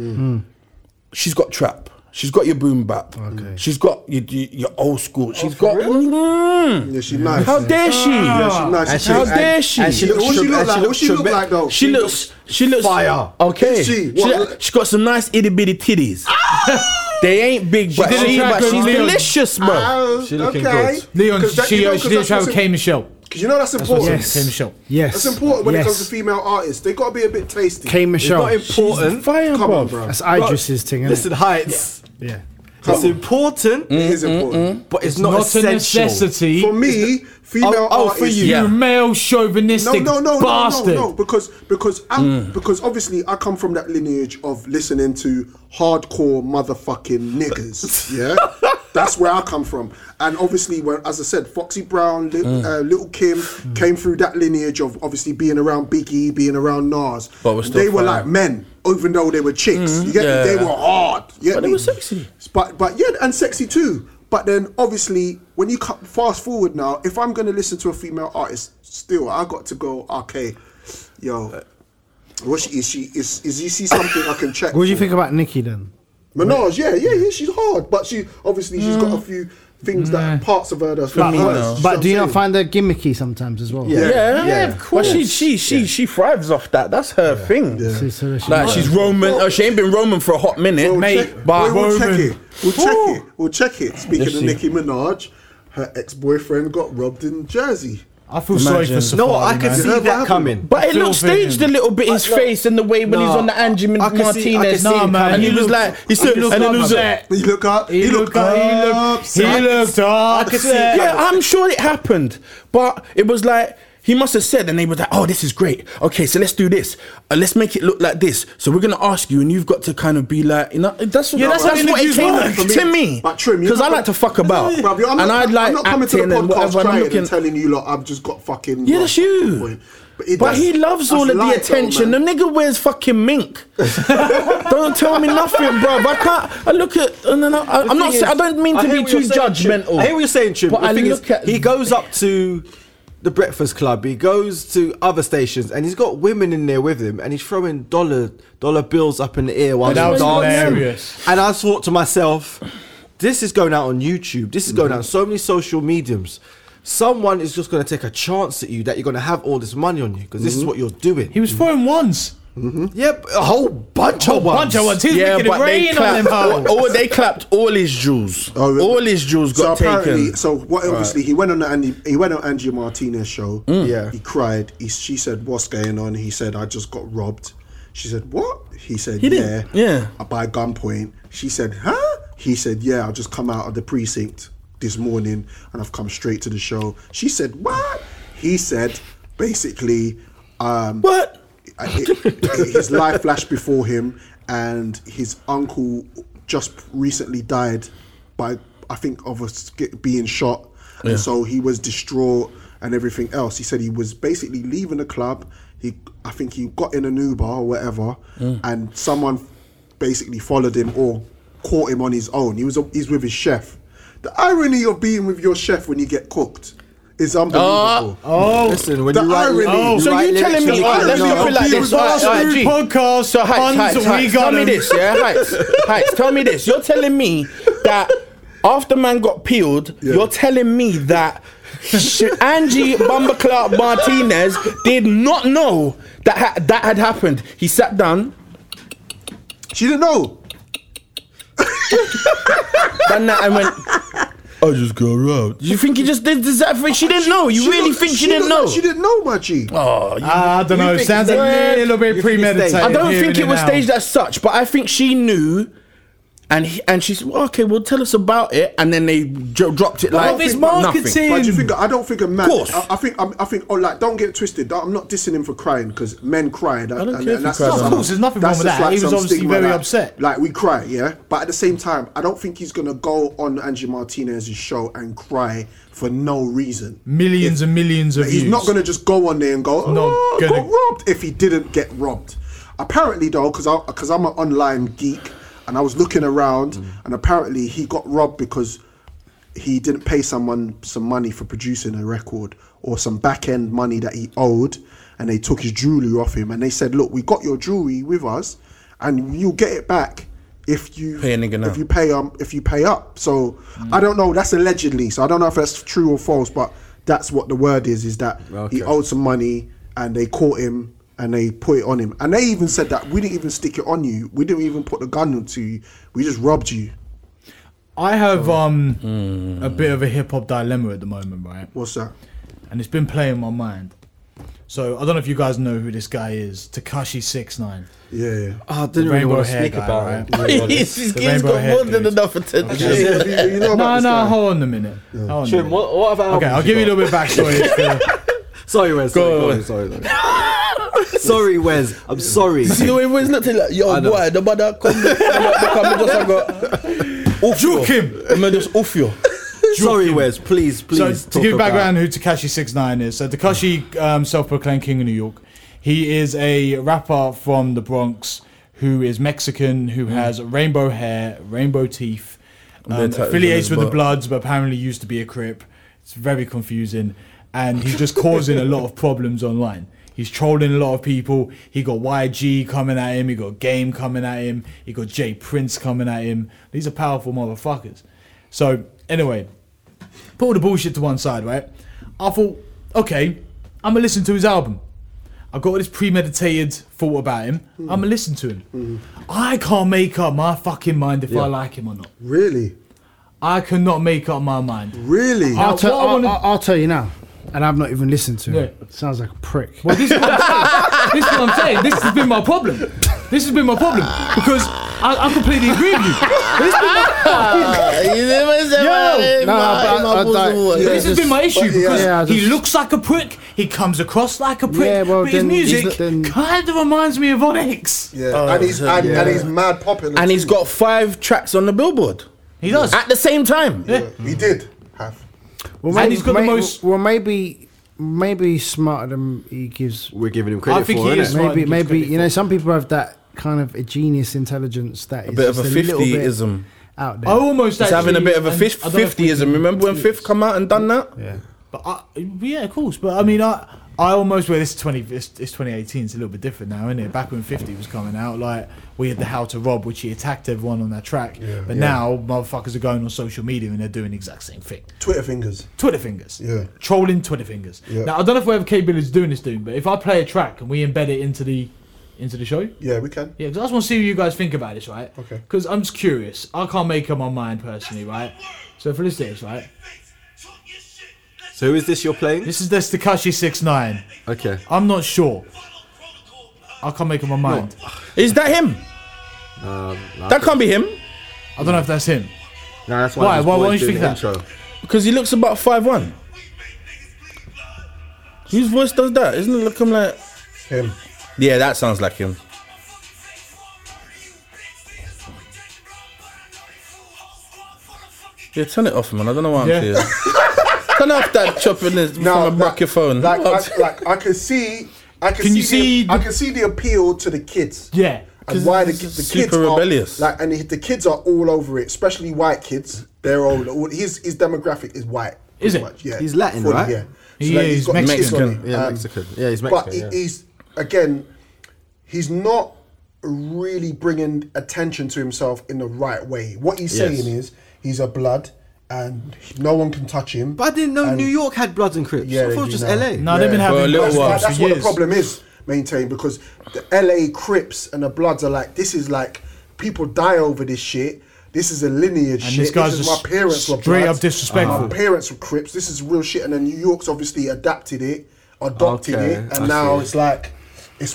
Speaker 4: she's got trap. She's got your boom bap.
Speaker 6: Okay.
Speaker 4: She's got your, your, your old school. She's got. Mm.
Speaker 3: Yeah, she's nice.
Speaker 4: How dare she?
Speaker 3: She's nice.
Speaker 7: And
Speaker 3: She's
Speaker 7: she-
Speaker 4: How
Speaker 3: nice.
Speaker 4: dare
Speaker 7: and-
Speaker 4: she?
Speaker 7: And she
Speaker 3: What
Speaker 7: looks
Speaker 3: she look
Speaker 7: and
Speaker 3: like? What she look
Speaker 7: treme-
Speaker 3: like though?
Speaker 4: She looks. She looks
Speaker 7: Fire.
Speaker 4: Okay.
Speaker 3: Is she?
Speaker 4: She,
Speaker 3: What-
Speaker 4: she got some nice itty bitty titties. they ain't big, but,
Speaker 2: did a
Speaker 4: she,
Speaker 2: track
Speaker 4: but
Speaker 2: with
Speaker 4: she's
Speaker 2: Leon.
Speaker 4: delicious, bro.
Speaker 3: Oh,
Speaker 7: She looking
Speaker 3: okay.
Speaker 7: good.
Speaker 2: Leon,
Speaker 3: 'Cause that-
Speaker 2: she,
Speaker 3: you know,
Speaker 2: uh,
Speaker 3: 'cause
Speaker 2: she did a
Speaker 3: that's
Speaker 2: track
Speaker 3: what's
Speaker 2: with
Speaker 3: im-
Speaker 2: K Michelle.
Speaker 3: Cause you know that's
Speaker 2: what's
Speaker 3: important.
Speaker 2: K Michelle.
Speaker 6: yes,
Speaker 3: That's important when
Speaker 6: yes.
Speaker 3: it comes to female artists. They gotta be a bit tasty.
Speaker 6: K Michelle.
Speaker 7: Not important.
Speaker 4: Fire,
Speaker 3: Come
Speaker 4: bro.
Speaker 3: on, bro.
Speaker 6: That's Idris's thing, isn't
Speaker 7: Listen,
Speaker 6: it?
Speaker 7: heights.
Speaker 6: Yeah.
Speaker 7: It's important,
Speaker 3: It is important.
Speaker 7: but it's not,
Speaker 2: Mm. Not, a
Speaker 7: essential.
Speaker 2: necessity.
Speaker 3: For me, female
Speaker 7: Oh, oh, for
Speaker 3: artists.
Speaker 7: you.
Speaker 2: you
Speaker 4: Yeah.
Speaker 2: male
Speaker 3: No,
Speaker 2: chauvinistic
Speaker 3: no, no,
Speaker 2: bastard.
Speaker 3: no, no, no, because because I'm,
Speaker 4: Hmm.
Speaker 3: because obviously I come from that lineage of listening to hardcore motherfucking niggas. Yeah, that's where I come from, and obviously, when as I said, Foxy Brown, Li-
Speaker 4: Hmm.
Speaker 3: uh, Little Kim came through that lineage of obviously being around Biggie, being around Nas.
Speaker 4: But we're still
Speaker 3: they were
Speaker 4: fine.
Speaker 3: like men, even though they were chicks. you get me? They
Speaker 4: yeah.
Speaker 3: were hard. You get
Speaker 4: But they
Speaker 3: me?
Speaker 4: were sexy.
Speaker 3: But but yeah, and sexy too. But then obviously, when you cut, fast forward now, if I'm gonna listen to a female artist, still I got to go. Okay, yo, what she, is she is is you see something I can check?
Speaker 6: What do you
Speaker 3: for?
Speaker 6: think about Nicki then? Mm.
Speaker 3: Minaj? Yeah, yeah, yeah. She's hard, but she obviously she's got a few things that parts of her that's
Speaker 6: But,
Speaker 3: not hers, you
Speaker 6: but do you
Speaker 3: know
Speaker 6: not
Speaker 3: what I'm
Speaker 6: find her gimmicky sometimes as well?
Speaker 3: Yeah.
Speaker 4: Yeah,
Speaker 7: Yeah.
Speaker 4: of course. But she she she she thrives off that. That's her thing.
Speaker 6: So- so she-
Speaker 4: Like she's Roman. uh, she ain't been Roman for a hot minute,
Speaker 3: saying?
Speaker 4: mate.
Speaker 3: check-
Speaker 4: but
Speaker 3: we'll, check
Speaker 4: Roman-
Speaker 3: it. We'll check it. We'll check it. Speaking
Speaker 4: Yes,
Speaker 3: of
Speaker 4: she-
Speaker 3: Nicki Minaj, her ex-boyfriend got robbed in Jersey.
Speaker 2: I feel sorry for
Speaker 7: No,
Speaker 2: Safari,
Speaker 7: I could
Speaker 2: man.
Speaker 7: see
Speaker 3: Never
Speaker 7: that
Speaker 3: happened.
Speaker 7: coming.
Speaker 4: But it
Speaker 2: Phil
Speaker 4: looked staged a
Speaker 2: Vivian.
Speaker 4: little bit. His face and the way when he's on the Angie Min-
Speaker 7: I can see- I
Speaker 4: Martinez.
Speaker 7: can see
Speaker 2: Nah,
Speaker 7: it
Speaker 2: man,
Speaker 4: and he
Speaker 2: he
Speaker 4: was
Speaker 2: looked-
Speaker 4: like, he
Speaker 2: he
Speaker 4: stood,
Speaker 2: looked
Speaker 4: and then
Speaker 2: up
Speaker 4: he was
Speaker 2: upset.
Speaker 4: like.
Speaker 3: He look up. He, look up.
Speaker 2: He looked. He looked up.
Speaker 3: could see
Speaker 2: upset.
Speaker 4: Yeah, I'm sure it happened, but it was like he must have said, and they were like, "Oh, this is great. Okay, so let's do this. Uh, let's make it look like this. So we're gonna ask you, and you've got to kind of be like, you know, that's
Speaker 2: Yeah,
Speaker 4: that's,
Speaker 2: that's
Speaker 4: that's
Speaker 2: how
Speaker 4: what it
Speaker 2: interviews
Speaker 4: came
Speaker 2: work
Speaker 4: to
Speaker 3: for me.
Speaker 4: me.
Speaker 3: But Trim, you're
Speaker 4: because I
Speaker 3: not
Speaker 4: like to
Speaker 3: gonna-
Speaker 4: fuck about,
Speaker 3: Yeah, bruv, I'm
Speaker 4: and
Speaker 3: not,
Speaker 4: I'd like
Speaker 3: I'm not coming to the
Speaker 4: acting and
Speaker 3: podcast
Speaker 4: whatever. and I'm
Speaker 3: crying
Speaker 4: looking.
Speaker 3: and telling you, lot, I've just got fucking.
Speaker 4: Yeah, that's you.
Speaker 3: But, it
Speaker 4: But
Speaker 3: does-
Speaker 4: he loves
Speaker 3: that's
Speaker 4: all of the
Speaker 3: life, though,
Speaker 4: attention.
Speaker 3: man.
Speaker 4: the nigga wears fucking mink. don't tell me nothing, bro. I can't. I look at. No, no, I, I'm not.
Speaker 7: thing
Speaker 4: Say, I
Speaker 7: is-
Speaker 4: don't mean
Speaker 7: I
Speaker 4: to
Speaker 7: hear
Speaker 4: be
Speaker 7: what you're
Speaker 4: too
Speaker 7: saying, Chim.
Speaker 4: judgmental.
Speaker 7: I hear what you're saying, Chim.
Speaker 4: But
Speaker 7: the
Speaker 4: I
Speaker 7: thing is,
Speaker 4: look at
Speaker 7: he goes up to the Breakfast Club, he goes to other stations, and he's got women in there with him, and he's throwing dollar dollar bills up in the air while
Speaker 2: That was
Speaker 7: he's dancing.
Speaker 2: hilarious.
Speaker 7: And I thought to myself, this is going out on YouTube. This is going out on so many social mediums. Someone is just going to take a chance at you that you're going to have all this money on you because
Speaker 4: Mm-hmm.
Speaker 7: this is what you're doing.
Speaker 2: He was throwing ones.
Speaker 7: Yep, a whole bunch of ones.
Speaker 2: Bunch of ones. He was
Speaker 4: yeah,
Speaker 2: making it
Speaker 4: but they
Speaker 2: rain on them.
Speaker 4: clapped. All,
Speaker 2: hoes.
Speaker 4: all- they clapped all his jewels.
Speaker 3: Oh, really?
Speaker 4: all his jewels
Speaker 3: So
Speaker 4: got
Speaker 3: apparently,
Speaker 4: taken.
Speaker 3: so what? Obviously, he went on the Andy. He went on Angie Martinez show.
Speaker 4: Mm.
Speaker 7: Yeah.
Speaker 3: he cried. He, she said, "What's going on?" He said, "I just got robbed." She said, "What?" He said, "Yeah,
Speaker 4: did, yeah.
Speaker 3: uh, By gunpoint. She said, "Huh?" He said, "Yeah, I just come out of the precinct this morning and I've come straight to the show." She said, "What?" He said, basically, um,
Speaker 4: What?
Speaker 3: I- hi- his life flashed before him, and his uncle just recently died by, I think, of us get- being shot. And so he was distraught and everything else. He said he was basically leaving the club. He, I think, he got in an Uber or whatever, and someone basically followed him or caught him on his own. He was he's with his chef. The irony of being with your chef when you get cooked is unbelievable.
Speaker 7: Listen, when
Speaker 3: The
Speaker 7: you write,
Speaker 3: irony. Oh,
Speaker 7: you
Speaker 4: so
Speaker 7: write
Speaker 4: you telling
Speaker 7: lyrics,
Speaker 4: me?
Speaker 7: you
Speaker 4: All right,
Speaker 7: can't
Speaker 4: let's
Speaker 7: know.
Speaker 4: look at it like
Speaker 2: He
Speaker 4: this.
Speaker 2: was
Speaker 4: All right,
Speaker 2: last
Speaker 4: all right,
Speaker 2: through
Speaker 4: G.
Speaker 2: podcast.
Speaker 4: So heights,
Speaker 2: puns,
Speaker 4: heights,
Speaker 2: we
Speaker 4: heights.
Speaker 2: got
Speaker 4: Tell me
Speaker 2: him.
Speaker 4: this, yeah, heights, heights. Tell me this. You're telling me that after man got peeled, you're telling me that sh- Angie Bumba Clark Martinez did not know that ha- that had happened. He sat down,
Speaker 3: She didn't know.
Speaker 4: done that, and went. I just go round. You think he just did does that? For, she didn't know. You
Speaker 3: She
Speaker 4: really
Speaker 3: don't-
Speaker 4: think she,
Speaker 3: she
Speaker 4: didn't
Speaker 3: don't-
Speaker 4: know?
Speaker 3: She didn't know, my G.
Speaker 4: Oh, you-
Speaker 2: I don't know. It
Speaker 7: think
Speaker 2: sounds a
Speaker 7: it's staged?
Speaker 2: little
Speaker 7: You think
Speaker 2: bit
Speaker 7: it's
Speaker 2: premeditated.
Speaker 7: staged?
Speaker 4: I don't
Speaker 2: here
Speaker 4: think
Speaker 2: and
Speaker 4: it was
Speaker 2: now.
Speaker 4: staged as such, but I think she knew. And he, and she said, well, okay, well, tell us about it. And then they jo- dropped it like
Speaker 2: Well, it's
Speaker 4: nothing.
Speaker 2: marketing.
Speaker 3: But do you think I don't think a man?
Speaker 4: course.
Speaker 3: I, I think I'm, I think. Oh, like don't get it twisted. I'm not dissing him for crying because men cry. That, I
Speaker 4: don't care if he cries
Speaker 2: or not. Of course, there's nothing wrong with that. He was obviously very upset.
Speaker 3: Like we cry, yeah. But at the same time, I don't think he's gonna go on Angie Martinez's show and cry for no reason.
Speaker 2: millions and millions of
Speaker 3: He's
Speaker 2: views.
Speaker 3: not going to just go on there and go,
Speaker 2: Not
Speaker 3: oh, I
Speaker 2: gonna-
Speaker 3: got robbed if he didn't get robbed. Apparently, though, because because I'm an online geek and I was looking around, and apparently he got robbed because he didn't pay someone some money for producing a record or some back end money that he owed, and they took his jewelry off him, and they said, look, we got your jewelry with us, and you'll get it back. If you
Speaker 4: Pay a nigga now.
Speaker 3: if you pay um if you pay up. So I don't know. That's allegedly. So I don't know if that's true or false, but that's what the word is. Is that he owed some money and they caught him and they put it on him. And they even said that we didn't even stick it on you. We didn't even put the gun to you. We just robbed you.
Speaker 2: I have um a bit of a hip hop dilemma at the moment, right?
Speaker 3: What's that?
Speaker 2: And it's been playing my mind. So I don't know if you guys know who this guy is, Takashi Six Nine.
Speaker 3: Yeah. yeah.
Speaker 7: Oh, I didn't really
Speaker 2: Rainbow
Speaker 7: want to
Speaker 2: hair
Speaker 7: speak
Speaker 2: guy,
Speaker 7: about
Speaker 2: right?
Speaker 7: it. to be honest.
Speaker 4: He's- he's
Speaker 2: The
Speaker 4: he's
Speaker 2: rainbow
Speaker 4: got more than
Speaker 2: hairdo.
Speaker 4: enough attention.
Speaker 3: Yeah, you- you know about
Speaker 2: No,
Speaker 3: this
Speaker 2: no,
Speaker 3: guy.
Speaker 2: hold on a minute. Hold on a
Speaker 7: Trim,
Speaker 2: minute.
Speaker 7: what, what other
Speaker 2: Okay,
Speaker 7: albums
Speaker 2: I'll give you a
Speaker 7: got?
Speaker 2: little bit of backstory. for-
Speaker 7: Sorry, Wes.
Speaker 4: Go
Speaker 7: Sorry, sorry, sorry, sorry. sorry, Wes. I'm sorry.
Speaker 4: See, he always looked at it like, yo,
Speaker 7: know.
Speaker 4: boy, the mother come, the come, just I go, off
Speaker 2: Juke
Speaker 4: you.
Speaker 2: him.
Speaker 4: I'm gonna just off you.
Speaker 7: sorry, Wes. Please,
Speaker 2: so
Speaker 7: please.
Speaker 2: to
Speaker 7: talk
Speaker 2: give
Speaker 7: about-
Speaker 2: background who Takashi Six Nine is, so Takashi, um, self-proclaimed king of New York, he is a rapper from the Bronx who is Mexican,
Speaker 7: Mm.
Speaker 2: who has rainbow hair, rainbow teeth,
Speaker 4: they're
Speaker 2: um,
Speaker 4: tattoos
Speaker 2: affiliates
Speaker 4: on
Speaker 2: with the
Speaker 4: his butt.
Speaker 2: Bloods, but apparently used to be a Crip. It's very confusing, and he's just causing a lot of problems online. He's trolling a lot of people. He got YG coming at him. He got Game coming at him. He got Jay Prince coming at him. These are powerful motherfuckers. So anyway, put all the bullshit to one side, right? I thought, okay, I'm gonna listen to his album. I got all this premeditated thought about him. I'm gonna listen to him. I can't make up my fucking mind if I like him or not.
Speaker 3: Really?
Speaker 2: I cannot make up my mind.
Speaker 3: Really?
Speaker 6: I'll,
Speaker 2: What
Speaker 6: tell-
Speaker 2: I wanna-
Speaker 6: I'll, I'll, I'll tell you now, and I've not even listened to it.
Speaker 2: Yeah.
Speaker 6: Sounds like a prick.
Speaker 2: Well, this is what I'm saying. This is what I'm saying. This has been my problem. This has been my problem because I, I completely agree with you. This has been my,
Speaker 4: Ah,
Speaker 6: no, but I- I don't- yeah,
Speaker 2: this has been my issue
Speaker 3: but yeah,
Speaker 2: because
Speaker 6: yeah, I
Speaker 2: he
Speaker 6: just-
Speaker 2: looks like a prick. He comes across like a prick.
Speaker 6: Yeah, well,
Speaker 2: but his
Speaker 6: then he's
Speaker 2: music
Speaker 6: not- then-
Speaker 2: kind of reminds me of Onyx.
Speaker 3: Yeah. and he's and, and he's mad popular.
Speaker 5: And he's
Speaker 3: too.
Speaker 5: got five tracks on the Billboard
Speaker 2: He does.
Speaker 5: at the same time.
Speaker 3: He did have.
Speaker 6: Well,
Speaker 2: And he's got the most-
Speaker 6: Well, maybe, maybe he's smarter than he gives.
Speaker 7: We're giving him credit
Speaker 2: think
Speaker 7: for
Speaker 2: he
Speaker 7: it.
Speaker 2: is.
Speaker 7: innit?
Speaker 2: smarter
Speaker 6: Maybe,
Speaker 2: than he gives
Speaker 6: maybe
Speaker 2: credit
Speaker 6: you know, some people have that kind of a genius intelligence that is
Speaker 5: bit of
Speaker 6: just
Speaker 5: a
Speaker 6: little bit
Speaker 5: 50-ism.
Speaker 6: out
Speaker 2: I
Speaker 6: there.
Speaker 2: almost
Speaker 5: He's
Speaker 2: actually,
Speaker 5: having a bit of a
Speaker 2: and
Speaker 5: fifth,
Speaker 2: I don't know if we
Speaker 5: 50ism. Remember when Fifth come out and done that?
Speaker 6: Yeah.
Speaker 2: But I, yeah, of course. But I mean, I, I almost well, this is twenty, it's, it's twenty eighteen. It's a little bit different now, isn't it? Back when Fifty was coming out, like we had the How to Rob, which he attacked everyone on that track. but now motherfuckers are going on social media and they're doing the exact same thing.
Speaker 3: Twitter fingers.
Speaker 2: Twitter fingers.
Speaker 3: Yeah.
Speaker 2: Trolling Twitter fingers.
Speaker 3: Yeah.
Speaker 2: Now I don't know if whether K Bill is doing this doing, but if I play a track and we embed it into the into the show.
Speaker 3: Yeah, we can.
Speaker 2: Yeah, because I just want to see what you guys think about this, right?
Speaker 3: Okay.
Speaker 2: Because I'm just curious. I can't make up my mind personally, right? So for this, this, right?
Speaker 7: So is this you're playing?
Speaker 2: This is this Takashi Six Nine.
Speaker 7: Okay.
Speaker 2: I'm not sure. I can't make up my mind.
Speaker 5: Is that him? that can't be him
Speaker 2: I don't know if that's him.
Speaker 7: No, that's
Speaker 2: Why?
Speaker 7: I was
Speaker 2: Why- why
Speaker 7: always
Speaker 2: don't you
Speaker 7: doing
Speaker 2: think
Speaker 7: the intro.
Speaker 5: because he looks about five one. Whose voice does that? Isn't it looking like?
Speaker 3: Him.
Speaker 5: Yeah, that sounds like him. Yeah, turn it off, man. I don't know why I'm
Speaker 2: Yeah.
Speaker 5: here. turn off that chopping this from a
Speaker 3: that-
Speaker 5: bucket phone.
Speaker 3: Like,
Speaker 5: What?
Speaker 3: I, like I can see. I can,
Speaker 2: Can you
Speaker 3: see.
Speaker 2: see
Speaker 3: The, I
Speaker 2: the-
Speaker 3: can see the appeal to the kids.
Speaker 2: Yeah.
Speaker 3: And why the,
Speaker 5: it's
Speaker 3: ki- the
Speaker 5: super
Speaker 3: kids are
Speaker 5: rebellious.
Speaker 3: like, and the, the kids are all over it, especially white kids. They're all, all his his demographic is white.
Speaker 2: Is
Speaker 3: pretty
Speaker 2: it?
Speaker 3: much, Yeah,
Speaker 7: He's Latin,
Speaker 3: Fully,
Speaker 7: right?
Speaker 3: Yeah,
Speaker 2: He is
Speaker 3: he's got kids
Speaker 2: Mexican.
Speaker 3: on it, Um,
Speaker 7: Yeah, Mexican. Yeah, he's
Speaker 3: But
Speaker 7: Mexican,
Speaker 3: it-
Speaker 7: yeah.
Speaker 3: he's again, he's not really bringing attention to himself in the right way. What he's
Speaker 7: Yes.
Speaker 3: saying is he's a blood, and no one can touch him.
Speaker 7: But I didn't know
Speaker 3: And-
Speaker 7: New York had Bloods and Crips.
Speaker 3: Yeah,
Speaker 7: I thought it
Speaker 3: they
Speaker 7: was
Speaker 3: do
Speaker 7: just
Speaker 3: now.
Speaker 7: LA.
Speaker 2: No, they've been
Speaker 3: Yeah.
Speaker 2: having
Speaker 5: For a little
Speaker 2: bloods
Speaker 5: while.
Speaker 2: for
Speaker 3: That's, that's what the
Speaker 2: years.
Speaker 3: problem is, maintained, because the LA Crips and the Bloods are like, this is like, people die over this shit. This is a lineage
Speaker 2: And
Speaker 3: shit.
Speaker 2: this guy's
Speaker 3: is
Speaker 2: just
Speaker 3: my parents were
Speaker 2: straight
Speaker 3: Bloods.
Speaker 2: up disrespectful.
Speaker 3: My parents were Crips. This is real shit. And then New York's obviously adapted it, adopted
Speaker 7: Okay,
Speaker 3: it,
Speaker 7: I
Speaker 3: and now
Speaker 7: see.
Speaker 3: it's like, it's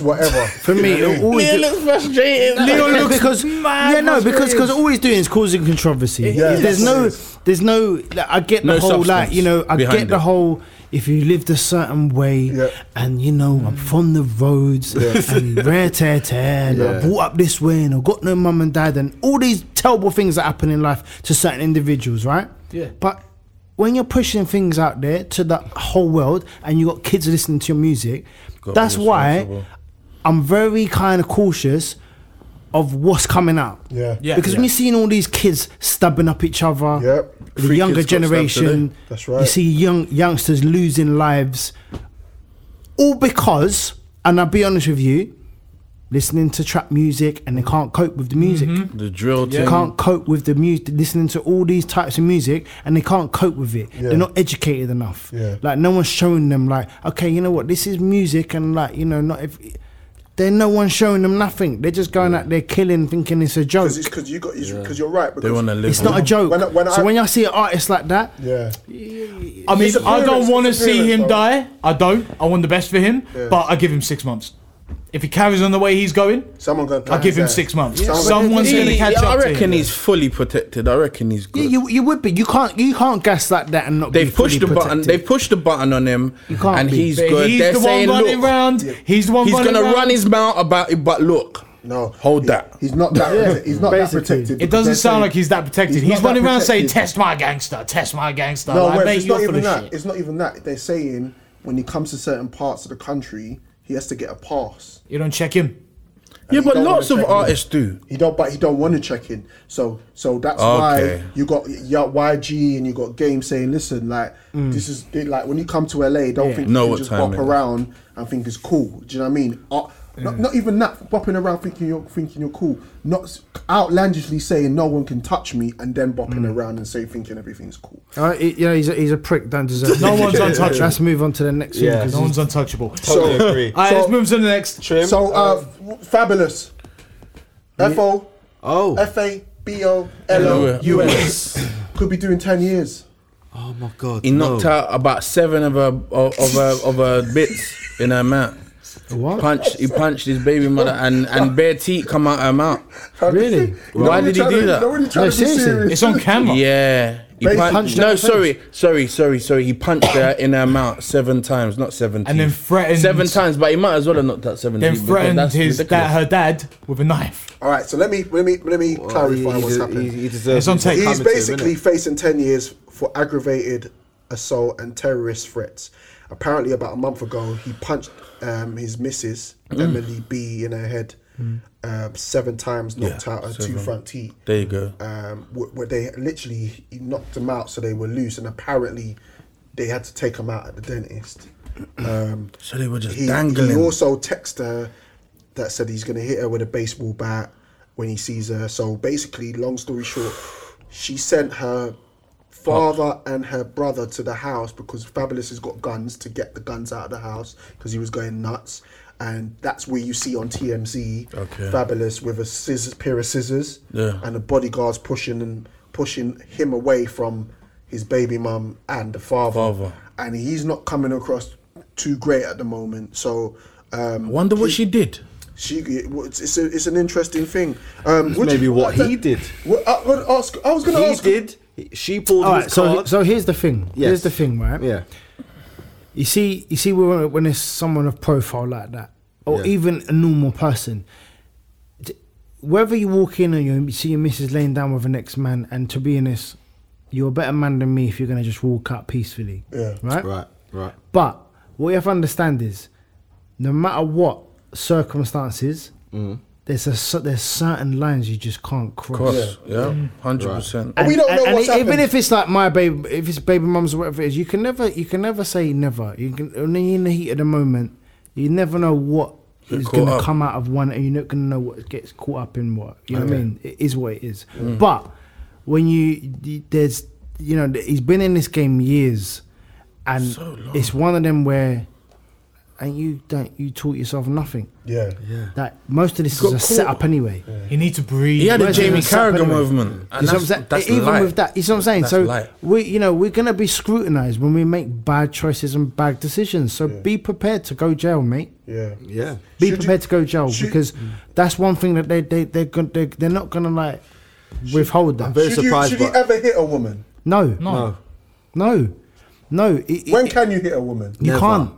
Speaker 3: whatever.
Speaker 6: For me, it always
Speaker 5: Leo looks frustrated.
Speaker 6: Leo
Speaker 2: looks
Speaker 6: because
Speaker 2: mad
Speaker 6: yeah no because
Speaker 2: frustrated.
Speaker 6: because all he's doing is causing controversy.
Speaker 3: Yeah,
Speaker 6: there's
Speaker 3: that's what
Speaker 6: no
Speaker 3: it is.
Speaker 6: there's no like, I get the
Speaker 5: No
Speaker 6: whole like
Speaker 5: substance
Speaker 6: you know I
Speaker 5: behind
Speaker 6: get the
Speaker 5: it.
Speaker 6: whole if you lived a certain way
Speaker 3: Yeah.
Speaker 6: and you know I'm from the roads and rare tear tear and I
Speaker 7: Yeah.
Speaker 6: brought up this way and I got no mum and dad and all these terrible things that happen in life to certain individuals right
Speaker 2: Yeah.
Speaker 6: but. When you're pushing things out there to the whole world, and you got kids listening to your music,
Speaker 5: Gotta be
Speaker 6: that's why
Speaker 5: responsible.
Speaker 6: I'm very kind of cautious of what's coming out.
Speaker 3: Yeah.
Speaker 2: Yeah.
Speaker 6: Because when you're seeing all these kids stabbing up each other,
Speaker 3: Yep.
Speaker 6: the
Speaker 7: Three
Speaker 6: younger
Speaker 7: kids got stabbed
Speaker 6: generation,
Speaker 7: today.
Speaker 3: That's right.
Speaker 6: you see young youngsters losing lives, all because, and I'll be honest with you, listening to trap music and they can't cope with the music.
Speaker 2: Mm-hmm.
Speaker 5: The drill
Speaker 6: They
Speaker 5: team.
Speaker 6: can't cope with the music, listening to all these types of music, and they can't cope with it. They're not educated enough.
Speaker 3: Yeah.
Speaker 6: Like no one's showing them, like, okay, you know what, this is music, and like, you know, not if they're no one showing them nothing. They're just going out there killing, thinking it's a joke.
Speaker 3: Because it's because you got because you're right. Because
Speaker 5: They want to live.
Speaker 6: It's not a joke.
Speaker 3: When I- when
Speaker 6: so
Speaker 3: I-
Speaker 6: when I see an artist like that,
Speaker 3: Yeah.
Speaker 2: I mean,
Speaker 3: His
Speaker 2: I
Speaker 3: appearance-
Speaker 2: don't want to
Speaker 3: his
Speaker 2: see him
Speaker 3: appearance, though.
Speaker 2: die. I don't. I want the best for him, but I give him six months. If he carries on the way he's going,
Speaker 3: Someone gonna.
Speaker 2: I give him
Speaker 3: Yeah.
Speaker 2: six months.
Speaker 3: Someone's gonna-
Speaker 2: Someone's
Speaker 5: He-
Speaker 2: going to catch
Speaker 5: yeah,
Speaker 2: up.
Speaker 5: I
Speaker 2: to
Speaker 5: reckon
Speaker 2: him.
Speaker 5: he's fully protected. I reckon he's good.
Speaker 6: yeah, you you would be. You can't you can't gas like that and not.
Speaker 5: They've
Speaker 6: be fully
Speaker 5: pushed the button.
Speaker 6: protected.
Speaker 5: They pushed the button on him,
Speaker 6: can't
Speaker 5: and
Speaker 6: be.
Speaker 5: he's
Speaker 2: But
Speaker 5: good.
Speaker 2: he's
Speaker 5: They're
Speaker 2: the
Speaker 5: saying,
Speaker 2: one running
Speaker 5: look,
Speaker 2: round. He's the one.
Speaker 5: he's
Speaker 2: running
Speaker 5: gonna
Speaker 2: round.
Speaker 5: run his mouth about it. But look,
Speaker 3: No,
Speaker 5: hold
Speaker 3: he-
Speaker 5: that.
Speaker 3: He's not that. He's not that
Speaker 6: Basically.
Speaker 3: protected.
Speaker 2: It doesn't sound like he's that protected. He's,
Speaker 3: not that
Speaker 2: running around saying,
Speaker 3: protected.
Speaker 2: "Test my gangster, test my gangster."
Speaker 3: No,
Speaker 2: like,
Speaker 3: whereas
Speaker 2: mate,
Speaker 3: it's
Speaker 2: you're full
Speaker 3: not even
Speaker 2: of
Speaker 3: that.
Speaker 2: shit.
Speaker 3: It's not even that. They're saying when he comes to certain parts of the country, he has to get a pass.
Speaker 2: You don't check him.
Speaker 5: yeah,
Speaker 3: he
Speaker 5: but
Speaker 3: don't
Speaker 5: lots
Speaker 3: wanna
Speaker 5: of
Speaker 3: check in.
Speaker 5: artists do.
Speaker 3: He don't, but he don't want to check in. So, so that's
Speaker 5: Okay.
Speaker 3: why you got yeah, YG and you got Game saying, listen, like this is like when you come to LA, don't think
Speaker 5: Mm. Know
Speaker 3: you
Speaker 5: what
Speaker 3: can just
Speaker 5: time
Speaker 3: bop
Speaker 5: it is.
Speaker 3: around and think it's cool. Do you know what I mean? Ar- Not, not even that bopping around thinking you're thinking you're cool. Not s- outlandishly saying no one can touch me and then bopping
Speaker 5: Mm.
Speaker 3: around and say thinking everything's cool.
Speaker 6: Uh, he- yeah, he's a, he's a prick. Don't deserve.
Speaker 2: No
Speaker 6: it.
Speaker 2: one's untouchable.
Speaker 6: Let's move on to the next
Speaker 7: Yeah.
Speaker 6: one.
Speaker 2: No
Speaker 6: 'cause
Speaker 2: one's untouchable.
Speaker 7: Totally agree.
Speaker 2: Alright,
Speaker 3: So-
Speaker 2: let's move to the next.
Speaker 7: Trim.
Speaker 3: So uh, f- fabulous. F O
Speaker 7: oh.
Speaker 3: F A B O L O U S could be doing ten years.
Speaker 7: oh my god.
Speaker 5: He knocked out about seven of her of, of her of her bits in her mouth.
Speaker 6: What?
Speaker 5: Punch! He punched his baby mother, and and bare teeth come out her mouth.
Speaker 6: Really?
Speaker 5: Why did he do that?
Speaker 3: No, really
Speaker 6: No,
Speaker 3: trying to be
Speaker 6: seriously.
Speaker 3: serious.
Speaker 2: It's on camera.
Speaker 5: Yeah. He
Speaker 3: But he
Speaker 5: punched,
Speaker 6: punched her in
Speaker 5: no,
Speaker 6: the face.
Speaker 5: sorry, sorry, sorry, sorry. He punched her in her mouth seven times, not seventeen.
Speaker 2: And then threatened-
Speaker 5: seven times, but he might as well have knocked out seventeen.
Speaker 2: Then
Speaker 5: because
Speaker 2: threatened
Speaker 5: that's
Speaker 2: his
Speaker 5: ridiculous.
Speaker 2: that her dad with a knife.
Speaker 3: All right, so let me let me let me
Speaker 7: he,
Speaker 3: clarify
Speaker 7: he
Speaker 3: what's
Speaker 7: de-
Speaker 3: happening.
Speaker 7: he- he deserves
Speaker 2: It's on
Speaker 7: what's
Speaker 2: tape.
Speaker 3: He's
Speaker 7: happened to him,
Speaker 3: basically
Speaker 7: innit?
Speaker 3: facing 10 years for aggravated assault and terrorist threats. Apparently, about a month ago, he punched um, his missus, Emily B, in her head um, seven times, knocked out her two front teeth.
Speaker 5: There you go.
Speaker 3: Um, wh- where they literally he knocked them out so they were loose, and apparently, they had to take them out at the dentist. Um,
Speaker 5: So they were just
Speaker 3: he,
Speaker 5: dangling.
Speaker 3: he also texted her that said he's going to hit her with a baseball bat when he sees her. So basically, long story short, she sent her father and her brother to the house because Fabulous has got guns to get the guns out of the house because he was going nuts. And that's where you see on TMZ
Speaker 5: Okay.
Speaker 3: Fabulous with a scissors, pair of scissors,
Speaker 5: Yeah.
Speaker 3: and the bodyguards pushing and pushing him away from his baby mum and the
Speaker 5: Father.
Speaker 3: and he's not coming across too great at the moment. So um,
Speaker 5: Wonder what she did.
Speaker 3: she, it's, it's, a, it's an interesting thing. Um, would
Speaker 7: maybe
Speaker 3: you-
Speaker 7: what
Speaker 3: I-
Speaker 7: he did.
Speaker 3: Well, I, would ask, I was going to
Speaker 7: He
Speaker 3: ask.
Speaker 7: did. He- She pulled
Speaker 6: All
Speaker 7: his
Speaker 6: right. So
Speaker 7: card.
Speaker 6: so here's the thing. Here's
Speaker 7: Yes.
Speaker 6: the thing, right?
Speaker 7: yeah.
Speaker 6: You see, you see, when, when it's someone of profile like that, or
Speaker 7: Yeah.
Speaker 6: even a normal person, d- whether you walk in and you see your missus laying down with an ex man, and to be honest, you're a better man than me if you're gonna just walk out peacefully.
Speaker 3: Yeah.
Speaker 6: Right.
Speaker 7: Right. Right.
Speaker 6: But what you have to understand is, no matter what circumstances, there's a cer- there's certain lines you just can't cross.
Speaker 5: Of course, yeah, hundred percent.
Speaker 3: We don't know what's
Speaker 6: and even
Speaker 3: happened.
Speaker 6: if it's like my baby, if it's baby mums or whatever it is, you can never, you can never say never. You can only in the heat of the moment, you never know what
Speaker 5: Get
Speaker 6: is
Speaker 5: caught
Speaker 6: going to
Speaker 5: up.
Speaker 6: come out of one, and you're not going to know what gets caught up in what. You know what I mean? It is what it is.
Speaker 5: Mm.
Speaker 6: But when you you- there's, you know, th- he's been in this game years, and it's one of them where, and you don't, you taught yourself nothing.
Speaker 3: Yeah.
Speaker 6: Like most of this
Speaker 5: got
Speaker 6: is a set
Speaker 5: caught.
Speaker 6: up anyway.
Speaker 2: He need to breathe.
Speaker 5: He had a
Speaker 6: Where's
Speaker 5: Jamie
Speaker 6: the separate
Speaker 5: Carragher
Speaker 6: one?
Speaker 5: movement, and
Speaker 6: You see what I'm
Speaker 5: that's,
Speaker 6: saying?
Speaker 5: that's
Speaker 6: even
Speaker 5: light.
Speaker 6: with that, you see what I'm saying?
Speaker 5: That's
Speaker 6: so
Speaker 5: light.
Speaker 6: we, you know, we're gonna be scrutinized when we make bad choices and bad decisions. So be prepared to go jail, mate.
Speaker 3: Yeah.
Speaker 7: Yeah.
Speaker 3: Should
Speaker 6: Be
Speaker 3: you-
Speaker 6: prepared to go jail
Speaker 3: should-
Speaker 6: because
Speaker 2: Mm.
Speaker 6: that's one thing that they they they're gonna, they they're not gonna like withhold that.
Speaker 7: Very
Speaker 3: Should, you,
Speaker 7: surprised,
Speaker 3: should you
Speaker 7: but-
Speaker 3: ever hit a woman?
Speaker 6: No,
Speaker 2: No.
Speaker 7: No.
Speaker 6: no, no. It- it-
Speaker 3: When can you hit a woman?
Speaker 6: you
Speaker 7: Never.
Speaker 6: can't,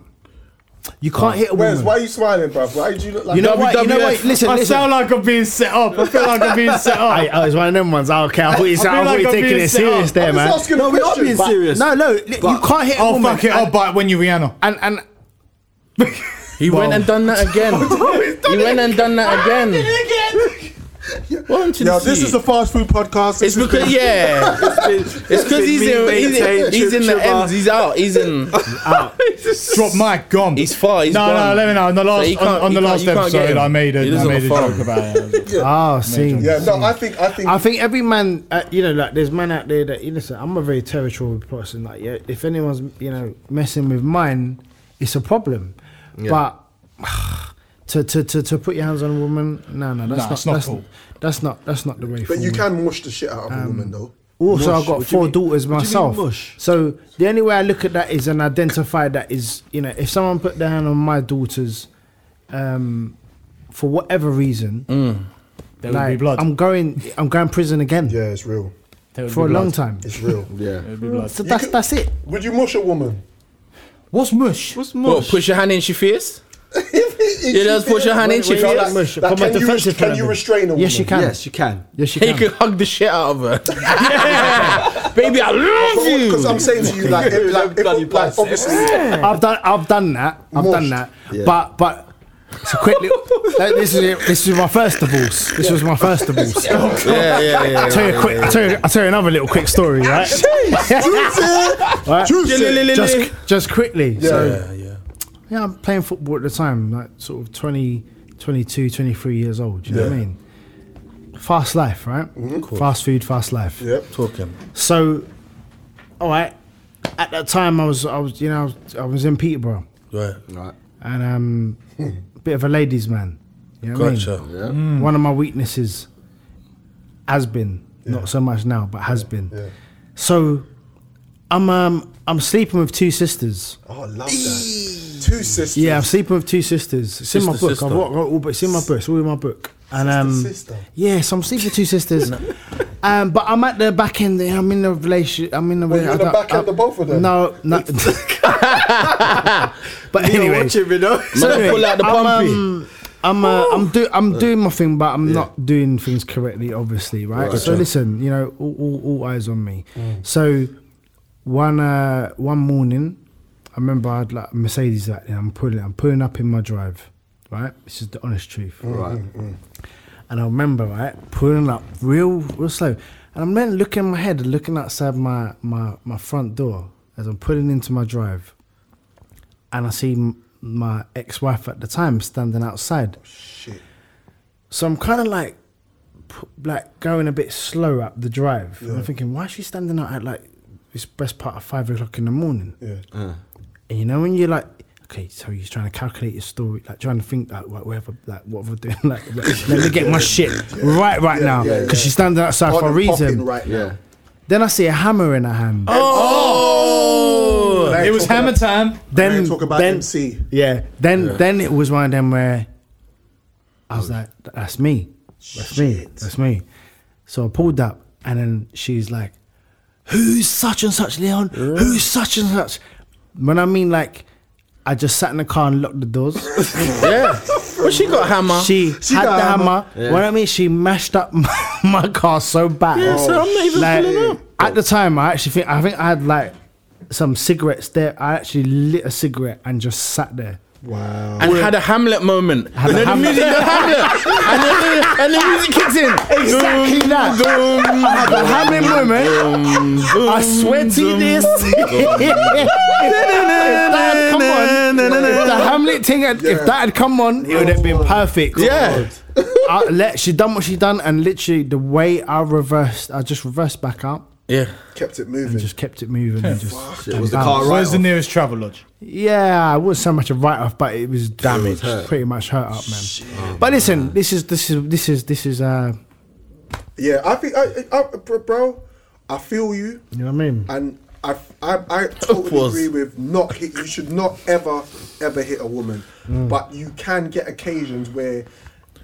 Speaker 6: you
Speaker 2: Oh.
Speaker 6: can't hit a
Speaker 3: Where's,
Speaker 6: woman.
Speaker 3: why are you smiling, bruv? Why did you look like
Speaker 6: you know what? You know
Speaker 5: WWF.
Speaker 6: what? Listen,
Speaker 2: I
Speaker 6: listen.
Speaker 2: sound like I'm being set up. I feel like I'm being set up.
Speaker 6: I, I was one of them ones. Okay, I thought you
Speaker 2: I feel
Speaker 6: sounded- I thought
Speaker 2: like
Speaker 6: you
Speaker 2: I'm
Speaker 6: taking
Speaker 2: being
Speaker 6: it
Speaker 2: set up.
Speaker 6: serious there,
Speaker 3: I'm
Speaker 6: man.
Speaker 3: just asking
Speaker 7: No,
Speaker 3: a
Speaker 7: we are
Speaker 3: question.
Speaker 7: being
Speaker 3: But-
Speaker 7: serious.
Speaker 6: No, no, li- you can't hit a
Speaker 2: oh
Speaker 6: woman.
Speaker 2: fuck it! I'll bite when you Rihanna.
Speaker 6: and and
Speaker 5: He went and done that again. he went and done that again. Welcome to
Speaker 3: Yo,
Speaker 5: the
Speaker 3: this
Speaker 5: sea.
Speaker 3: is a fast food podcast.
Speaker 5: It's because yeah, it's because he's in he's in, he's in the ends. He's out. He's in.
Speaker 2: Drop my gum.
Speaker 5: He's far, he's
Speaker 2: no, no,
Speaker 5: gone.
Speaker 2: let me know. On the last,
Speaker 5: So he
Speaker 2: on,
Speaker 5: can't-
Speaker 2: on the
Speaker 5: he can't-
Speaker 2: last
Speaker 5: you can't get
Speaker 2: episode,
Speaker 5: him.
Speaker 2: I made
Speaker 5: He
Speaker 2: a, I
Speaker 5: doesn't
Speaker 2: made a
Speaker 5: perform.
Speaker 2: joke about um, it.
Speaker 6: Ah, see.
Speaker 3: Yeah, no, I think I think
Speaker 6: I think every man, uh, you know, like there's man out there that you listen. I'm a very territorial person. Like, yeah, if anyone's you know messing with mine, it's a problem. But to, to to to put your hands on a woman, no, no, that's
Speaker 2: Nah,
Speaker 6: not,
Speaker 2: it's not
Speaker 6: that's,
Speaker 2: cool.
Speaker 6: that's not that's not the way.
Speaker 3: But you
Speaker 6: forward.
Speaker 3: can mush the shit out of a woman, though.
Speaker 6: Also,
Speaker 7: Mush?
Speaker 6: I've got
Speaker 7: What do you
Speaker 6: four
Speaker 7: mean-
Speaker 6: daughters
Speaker 7: what do you mean
Speaker 6: myself.
Speaker 7: mush?
Speaker 6: So the only way I look at that is and identify that is, you know, if someone put their hand on my daughters, um, for whatever reason,
Speaker 2: There would be blood.
Speaker 6: I'm going, I'm going prison again
Speaker 3: Yeah, it's real.
Speaker 2: There would
Speaker 6: for a
Speaker 2: be blood.
Speaker 6: long time.
Speaker 3: It's real.
Speaker 7: Yeah.
Speaker 6: So that's
Speaker 3: could-
Speaker 6: that's it.
Speaker 3: Would you mush a woman?
Speaker 2: What's mush?
Speaker 7: What's
Speaker 5: What, push your hand in she face?
Speaker 3: you
Speaker 5: just put your hand in, she feel like
Speaker 6: mush. From a
Speaker 3: can, you,
Speaker 6: defensive
Speaker 3: can
Speaker 6: point
Speaker 3: you
Speaker 6: of view.
Speaker 3: restrain a woman?
Speaker 6: Yes, you can.
Speaker 7: Yes, you can.
Speaker 6: Yes, you
Speaker 5: He
Speaker 6: can.
Speaker 5: could hug the shit out of her. Baby, I love you.
Speaker 3: Because I'm saying to you, like, if, like, if,
Speaker 7: Bloody
Speaker 3: like
Speaker 7: bastard.
Speaker 3: obviously,
Speaker 6: I've done, I've done that. I've done
Speaker 3: Mush.
Speaker 6: that. But but. So quickly, this is it. this is my first divorce. This was my first divorce.
Speaker 5: Yeah, yeah,
Speaker 6: I'll tell you a quick. I'll tell you, I'll tell you another little quick story, right? Right?
Speaker 5: yeah.
Speaker 6: Just, just quickly. So
Speaker 5: yeah, yeah.
Speaker 6: yeah, I'm playing football at the time, like sort of 20, 22, 23 years old. Do you know what I mean? Fast life, right? Fast food, fast life.
Speaker 3: Yep.
Speaker 4: Talking.
Speaker 6: So, all right. At that time, I was, I was, you know, I was, I was in Peterborough,
Speaker 4: Right.
Speaker 7: Right.
Speaker 6: and um, a bit of a ladies' man. You know what I mean?
Speaker 4: Gotcha.
Speaker 7: Yeah.
Speaker 3: Hmm.
Speaker 6: One of my weaknesses has been not so much now, but has been. So, I'm um, I'm sleeping with two sisters.
Speaker 3: Oh, I love that. Two sisters.
Speaker 6: Yeah, I'm sleeping with two sisters. It's in my
Speaker 4: Sister,
Speaker 6: book.
Speaker 4: sister.
Speaker 6: I've got got all, but it's in my book. It's all in my book. And um,
Speaker 3: sister.
Speaker 6: yeah, so I'm sleeping with two sisters. um, but I'm at the back end. yeah, I'm in a relationship. I'm in a
Speaker 3: Well, you're
Speaker 6: relationship.
Speaker 3: the back end of both of them?
Speaker 6: No, no. but anyway,
Speaker 7: you know.
Speaker 6: so
Speaker 5: Man,
Speaker 6: anyway,
Speaker 5: pull out the
Speaker 6: I'm,
Speaker 5: pumpy.
Speaker 6: um, I'm, uh, I'm, do, I'm doing my thing, but I'm not doing things correctly, obviously, right? So listen, you know, all, all, all eyes on me.
Speaker 5: Mm.
Speaker 6: So one uh, one morning, I remember I had like a Mercedes back then. I'm pulling, I'm pulling up in my drive, right? This is the honest truth,
Speaker 5: Mm,
Speaker 7: Right.
Speaker 6: and I remember right pulling up real, real slow, and I'm then looking in my head, looking outside my my my front door as I'm pulling into my drive, and I see m- my ex-wife at the time standing outside.
Speaker 3: Shit.
Speaker 6: So I'm kind of like, p- like going a bit slow up the drive. And I'm thinking, why is she standing out at like this best part of five o'clock in the morning?
Speaker 3: Yeah.
Speaker 6: And you know when you're like, okay, so you're trying to calculate your story, like trying to think like what- whatever, like what we're doing, like let let me get my shit right right now
Speaker 3: yeah,
Speaker 6: because
Speaker 3: yeah.
Speaker 6: she's standing outside
Speaker 3: On
Speaker 6: for a
Speaker 3: and popping
Speaker 6: reason.
Speaker 3: Right now.
Speaker 7: Yeah.
Speaker 6: Then I see a hammer in her hand.
Speaker 2: Oh,
Speaker 3: Now
Speaker 2: it
Speaker 3: you're
Speaker 2: was
Speaker 3: talking
Speaker 2: hammer
Speaker 3: about-
Speaker 2: time.
Speaker 3: now
Speaker 6: then
Speaker 3: you're talking about
Speaker 6: then
Speaker 3: MC.
Speaker 6: yeah, then then it was one of them where I
Speaker 5: Oh.
Speaker 6: was like, that's me, that's me, that's me. So I pulled up, and then she's like, "Who's such and such, Leon? Who's such and such?" When I mean like, I just sat in the car and locked the doors.
Speaker 5: Yeah. Well, she got hammer.
Speaker 6: She, had
Speaker 3: got
Speaker 6: the
Speaker 3: a
Speaker 6: hammer. What I mean, she mashed up my, my car so bad.
Speaker 5: Yeah, so I'm not even pulling up.
Speaker 6: At the time, I actually think I think I had like some cigarettes there. I actually lit a cigarette and just sat there.
Speaker 3: Wow.
Speaker 5: and had a Hamlet moment.
Speaker 6: a
Speaker 5: and then
Speaker 6: Hamlet.
Speaker 5: the music, the Hamlet, and then the, and the music kicks in.
Speaker 6: Exactly that. I had a hammer moment. I swear to you this. If that had come on, if the Hamlet thing, had, if that had come on, it would have been perfect.
Speaker 5: Yeah.
Speaker 6: I let she done what she done, and literally the way I reversed, I just reversed back up
Speaker 5: Yeah.
Speaker 3: Kept it moving.
Speaker 6: and just kept it moving. And just and
Speaker 7: was the
Speaker 6: bounced.
Speaker 7: car right
Speaker 2: Where's the
Speaker 7: off?
Speaker 2: nearest travel lodge?
Speaker 6: Yeah, it wasn't so much a write off, but it was damaged, pretty much hurt up, man. but listen, this is this is this is this is uh,
Speaker 3: yeah, I think, I, I, I- bro, bro, I feel you.
Speaker 6: you know what I mean.
Speaker 3: And I, I, I totally
Speaker 5: Pause.
Speaker 3: agree with not hit. You should not ever, ever hit a woman. But you can get occasions where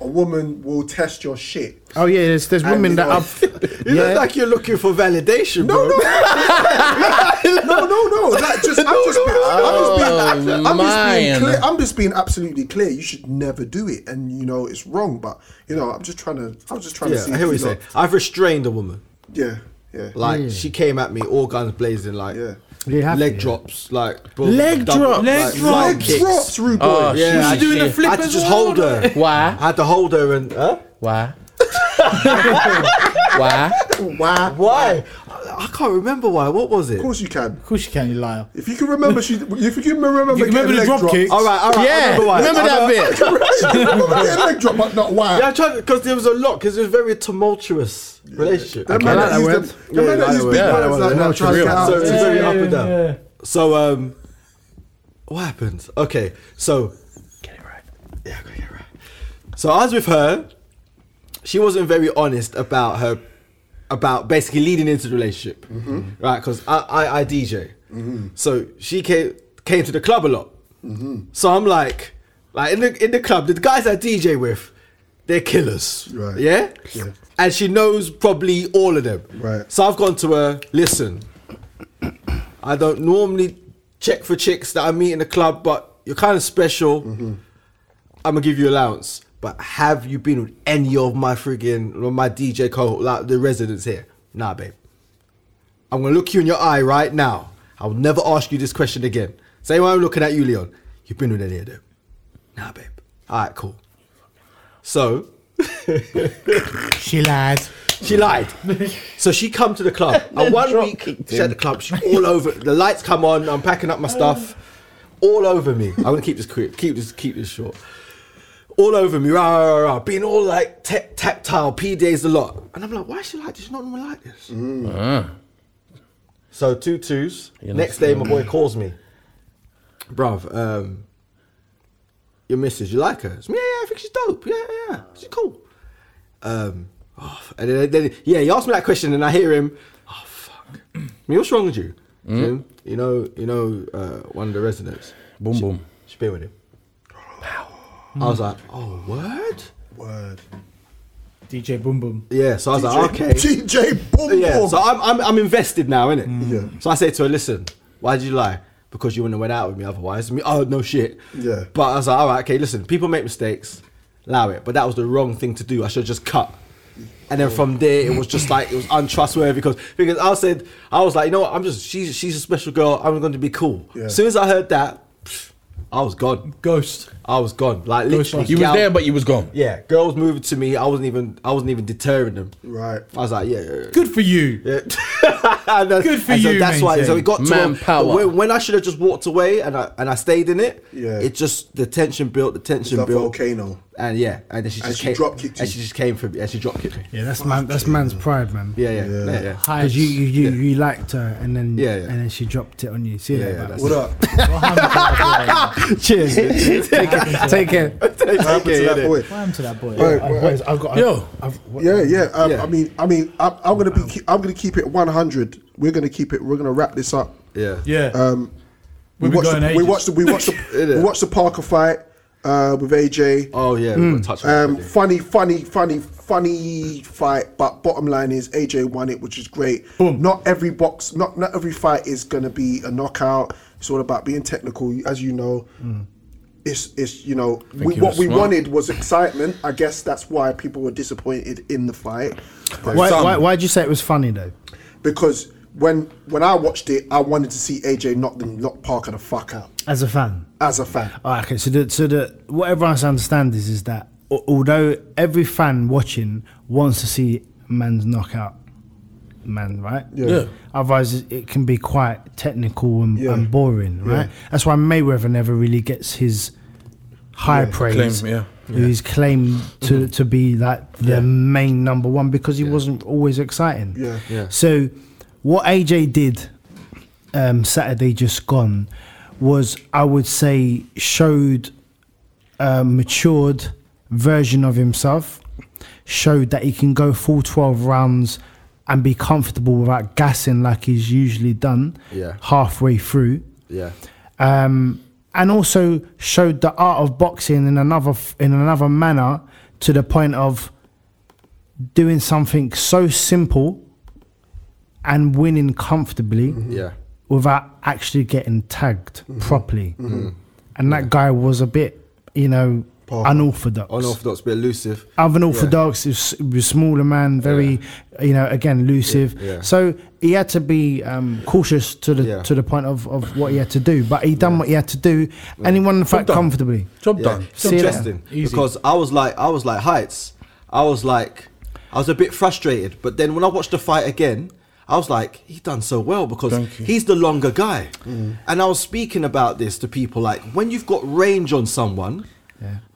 Speaker 3: a woman will test your shit.
Speaker 6: Oh yeah, there's there's
Speaker 3: And
Speaker 6: women
Speaker 3: you
Speaker 6: that
Speaker 3: know-
Speaker 6: I've
Speaker 7: You
Speaker 6: yeah.
Speaker 7: look like you're looking for validation,
Speaker 3: No,
Speaker 7: bro.
Speaker 3: no, no, no, no. That just, I'm just, being, I'm just being, I'm just being
Speaker 5: man.
Speaker 3: clear. I'm just being absolutely clear. You should never do it, and you know it's wrong. But you know, I'm just trying to, I'm just trying to see.
Speaker 7: Yeah, I hear what you
Speaker 3: if
Speaker 7: say.
Speaker 3: know-
Speaker 7: I've restrained a woman.
Speaker 3: Yeah, yeah.
Speaker 7: Like she came at me, all guns blazing, like
Speaker 3: Yeah.
Speaker 6: You have
Speaker 7: leg
Speaker 6: to.
Speaker 7: drops, like bro,
Speaker 5: Leg drop.
Speaker 2: Leg drop.
Speaker 7: flying
Speaker 3: Leg
Speaker 7: kicks.
Speaker 3: drops, rude boy.
Speaker 5: Oh,
Speaker 7: Yeah,
Speaker 5: shit.
Speaker 7: I
Speaker 5: She's doing the flip
Speaker 7: I had to
Speaker 2: as
Speaker 7: just
Speaker 2: well,
Speaker 7: hold her. I
Speaker 5: Why?
Speaker 7: had to hold her and huh?
Speaker 5: Why? Why?
Speaker 3: Wow.
Speaker 7: Why? I, I can't remember why. What was it?
Speaker 3: Of course you can.
Speaker 2: Of course you can, you liar.
Speaker 3: If you can remember, she. If you can remember,
Speaker 2: You remember
Speaker 3: getting
Speaker 2: the
Speaker 3: leg
Speaker 2: drop
Speaker 3: drops-
Speaker 2: kick?
Speaker 7: All right, all right. I
Speaker 5: Yeah.
Speaker 7: remember why.
Speaker 5: Remember
Speaker 7: I
Speaker 5: that bit.
Speaker 3: remember getting leg drop, but not why.
Speaker 7: Yeah, I tried because there was a lot because it was very tumultuous relationship.
Speaker 3: That man
Speaker 6: like
Speaker 3: that
Speaker 6: that
Speaker 3: used
Speaker 6: word.
Speaker 3: them- the man
Speaker 7: Yeah,
Speaker 3: that used
Speaker 7: yeah,
Speaker 3: big
Speaker 7: yeah,
Speaker 3: words
Speaker 7: yeah,
Speaker 3: like
Speaker 7: yeah,
Speaker 3: that tries to
Speaker 7: yeah,
Speaker 3: get
Speaker 7: So
Speaker 3: out.
Speaker 7: it's very up and
Speaker 2: yeah,
Speaker 7: down. So um, what happened? Okay, so get it right. Yeah, I got it right. So I was with her. She wasn't very honest about her, about basically leading into the relationship,
Speaker 3: Mm-hmm.
Speaker 7: right? Because I, I I DJ, so she came came to the club a lot.
Speaker 3: Mm-hmm.
Speaker 7: So I'm like, like in the in the club, the guys I DJ with, they're killers,
Speaker 3: Right.
Speaker 7: Yeah?
Speaker 3: Yeah.
Speaker 7: and she knows probably all of them,
Speaker 3: Right.
Speaker 7: So I've gone to her. Listen, I don't normally check for chicks that I meet in the club, but you're kind of special.
Speaker 3: Mm-hmm.
Speaker 7: I'm gonna give you allowance. But have you been with any of my friggin' or my DJ cohort, like the residents here? Nah, babe. I'm gonna look you in your eye right now. I will never ask you this question again. Same way I'm looking at you, Leon. You've been with any of them? Nah, babe. All right, cool. So
Speaker 2: She lied.
Speaker 7: she lied. So she come to the club. And one
Speaker 5: drop
Speaker 7: week
Speaker 5: kicked
Speaker 7: she at the club. She all over. The lights come on. I'm packing up my stuff. All over me. I'm gonna keep this quick. Keep this. Keep this short. all over me, rah, rah, rah, rah, being all like ta- tactile, P days a lot. And I'm like, why is she like this? She's not normally like this.
Speaker 6: Ah.
Speaker 7: So two twos. Next day, my boy calls me. Bruv, um, your missus, you like her? I said, yeah, yeah, I think she's dope. Yeah, yeah, yeah. She's cool. Um, oh, f- and then, then, yeah, he asked me that question, and I hear him. Oh fuck! I mean, what's wrong with you? Jim? You know, you know, uh, one of the residents.
Speaker 5: Boom, boom.
Speaker 7: She's been with him. I was like, oh word.
Speaker 3: Word.
Speaker 2: DJ Boom Boom.
Speaker 7: Yeah. So I was like, okay.
Speaker 3: DJ Boom
Speaker 7: Yeah,
Speaker 3: Boom.
Speaker 7: so I'm, I'm, I'm invested now, innit?
Speaker 5: Mm.
Speaker 3: Yeah.
Speaker 7: So I say to her, listen, why did you lie? Because you wouldn't have went out with me otherwise. Me, oh, no shit.
Speaker 3: Yeah.
Speaker 7: But I was like, all right, okay, listen, people make mistakes, allow it. But that was the wrong thing to do. I should just cut. And then from there, it was just like, it was untrustworthy because, because I said, I was like, you know what, I'm just, she's, she's a special girl. I'm going to be cool.
Speaker 3: Yeah.
Speaker 7: As soon as I heard that, pff, I was gone.
Speaker 2: Ghost.
Speaker 7: I was gone. Like, literally.
Speaker 5: You was
Speaker 7: gal-
Speaker 5: there, but you was gone.
Speaker 7: Yeah, girls moving to me. I wasn't even, I wasn't even deterring them.
Speaker 3: Right.
Speaker 7: I was like, yeah, yeah, yeah.
Speaker 2: Good for you.
Speaker 7: Yeah. And then-
Speaker 2: Good for
Speaker 7: and so
Speaker 2: you,
Speaker 7: That's why.
Speaker 2: Maintain.
Speaker 7: So it got to
Speaker 5: Manpower.
Speaker 7: a- When, when I should have just walked away and I and I stayed in it.
Speaker 3: Yeah.
Speaker 7: It just the tension built. The tension
Speaker 3: Like
Speaker 7: built.
Speaker 3: volcano.
Speaker 7: And yeah, and then she
Speaker 3: And
Speaker 7: just
Speaker 3: she
Speaker 7: came.
Speaker 3: drop-kicked
Speaker 7: and
Speaker 3: you.
Speaker 7: she just came for me. And she drop kicked me.
Speaker 6: Yeah, that's man. That's man's pride, man.
Speaker 7: Yeah, yeah, yeah,
Speaker 3: Yeah.
Speaker 7: yeah.
Speaker 6: Because you you, you, you liked her, and then
Speaker 7: Yeah, yeah.
Speaker 6: and then she dropped it on you. See you
Speaker 7: Yeah,
Speaker 6: later,
Speaker 7: yeah,
Speaker 6: bro.
Speaker 7: that's-
Speaker 3: What up?
Speaker 6: Cheers. take care. Take care.
Speaker 3: What happened to that boy?
Speaker 2: What happened to that boy?
Speaker 3: Wait,
Speaker 6: Uh,
Speaker 3: wait,
Speaker 6: boys, I've got.
Speaker 4: Yo.
Speaker 6: I've, what-
Speaker 3: Yeah, yeah. Um,
Speaker 7: Yeah.
Speaker 3: I mean, I mean, I'm, I'm gonna be. Keep, I'm gonna keep it 100. We're gonna keep it. We're gonna wrap this up.
Speaker 7: Yeah.
Speaker 2: Yeah.
Speaker 3: Um, we,
Speaker 2: We've been
Speaker 3: watched
Speaker 2: going
Speaker 3: the, we
Speaker 2: ages.
Speaker 3: watched. The, we watched. The, we watched the Parker fight uh, with AJ.
Speaker 7: Oh yeah. we got touch on
Speaker 3: Um,
Speaker 7: that,
Speaker 3: funny, funny, funny, funny fight. But bottom line is AJ won it, which is great.
Speaker 2: Boom.
Speaker 3: Not every box, not not every fight is gonna be a knockout. It's all about being technical, as you know.
Speaker 6: Hmm.
Speaker 3: It's it's you know we,
Speaker 5: you
Speaker 3: what
Speaker 5: were
Speaker 3: we
Speaker 5: smart.
Speaker 3: wanted was excitement. I guess that's why people were disappointed in the fight
Speaker 6: Why, why, why'd you say it was funny though?
Speaker 3: because when when I watched it, I wanted to see AJ knock them knock Parker the fuck out
Speaker 6: As a fan.
Speaker 3: as a fan.
Speaker 6: All right, okay. So, the, so the, what everyone has to understand is, is that al- although every fan watching wants to see a man's knockout, man, right?
Speaker 4: Yeah.
Speaker 6: Otherwise, it- it can be quite technical and,
Speaker 3: Yeah.
Speaker 6: and boring, right? That's why Mayweather never really gets his high praise.
Speaker 4: Claim, yeah.
Speaker 6: He's claimed
Speaker 7: Mm-hmm.
Speaker 6: to, to be like the main number one because he wasn't always exciting.
Speaker 3: Yeah.
Speaker 7: Yeah.
Speaker 6: So, what AJ did um, Saturday just gone was, I would say, showed a matured version of himself, showed that he can go full 12 rounds and be comfortable without gassing like he's usually done
Speaker 7: Yeah.
Speaker 6: halfway through
Speaker 7: Yeah.
Speaker 6: um, and also showed the art of boxing in another f- in another manner to the point of doing something so simple and winning comfortably
Speaker 7: Yeah.
Speaker 6: without actually getting tagged properly. And that guy was a bit, you know, unorthodox.
Speaker 7: Unorthodox, bit elusive.
Speaker 6: Unorthodox, yeah. was, was smaller man, very, you know, again elusive.
Speaker 7: Yeah, yeah.
Speaker 6: So he had to be um, cautious to the
Speaker 7: Yeah.
Speaker 6: to the point of, of what he had to do, but he done what he had to do, and he won the fight
Speaker 4: done.
Speaker 6: comfortably.
Speaker 4: Job
Speaker 7: Yeah.
Speaker 4: done.
Speaker 7: It's
Speaker 6: See you later.
Speaker 7: interesting
Speaker 2: Easy.
Speaker 7: because I was like, I was like heights. I was like, I was a bit frustrated, but then when I watched the fight again, I was like, he done so well because
Speaker 4: Thank you.
Speaker 7: he's the longer guy. And I was speaking about this to people like, when you've got range on someone,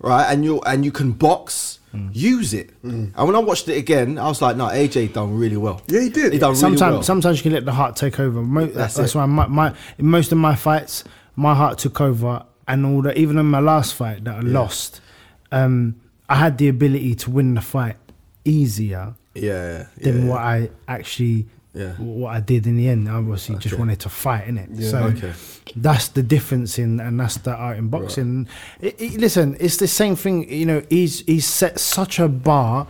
Speaker 7: right, and you and you can box. Use it, and when I watched it again, I was like, "No, AJ done really well.
Speaker 3: Yeah, he did.
Speaker 7: He done
Speaker 6: Sometimes
Speaker 7: really well.
Speaker 6: sometimes you can let the heart take over. Mo- that's
Speaker 7: That's
Speaker 6: that's
Speaker 7: it.
Speaker 6: why my, my in most of my fights, my heart took over, and all that. Even in my last fight that I lost, um, I had the ability to win the fight easier
Speaker 7: yeah, yeah,
Speaker 6: than
Speaker 7: yeah.
Speaker 6: what I actually
Speaker 7: Yeah.
Speaker 6: what I did in the end. I obviously just wanted to fight in it. So
Speaker 7: Okay.
Speaker 6: that's the difference in and that's the art in boxing. It- it- listen, it's the same thing. You know, he's he's set such a bar.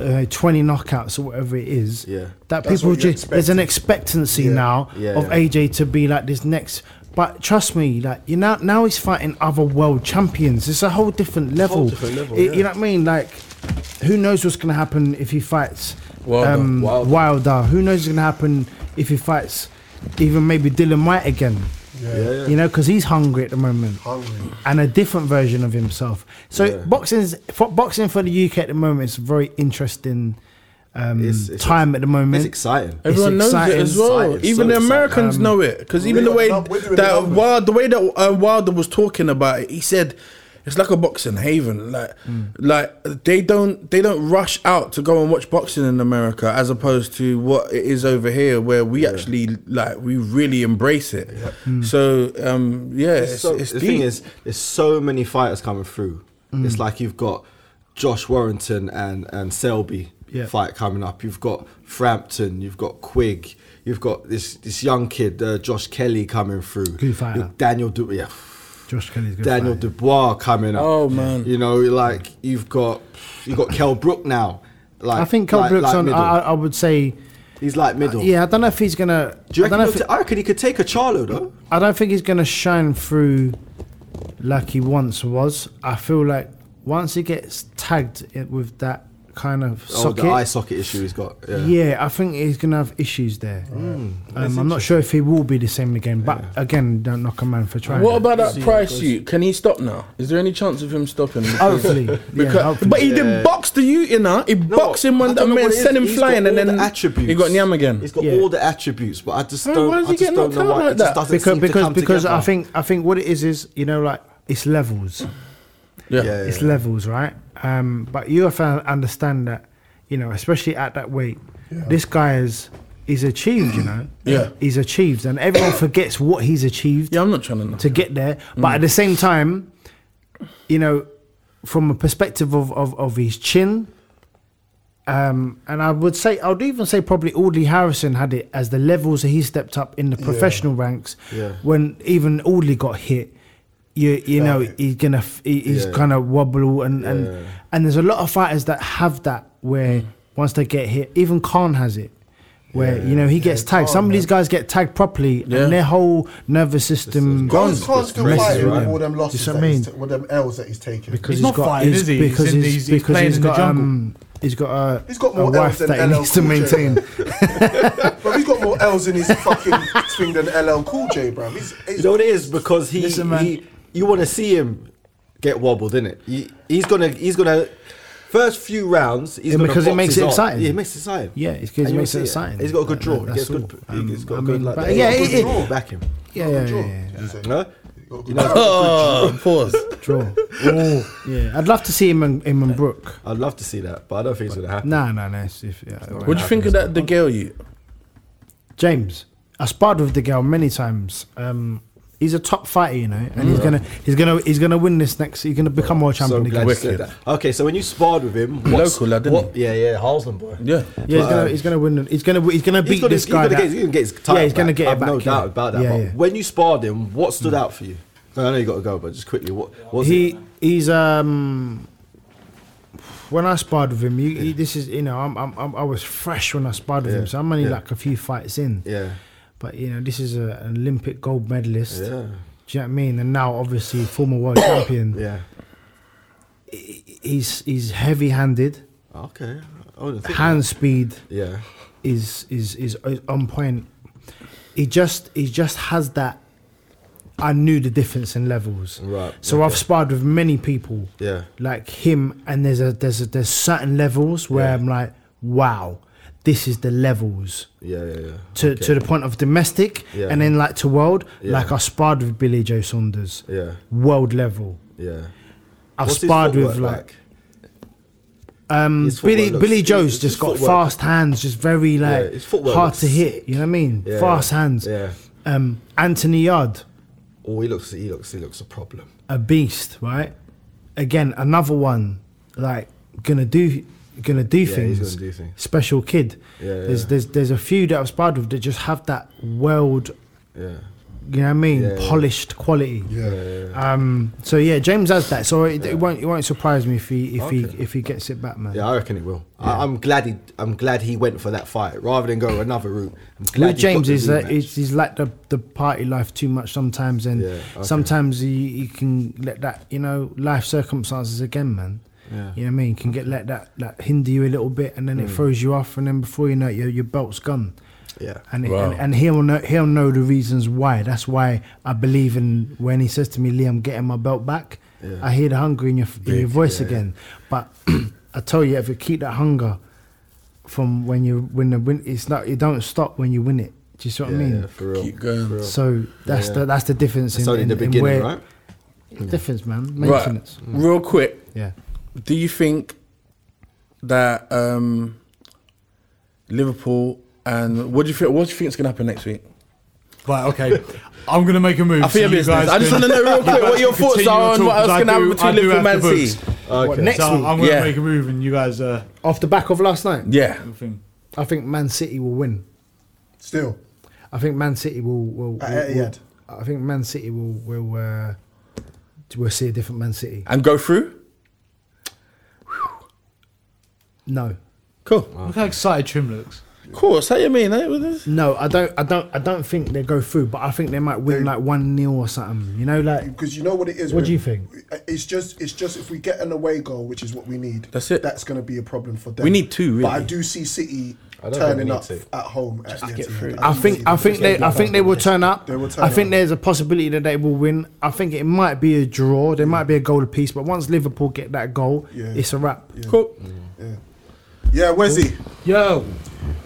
Speaker 6: Uh, 20 knockouts or whatever it is
Speaker 7: Yeah.
Speaker 6: that
Speaker 3: That's
Speaker 6: people
Speaker 3: what you
Speaker 6: just there's an expectancy now
Speaker 7: Yeah,
Speaker 6: of
Speaker 7: yeah.
Speaker 6: aj to be like this next but trust me like you know now he's fighting other world champions it's a whole different level,
Speaker 7: different level,
Speaker 6: It-
Speaker 7: yeah.
Speaker 6: you know what i mean like who knows what's going to happen if he fights
Speaker 4: Wilder.
Speaker 6: um, Wilder.
Speaker 7: Wilder.
Speaker 6: Who knows what's going to happen if he fights even maybe Dylan White again?
Speaker 7: yeah, yeah.
Speaker 6: You know, because he's hungry at the moment. Hungry. And a different version of himself. So boxing's for, boxing for the UK at the moment is a very interesting um,
Speaker 7: It's- it's-
Speaker 6: time at the
Speaker 7: It's
Speaker 6: moment.
Speaker 7: exciting.
Speaker 4: Everyone knows it
Speaker 6: exciting.
Speaker 4: as well.
Speaker 7: Exciting,
Speaker 4: even
Speaker 7: so
Speaker 4: the
Speaker 7: exciting. Um,
Speaker 4: Americans know it because even the
Speaker 3: we're
Speaker 4: way
Speaker 3: not- we're doing
Speaker 4: that
Speaker 3: it over.
Speaker 4: Wild, the way that uh, Wilder was talking about it, he said It's like a boxing haven. Like,
Speaker 7: Mm.
Speaker 4: like they don't they don't rush out to go and watch boxing in America as opposed to what it is over here, where we actually like we really embrace it. So, um, yeah, it's,
Speaker 7: so,
Speaker 4: it's
Speaker 7: the
Speaker 4: deep.
Speaker 7: thing is, there's so many fighters coming through.
Speaker 6: Mm.
Speaker 7: It's like you've got Josh Warrington and and Selby
Speaker 6: Yeah.
Speaker 7: fight coming up. You've got Frampton. You've got Quigg. You've got this this young kid, uh, Josh Kelly, coming through.
Speaker 6: Good fighter.
Speaker 7: You've Daniel Du- yeah,
Speaker 6: Josh Kelly's good.
Speaker 7: Daniel
Speaker 6: fighter.
Speaker 7: Dubois coming up.
Speaker 4: Oh, man.
Speaker 7: you know, like you've got you've got Kel Brook now. Like
Speaker 6: I think Cole
Speaker 7: like-
Speaker 6: Brook's
Speaker 7: like
Speaker 6: on. I,
Speaker 7: middle.
Speaker 6: I I would say,
Speaker 7: He's like middle.
Speaker 6: yeah, I don't know if he's gonna.
Speaker 7: Do you
Speaker 6: I don't
Speaker 7: reckon
Speaker 6: know
Speaker 7: I,
Speaker 6: if
Speaker 7: I reckon he could take a Charlo though.
Speaker 6: I don't think he's gonna shine through like he once was. I feel like once he gets tagged i- with that kind of socket,
Speaker 7: Oh, the eye socket issue he's got. Yeah.
Speaker 6: yeah, I think he's gonna have issues there.
Speaker 7: Mm.
Speaker 6: Um, I'm not sure if he will be the same in the game. But again, don't knock a man for trying.
Speaker 4: What about that price you? Can he stop now? Is there any chance of him stopping?
Speaker 6: Hopefully, yeah,
Speaker 4: Because-
Speaker 6: hopefully.
Speaker 4: But he did box the you, you know. He boxed him
Speaker 7: I
Speaker 4: when
Speaker 7: don't
Speaker 4: that
Speaker 7: know
Speaker 4: man
Speaker 7: what it is.
Speaker 4: sent him
Speaker 7: He's got
Speaker 4: flying, and
Speaker 7: all
Speaker 4: then
Speaker 7: the attributes.
Speaker 4: he got Nyam again.
Speaker 7: He's got
Speaker 6: Yeah.
Speaker 7: all the attributes, but I just
Speaker 4: Why-
Speaker 7: don't.
Speaker 4: why does
Speaker 7: I
Speaker 4: he
Speaker 7: just don't
Speaker 4: get
Speaker 7: know
Speaker 4: knocked out
Speaker 7: why.
Speaker 4: like
Speaker 7: it
Speaker 4: that?
Speaker 7: just doesn't
Speaker 6: because
Speaker 7: seem to
Speaker 6: because
Speaker 7: come
Speaker 6: because
Speaker 7: together.
Speaker 6: I think I think what it is is you know like it's levels.
Speaker 4: Yeah.
Speaker 7: Yeah,
Speaker 6: it's
Speaker 7: yeah.
Speaker 6: levels, right? Um, but you have to understand that, you know, especially at that weight, this guy is he's achieved, you know.
Speaker 4: Yeah.
Speaker 6: he's achieved, and everyone forgets what he's achieved
Speaker 4: Yeah, I'm not trying to. Knock
Speaker 6: to get there. But at the same time, you know, from a perspective of of, of his chin. Um, and I would say, I would even say probably Audley Harrison had it as the levels that he stepped up in the professional ranks.
Speaker 7: Yeah.
Speaker 6: When even Audley got hit, you you know he's gonna f- he, he's
Speaker 7: Yeah.
Speaker 6: gonna wobble and and and there's a lot of fighters that have that where
Speaker 7: Mm.
Speaker 6: once they get hit, even Khan has it. Where you know he gets tagged. Some of these guys get tagged properly,
Speaker 4: Yeah.
Speaker 6: and their whole nervous system
Speaker 4: Gone.
Speaker 8: He's can't still
Speaker 6: Messi,
Speaker 8: fighting with
Speaker 6: right?
Speaker 8: all them losses,
Speaker 6: what I
Speaker 8: that he's
Speaker 6: mean?
Speaker 8: ta- all them L's that he's taking.
Speaker 6: because
Speaker 2: He's not fighting,
Speaker 6: he's-
Speaker 2: is he? He's in
Speaker 6: Because he's,
Speaker 2: the- he's- he's
Speaker 6: because
Speaker 2: playing
Speaker 6: he's
Speaker 2: in the
Speaker 6: got
Speaker 2: jungle.
Speaker 6: um, he's got a,
Speaker 8: He's got
Speaker 6: a
Speaker 8: more L's
Speaker 6: wife
Speaker 8: than
Speaker 6: that he
Speaker 8: LL
Speaker 6: needs to
Speaker 8: Cool J.
Speaker 6: maintain.
Speaker 8: Bro, he's got more L's in his fucking thing than LL Cool J, bro. He's, he's,
Speaker 7: You know what it is because he,
Speaker 2: Listen, man.
Speaker 7: he you want to see him get wobbled, innit? He, he's gonna he's gonna first few rounds. He's
Speaker 6: Yeah,
Speaker 7: gonna
Speaker 6: because it
Speaker 7: box
Speaker 6: makes
Speaker 7: his
Speaker 6: it
Speaker 7: arm.
Speaker 6: exciting.
Speaker 7: Yeah, it makes it exciting.
Speaker 6: Yeah, it's 'cause it
Speaker 7: And you
Speaker 6: makes
Speaker 7: wanna
Speaker 6: it
Speaker 7: see
Speaker 6: exciting.
Speaker 7: He's got a good
Speaker 6: That-
Speaker 7: draw.
Speaker 6: that-
Speaker 7: he gets
Speaker 6: that's
Speaker 7: good.
Speaker 6: all.
Speaker 7: he gets
Speaker 6: Um,
Speaker 7: got
Speaker 6: I
Speaker 7: good
Speaker 6: mean,
Speaker 7: like
Speaker 6: but
Speaker 7: that.
Speaker 6: yeah,
Speaker 7: He's got
Speaker 6: it-
Speaker 7: good
Speaker 6: it-
Speaker 7: draw. Back him.
Speaker 6: yeah, yeah,
Speaker 8: draw.
Speaker 6: yeah, yeah.
Speaker 7: No? You know,
Speaker 4: Oh, pause.
Speaker 6: draw. Oh, yeah, I'd love to see him and him and Brooke.
Speaker 7: I'd love to see that, but I don't think it's gonna happen.
Speaker 6: Nah, nah, nah. It's, if, yeah, it won't
Speaker 4: What do you think of that? The girl you?
Speaker 6: James, I sparred with the girl many times. Um, he's a top fighter, you know, and he's gonna he's gonna he's gonna win this next. He's gonna become world
Speaker 7: So
Speaker 6: champion
Speaker 7: glad
Speaker 6: again.
Speaker 7: you
Speaker 6: Yeah,
Speaker 7: said that. Okay, so when you sparred with him, what's-
Speaker 4: Local lad, didn't
Speaker 7: what- Yeah, yeah, Harlem boy.
Speaker 4: Yeah.
Speaker 6: he's gonna he's gonna win. He's gonna uh, he's gonna
Speaker 7: He's
Speaker 6: beat
Speaker 7: gonna,
Speaker 6: this
Speaker 7: he's gonna
Speaker 6: guy.
Speaker 7: get,
Speaker 6: that-
Speaker 7: he's gonna get his title
Speaker 6: Yeah, he's gonna
Speaker 7: back.
Speaker 6: get it
Speaker 7: I've no
Speaker 6: back, yeah.
Speaker 7: doubt about that.
Speaker 6: Yeah,
Speaker 7: but
Speaker 6: yeah.
Speaker 7: when you sparred him, what stood out for you? I know you got to go, but just quickly, what was it?
Speaker 6: he he's um when I sparred with him, you, he, this is you know I'm, I'm, I'm I was fresh when I sparred with him, so I'm only like a few fights in.
Speaker 7: Yeah.
Speaker 6: But you know this is a, an Olympic gold medalist.
Speaker 7: Yeah.
Speaker 6: Do you know what I mean? And now obviously former world champion.
Speaker 7: Yeah.
Speaker 6: He's he's heavy handed.
Speaker 7: Okay. I wouldn't think-
Speaker 6: Hand speed
Speaker 7: Yeah.
Speaker 6: is, is is is on point. He just he just has that. I knew the difference in levels.
Speaker 7: Right,
Speaker 6: So I've sparred with many people.
Speaker 7: Yeah.
Speaker 6: like him and there's a there's a, there's certain levels where
Speaker 7: Yeah.
Speaker 6: I'm like, wow, this is the levels
Speaker 7: Yeah. Yeah. Yeah.
Speaker 6: to to the point of domestic
Speaker 7: Yeah.
Speaker 6: and then like to world.
Speaker 7: Yeah.
Speaker 6: Like I sparred with Billy Joe Saunders,
Speaker 7: Yeah.
Speaker 6: world level.
Speaker 7: Yeah.
Speaker 6: I've
Speaker 7: What's his
Speaker 6: sparred with
Speaker 7: footwork
Speaker 6: like um
Speaker 7: His
Speaker 6: Billy
Speaker 7: footwork
Speaker 6: Billy
Speaker 7: looks-
Speaker 6: Joe's
Speaker 7: his-
Speaker 6: just
Speaker 7: his
Speaker 6: got
Speaker 7: footwork-
Speaker 6: fast hands, just very like
Speaker 7: his footwork
Speaker 6: hard
Speaker 7: looks
Speaker 6: to hit. You know what I mean?
Speaker 7: Yeah,
Speaker 6: fast
Speaker 7: yeah.
Speaker 6: hands.
Speaker 7: Yeah.
Speaker 6: Um, Anthony Yard.
Speaker 7: Oh, he looks. He looks. He looks a problem.
Speaker 6: a beast, right? Again, another one like gonna do gonna do
Speaker 7: he's
Speaker 6: things.
Speaker 7: gonna do things.
Speaker 6: Special kid.
Speaker 7: Yeah,
Speaker 6: There's
Speaker 7: yeah.
Speaker 6: there's there's a few that I've sparred with that just have that world,
Speaker 7: Yeah.
Speaker 6: you know what I mean,
Speaker 7: Yeah, yeah.
Speaker 6: polished quality.
Speaker 8: yeah.
Speaker 6: Um. So yeah, James has that. So it, it won't it won't surprise me if he if he if he gets it back, man.
Speaker 7: Yeah, I reckon it will. I, I'm glad he. I'm glad he went for that fight rather than go another route. I'm glad
Speaker 6: With
Speaker 7: he got
Speaker 6: James
Speaker 7: the
Speaker 6: is that
Speaker 7: rematch.
Speaker 6: he's, he's like the, the party life too much sometimes, and
Speaker 7: Yeah, okay.
Speaker 6: sometimes he, he can let that you know life circumstances again, man.
Speaker 7: Yeah. Mm.
Speaker 6: You know what I mean? Can get let that that hinder you a little bit, and then it throws you off, and then before you know it, your your belt's gone.
Speaker 7: Yeah.
Speaker 6: And, it,
Speaker 4: Wow.
Speaker 6: and and he'll know he'll know the reasons why. That's why I believe in when he says to me, "Lee, I'm getting my belt back." I hear the hunger in your in your voice again. But I tell you, if you keep that hunger from when you win the win, it's not it don't stop when you win it. Do you see what
Speaker 7: Yeah,
Speaker 6: I mean?
Speaker 7: yeah, for real.
Speaker 4: Keep going.
Speaker 7: For real.
Speaker 6: So that's
Speaker 7: Yeah.
Speaker 6: the that's the difference
Speaker 7: It's
Speaker 6: in,
Speaker 7: only
Speaker 6: in,
Speaker 7: the
Speaker 6: in
Speaker 7: beginning,
Speaker 6: where
Speaker 7: right?
Speaker 6: Difference, man.
Speaker 4: Right.
Speaker 6: Maintenance. Mm.
Speaker 4: Real quick,
Speaker 6: Yeah.
Speaker 4: do you think that um, Liverpool and what do you think? What do you think is going to happen next week?
Speaker 2: Right, okay. I'm gonna make a move.
Speaker 5: I feel
Speaker 2: so you
Speaker 5: business.
Speaker 2: guys
Speaker 5: I just
Speaker 2: can-
Speaker 5: want to know real quick
Speaker 2: you guys
Speaker 5: what your
Speaker 2: can
Speaker 5: thoughts
Speaker 2: continue
Speaker 5: are
Speaker 2: your
Speaker 5: on what
Speaker 2: talk,
Speaker 5: else
Speaker 2: 'cause I
Speaker 5: going to happen
Speaker 2: do- I
Speaker 5: between
Speaker 2: do
Speaker 5: Liverpool and Man
Speaker 2: have the
Speaker 5: City.
Speaker 2: books.
Speaker 6: What, next
Speaker 2: So
Speaker 6: week?
Speaker 2: I'm gonna
Speaker 5: Yeah.
Speaker 2: make a move, and you guys uh,
Speaker 6: Off the back of last night?
Speaker 5: Yeah.
Speaker 2: your thing.
Speaker 6: I think Man City will win.
Speaker 3: Still.
Speaker 6: I think Man City will. will,
Speaker 7: Uh,
Speaker 6: will,
Speaker 3: At
Speaker 6: will
Speaker 3: Etihad.
Speaker 6: I think Man City will will uh, we'll see a different Man City.
Speaker 5: And go through?
Speaker 6: No,
Speaker 5: Cool.
Speaker 2: Look how excited Trim looks.
Speaker 5: Of course. How you mean? eh, with this?
Speaker 6: no, I don't, I don't, I don't think they go through. But I think they might win
Speaker 3: They-
Speaker 6: like one 0 or something. You know, like
Speaker 3: Because you know what it is.
Speaker 6: What
Speaker 3: with-
Speaker 6: do you think?
Speaker 3: It's just, it's just if we get an away goal, which is what we need.
Speaker 5: That's it.
Speaker 3: That's going to be a problem for them.
Speaker 5: We need two,
Speaker 3: But I
Speaker 5: really.
Speaker 3: do see City
Speaker 7: I don't think we
Speaker 3: turning
Speaker 7: need
Speaker 3: up
Speaker 7: two.
Speaker 3: at home. At the end of the-
Speaker 6: I
Speaker 3: do see
Speaker 6: think I
Speaker 3: them
Speaker 6: think
Speaker 3: just
Speaker 6: they I think they will turn up.
Speaker 3: They will turn
Speaker 6: I think
Speaker 3: up.
Speaker 6: there's a possibility that they will win. I think it might be a draw. There might be a goal apiece. But once Liverpool get that goal,
Speaker 3: Yeah.
Speaker 6: it's a wrap.
Speaker 5: Cool.
Speaker 3: Yeah, where's he?
Speaker 2: Yo,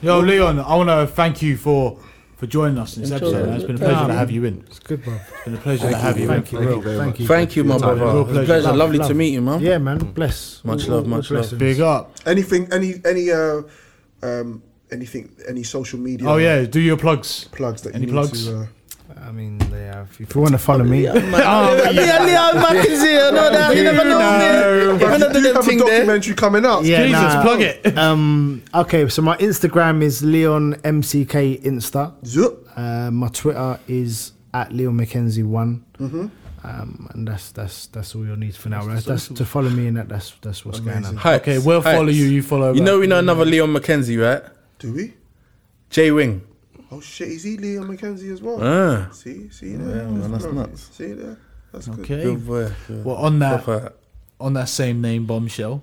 Speaker 2: yo, Leon. I want to thank you for for joining us in this episode. man. It's been a pleasure to have you in.
Speaker 6: It's good, bro.
Speaker 2: It's been a pleasure to have you in.
Speaker 6: Thank you. Thank you. Thank you.
Speaker 5: Thank you, my
Speaker 2: Real
Speaker 5: brother. It was a
Speaker 2: pleasure.
Speaker 5: pleasure.
Speaker 2: Love,
Speaker 5: Lovely to
Speaker 6: love.
Speaker 5: meet you, man.
Speaker 6: Yeah, man. Bless.
Speaker 5: Much
Speaker 6: All-
Speaker 5: love,
Speaker 6: all
Speaker 5: much love.
Speaker 6: blessings.
Speaker 2: Big up.
Speaker 3: Anything? Any? Any? Uh, um, anything? Any social media?
Speaker 2: Oh yeah, do your plugs.
Speaker 3: Plugs that
Speaker 2: Any
Speaker 3: you need
Speaker 2: plugs?
Speaker 3: to. Uh,
Speaker 6: I mean, they have. If you want to follow me,
Speaker 2: Oh,
Speaker 5: Yeah, yeah, yeah, Mac is here, no doubt. You never know, man. You
Speaker 3: Bruv,
Speaker 5: never
Speaker 3: you do
Speaker 5: know the
Speaker 3: have a
Speaker 5: thing there.
Speaker 3: documentary coming out.
Speaker 2: Jesus, plug it.
Speaker 6: Um, okay, so my Instagram is Leon MCK Insta.
Speaker 3: Zup.
Speaker 6: Uh, my Twitter is at Leon McKenzie One. Um, and that's that's that's all you'll need for now. That's, that's to follow me and that that's that's what's going on.
Speaker 5: Hypes,
Speaker 2: Okay, we'll
Speaker 5: hypes.
Speaker 2: follow you. You follow.
Speaker 5: You
Speaker 2: back.
Speaker 5: know we know another Leon McKenzie, right?
Speaker 3: Do we?
Speaker 5: J Wing.
Speaker 3: Oh shit, is he Liam McKenzie as well?
Speaker 5: Ah.
Speaker 3: See, see there.
Speaker 5: man, that's
Speaker 3: perfect.
Speaker 5: nuts.
Speaker 3: See there. That's good.
Speaker 2: Okay.
Speaker 5: Good boy. good.
Speaker 2: Well, on that
Speaker 5: Proper.
Speaker 2: on that same name bombshell,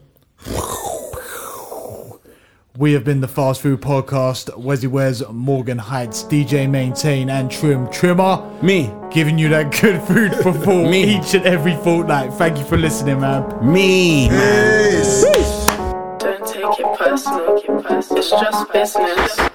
Speaker 2: we have been the Fast Food Podcast. Wesley Wes, Morgan Heights, DJ Maintain, and Trim Trimmer,
Speaker 5: Me,
Speaker 2: giving you that good food for thought
Speaker 5: Me.
Speaker 2: each and every fortnight. Thank you for listening, man.
Speaker 5: me.
Speaker 1: Don't take it personal. It's just business.